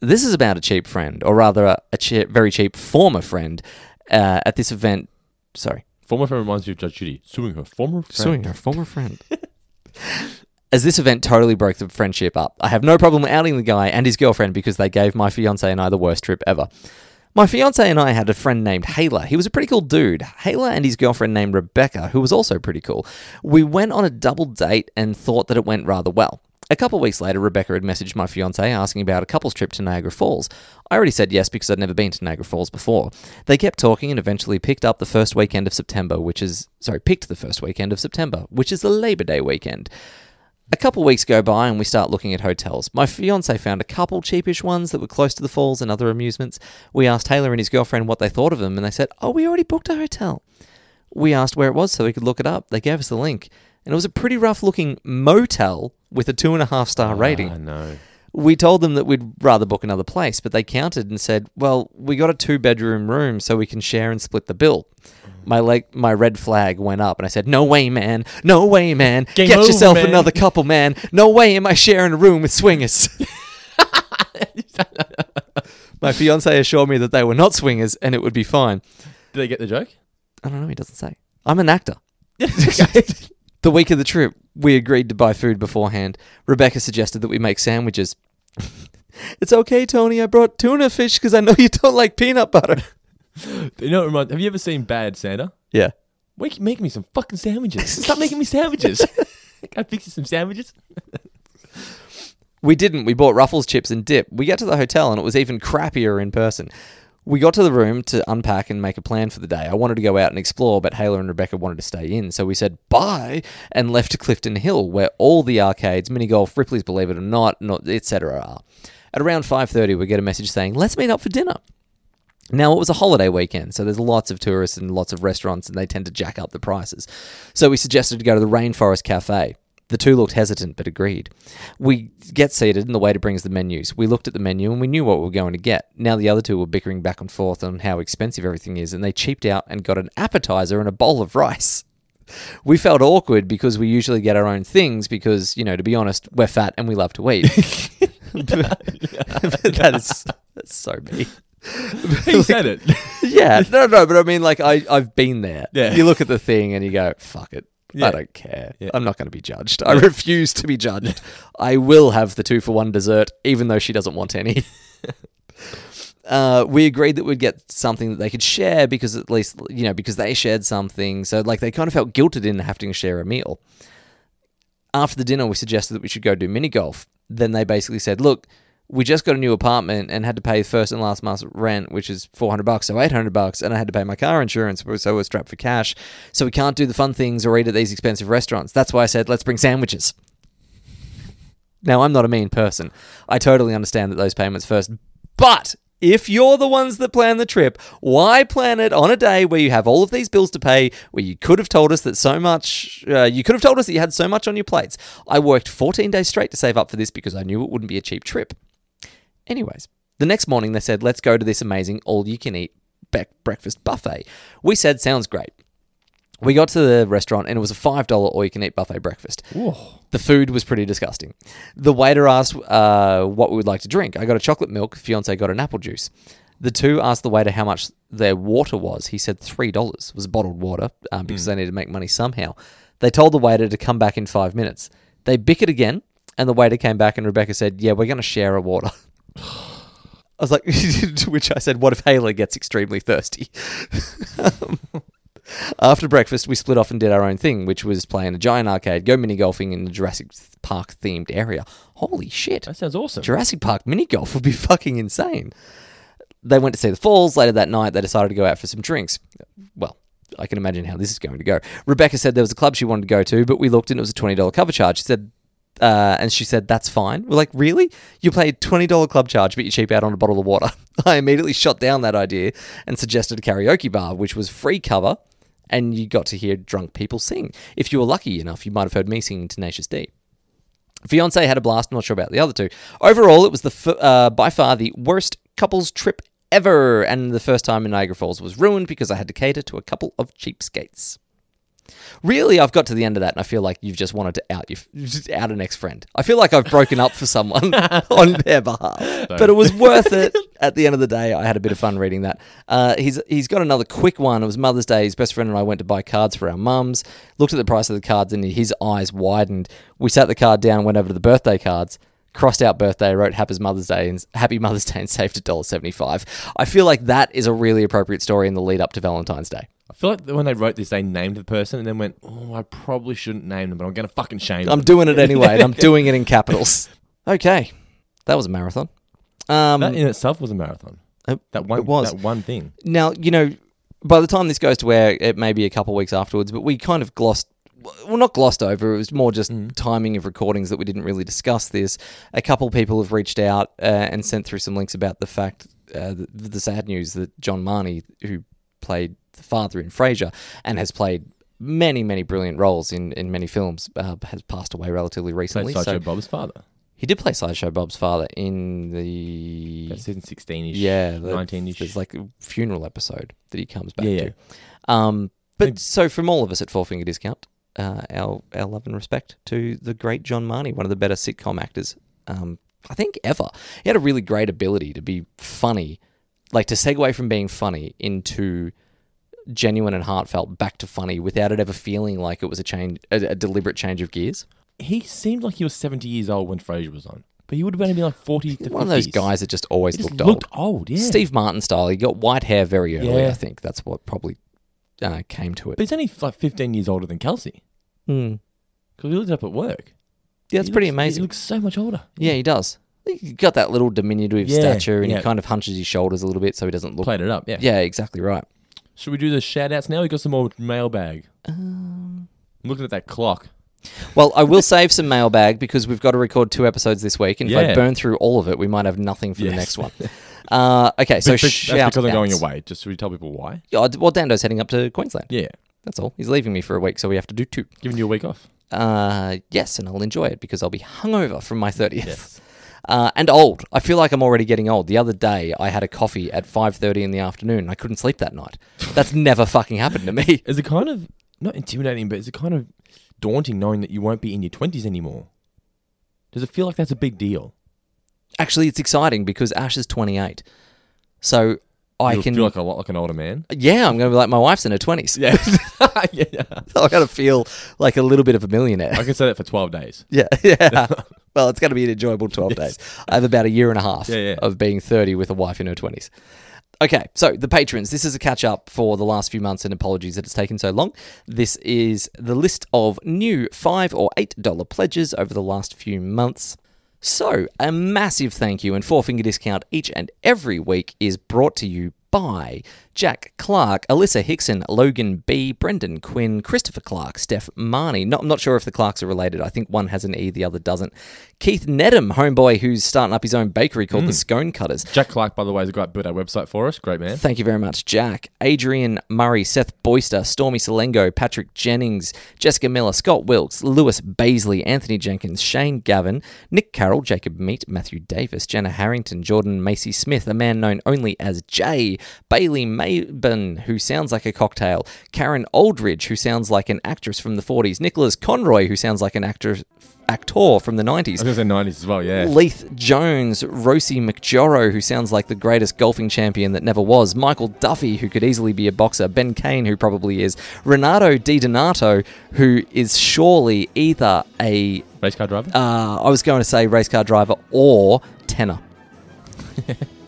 [SPEAKER 2] this is about a cheap friend, or rather, a, a che- very cheap former friend uh, at this event. Sorry.
[SPEAKER 1] Former friend reminds you of Judge Judy suing her former friend.
[SPEAKER 2] Suing her former friend. As this event totally broke the friendship up, I have no problem outing the guy and his girlfriend because they gave my fiance and I the worst trip ever. My fiance and I had a friend named Hala. He was a pretty cool dude. Hala and his girlfriend named Rebecca, who was also pretty cool. We went on a double date and thought that it went rather well. A couple weeks later, Rebecca had messaged my fiance asking about a couple's trip to Niagara Falls. I already said yes because I'd never been to Niagara Falls before. They kept talking and eventually picked up the first weekend of September, which is sorry, picked the first weekend of September, which is the Labor Day weekend. A couple weeks go by and we start looking at hotels. My fiance found a couple cheapish ones that were close to the falls and other amusements. We asked Taylor and his girlfriend what they thought of them, and they said, Oh, we already booked a hotel. We asked where it was so we could look it up. They gave us the link, and it was a pretty rough looking motel with a two and a half star rating.
[SPEAKER 1] I know.
[SPEAKER 2] We told them that we'd rather book another place, but they countered and said, "Well, we got a two-bedroom room, so we can share and split the bill." My leg, my red flag went up, and I said, "No way, man! No way, man!
[SPEAKER 1] Game
[SPEAKER 2] Get
[SPEAKER 1] over,
[SPEAKER 2] yourself
[SPEAKER 1] man."
[SPEAKER 2] another couple, man! No way am I sharing a room with swingers." my fiance assured me that they were not swingers and it would be fine.
[SPEAKER 1] Did they get the joke?
[SPEAKER 2] I don't know. He doesn't say. I'm an actor. the week of the trip, we agreed to buy food beforehand. Rebecca suggested that we make sandwiches. it's okay, Tony. I brought tuna fish because I know you don't like peanut butter.
[SPEAKER 1] You know, what reminds, have you ever seen Bad Santa?
[SPEAKER 2] Yeah.
[SPEAKER 1] Why keep making me some fucking sandwiches? Stop making me sandwiches. Can I fix you some sandwiches?
[SPEAKER 2] We didn't. We bought Ruffles chips and dip. We got to the hotel and it was even crappier in person. We got to the room to unpack and make a plan for the day. I wanted to go out and explore, but Hala and Rebecca wanted to stay in, so we said bye and left to Clifton Hill, where all the arcades, mini golf, Ripley's Believe It or Not, not etc. are. At around 5:30, we get a message saying, "Let's meet up for dinner." Now, it was a holiday weekend, so there's lots of tourists and lots of restaurants, and they tend to jack up the prices. So we suggested to go to the Rainforest Cafe. The two looked hesitant but agreed. We get seated, and the waiter brings the menus. We looked at the menu and we knew what we were going to get. Now, the other two were bickering back and forth on how expensive everything is, and they cheaped out and got an appetizer and a bowl of rice. We felt awkward because we usually get our own things because, you know, to be honest, we're fat and we love to eat. that is that's so me.
[SPEAKER 1] He said it.
[SPEAKER 2] yeah, no, no, but I mean, like, I, I've been there.
[SPEAKER 1] Yeah.
[SPEAKER 2] You look at the thing and you go, fuck it.
[SPEAKER 1] Yeah.
[SPEAKER 2] I don't care.
[SPEAKER 1] Yeah.
[SPEAKER 2] I'm not going to be judged. I refuse to be judged. I will have the two for one dessert, even though she doesn't want any. Uh, we agreed that we'd get something that they could share because at least you know because they shared something. So like they kind of felt guilted in having to share a meal. After the dinner, we suggested that we should go do mini golf. Then they basically said, "Look, we just got a new apartment and had to pay first and last month's rent, which is four hundred bucks, so eight hundred bucks, and I had to pay my car insurance, so we're strapped for cash. So we can't do the fun things or eat at these expensive restaurants. That's why I said let's bring sandwiches." Now, I'm not a mean person. I totally understand that those payments first. But if you're the ones that plan the trip, why plan it on a day where you have all of these bills to pay, where you could have told us that so much, uh, you could have told us that you had so much on your plates? I worked 14 days straight to save up for this because I knew it wouldn't be a cheap trip. Anyways, the next morning they said, let's go to this amazing all you can eat breakfast buffet. We said, sounds great. We got to the restaurant and it was a $5 all you can eat buffet breakfast. The food was pretty disgusting. The waiter asked uh, what we would like to drink. I got a chocolate milk, fiance got an apple juice. The two asked the waiter how much their water was. He said $3 It was bottled water um, because they needed to make money somehow. They told the waiter to come back in five minutes. They bickered again and the waiter came back and Rebecca said, Yeah, we're going to share a water. I was like, to which I said, "What if Haley gets extremely thirsty?" After breakfast, we split off and did our own thing, which was play in a giant arcade, go mini golfing in the Jurassic Park themed area. Holy shit! That
[SPEAKER 1] sounds awesome.
[SPEAKER 2] Jurassic Park mini golf would be fucking insane. They went to see the falls later that night. They decided to go out for some drinks. Well, I can imagine how this is going to go. Rebecca said there was a club she wanted to go to, but we looked and it was a twenty dollar cover charge. She said, uh, and she said that's fine. We're like, really? You pay twenty dollar club charge, but you cheap out on a bottle of water. I immediately shot down that idea and suggested a karaoke bar, which was free cover, and you got to hear drunk people sing. If you were lucky enough, you might have heard me singing Tenacious D. Fiance had a blast. Not sure about the other two. Overall, it was the f- uh, by far the worst couples trip ever, and the first time in Niagara Falls was ruined because I had to cater to a couple of cheapskates. Really, I've got to the end of that, and I feel like you've just wanted to out your just out an ex friend. I feel like I've broken up for someone on their behalf, but it was worth it. At the end of the day, I had a bit of fun reading that. Uh, he's he's got another quick one. It was Mother's Day. His best friend and I went to buy cards for our mums. Looked at the price of the cards, and his eyes widened. We sat the card down, went over to the birthday cards. Crossed out birthday, wrote Happy Mother's Day and Happy Mother's Day, and saved a dollar seventy-five. I feel like that is a really appropriate story in the lead up to Valentine's Day.
[SPEAKER 1] I feel like when they wrote this, they named the person and then went, "Oh, I probably shouldn't name them, but I'm gonna fucking shame." them."
[SPEAKER 2] I'm doing it anyway, and I'm doing it in capitals. Okay, that was a marathon. Um,
[SPEAKER 1] that in itself was a marathon. that one
[SPEAKER 2] it was.
[SPEAKER 1] that one thing.
[SPEAKER 2] Now you know. By the time this goes to air, it may be a couple weeks afterwards, but we kind of glossed. Well, not glossed over. It was more just timing of recordings that we didn't really discuss this. A couple people have reached out uh, and sent through some links about the fact, uh, the, the sad news that John Marnie, who played the father in Frasier and has played many, many brilliant roles in, in many films, uh, has passed away relatively recently.
[SPEAKER 1] Sideshow Bob's father.
[SPEAKER 2] He did play Sideshow Bob's father in the
[SPEAKER 1] season sixteen ish,
[SPEAKER 2] yeah, the-
[SPEAKER 1] 19-ish.
[SPEAKER 2] There's like a funeral episode that he comes back
[SPEAKER 1] Yeah, yeah.
[SPEAKER 2] to. Um, but so from all of us at Four Finger Discount, uh, our our love and respect to the great John Marnie, one of the better sitcom actors, um, I think ever. He had a really great ability to be funny, like to segue from being funny into genuine and heartfelt back to funny without it ever feeling like it was a change, a, a deliberate change of gears.
[SPEAKER 1] He seemed like he was 70 years old when Frasier was on, but he would have only been like 40 to
[SPEAKER 2] One of those
[SPEAKER 1] 50s.
[SPEAKER 2] guys that just always
[SPEAKER 1] He just
[SPEAKER 2] looked,
[SPEAKER 1] looked
[SPEAKER 2] old.
[SPEAKER 1] old, yeah.
[SPEAKER 2] Steve Martin style. He got white hair very early.
[SPEAKER 1] Yeah.
[SPEAKER 2] I think that's what probably uh, came to it.
[SPEAKER 1] But he's only like 15 years older than Kelsey.
[SPEAKER 2] Hmm.
[SPEAKER 1] Because we looked it up at work.
[SPEAKER 2] Yeah, it's
[SPEAKER 1] He
[SPEAKER 2] pretty
[SPEAKER 1] looks-
[SPEAKER 2] amazing.
[SPEAKER 1] He looks so much older.
[SPEAKER 2] Yeah, he does. He got that little diminutive
[SPEAKER 1] Yeah,
[SPEAKER 2] stature, and
[SPEAKER 1] yeah.
[SPEAKER 2] he kind of hunches his shoulders a little bit so he doesn't look
[SPEAKER 1] Played it up, yeah.
[SPEAKER 2] Yeah, exactly right. Um.
[SPEAKER 1] Should we do the shout outs now? we got some more mailbag. I'm looking at that clock.
[SPEAKER 2] Well, I will save some mailbag because we've got to record two episodes this week, and if I
[SPEAKER 1] Yeah.
[SPEAKER 2] burn through all of it, we might have nothing for the
[SPEAKER 1] Yes.
[SPEAKER 2] next one. Uh, okay, so
[SPEAKER 1] But- but that's
[SPEAKER 2] shout
[SPEAKER 1] because I'm going
[SPEAKER 2] outs.
[SPEAKER 1] away. Just so we tell people why.
[SPEAKER 2] Yeah, I d- well, Dando's heading up to Queensland.
[SPEAKER 1] Yeah.
[SPEAKER 2] That's all. He's leaving me for a week, so we have to do two.
[SPEAKER 1] Giving you a week off.
[SPEAKER 2] Uh, yes, and I'll enjoy it because I'll be hungover from my 30th. Uh, and old. I feel like I'm already getting old. The other day, I had a coffee at 5.30 in the afternoon. and I couldn't sleep that night. That's never fucking happened to me.
[SPEAKER 1] Is it kind of not intimidating, but is it kind of daunting knowing that you won't be in your twenties anymore? Does it feel like that's a big deal?
[SPEAKER 2] Actually, it's exciting because Ash is 28. So I
[SPEAKER 1] You'll
[SPEAKER 2] can...
[SPEAKER 1] feel like a lot like an older man.
[SPEAKER 2] Yeah, I'm going to be like my wife's in her 20s.
[SPEAKER 1] Yeah.
[SPEAKER 2] So I got to feel like a little bit of a millionaire.
[SPEAKER 1] I can say that for twelve days.
[SPEAKER 2] Yeah, yeah. well, it's going to be an enjoyable 12 days. I have about a year and a half
[SPEAKER 1] Yeah, yeah.
[SPEAKER 2] of being 30 with a wife in her 20s. Okay, so the patrons. This is a catch up for the last few months, and apologies that it's taken so long. This is the list of new five or eight dollar pledges over the last few months. So, a massive thank you and four finger discount each and every week is brought to you by Jack Clark, Alyssa Hickson, Logan B, Brendan Quinn, Christopher Clark, Steph Marnie. Not, I'm not sure if the Clarks are related. I think one has an E, the other doesn't. Keith Nedham, homeboy who's starting up his own bakery called the
[SPEAKER 1] Mm.
[SPEAKER 2] Scone Cutters.
[SPEAKER 1] Jack Clark, by the way, has got built our website for us. Great man.
[SPEAKER 2] Thank you very much, Jack. Adrian Murray, Seth Boyster, Stormy Salengo, Patrick Jennings, Jessica Miller, Scott Wilkes, Lewis Baisley, Anthony Jenkins, Shane Gavin, Nick Carroll, Jacob Meat, Matthew Davis, Jenna Harrington, Jordan Macy Smith, a man known only as Jay, Bailey Maben, who sounds like a cocktail, Karen Aldridge, who sounds like an actress from the 40s, Nicholas Conroy, who sounds like an actor, actor from the 90s.
[SPEAKER 1] I was going to say nineties as well. Yeah.
[SPEAKER 2] Leith Jones, Rosie McJorro, who sounds like the greatest golfing champion that never was, Michael Duffy, who could easily be a boxer, Ben Kane, who probably is, Renato Di Donato, who is surely either a
[SPEAKER 1] race car driver.
[SPEAKER 2] Uh, I was going to say race car driver or tenor.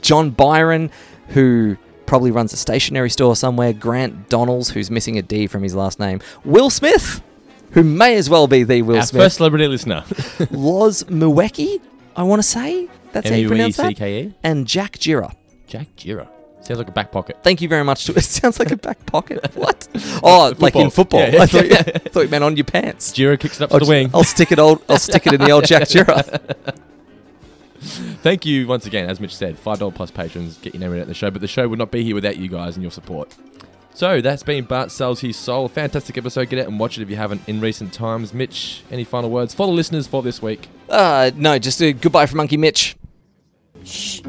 [SPEAKER 2] John Byron, who probably runs a stationery store somewhere, Grant Donalds, who's missing a D from his last name, Will Smith, who may as well be the Will
[SPEAKER 1] our
[SPEAKER 2] Smith.
[SPEAKER 1] first celebrity listener.
[SPEAKER 2] Loz Muweki, I want to say. That's how you pronounce that.
[SPEAKER 1] M-U-E-C-K-E?
[SPEAKER 2] And Jack Jira.
[SPEAKER 1] Jack Jira. Sounds like a back pocket.
[SPEAKER 2] Thank you very much. To, it sounds like a back pocket. What? Oh, like in football.
[SPEAKER 1] Yeah, yeah.
[SPEAKER 2] I thought, I thought you meant on your pants.
[SPEAKER 1] Jira kicks it up
[SPEAKER 2] I'll
[SPEAKER 1] to the
[SPEAKER 2] ju-
[SPEAKER 1] wing.
[SPEAKER 2] I'll stick it old. I'll stick it in the old Jack Jira.
[SPEAKER 1] Thank you once again, as Mitch said, five dollar plus patrons get your name read out in the show. But the show would not be here without you guys and your support. So that's been Bart sells his soul. Fantastic episode. Get out and watch it if you haven't in recent times. Mitch, any final words for the listeners for this week?
[SPEAKER 2] Uh, no, just a goodbye from Monkey Mitch.
[SPEAKER 1] Shh.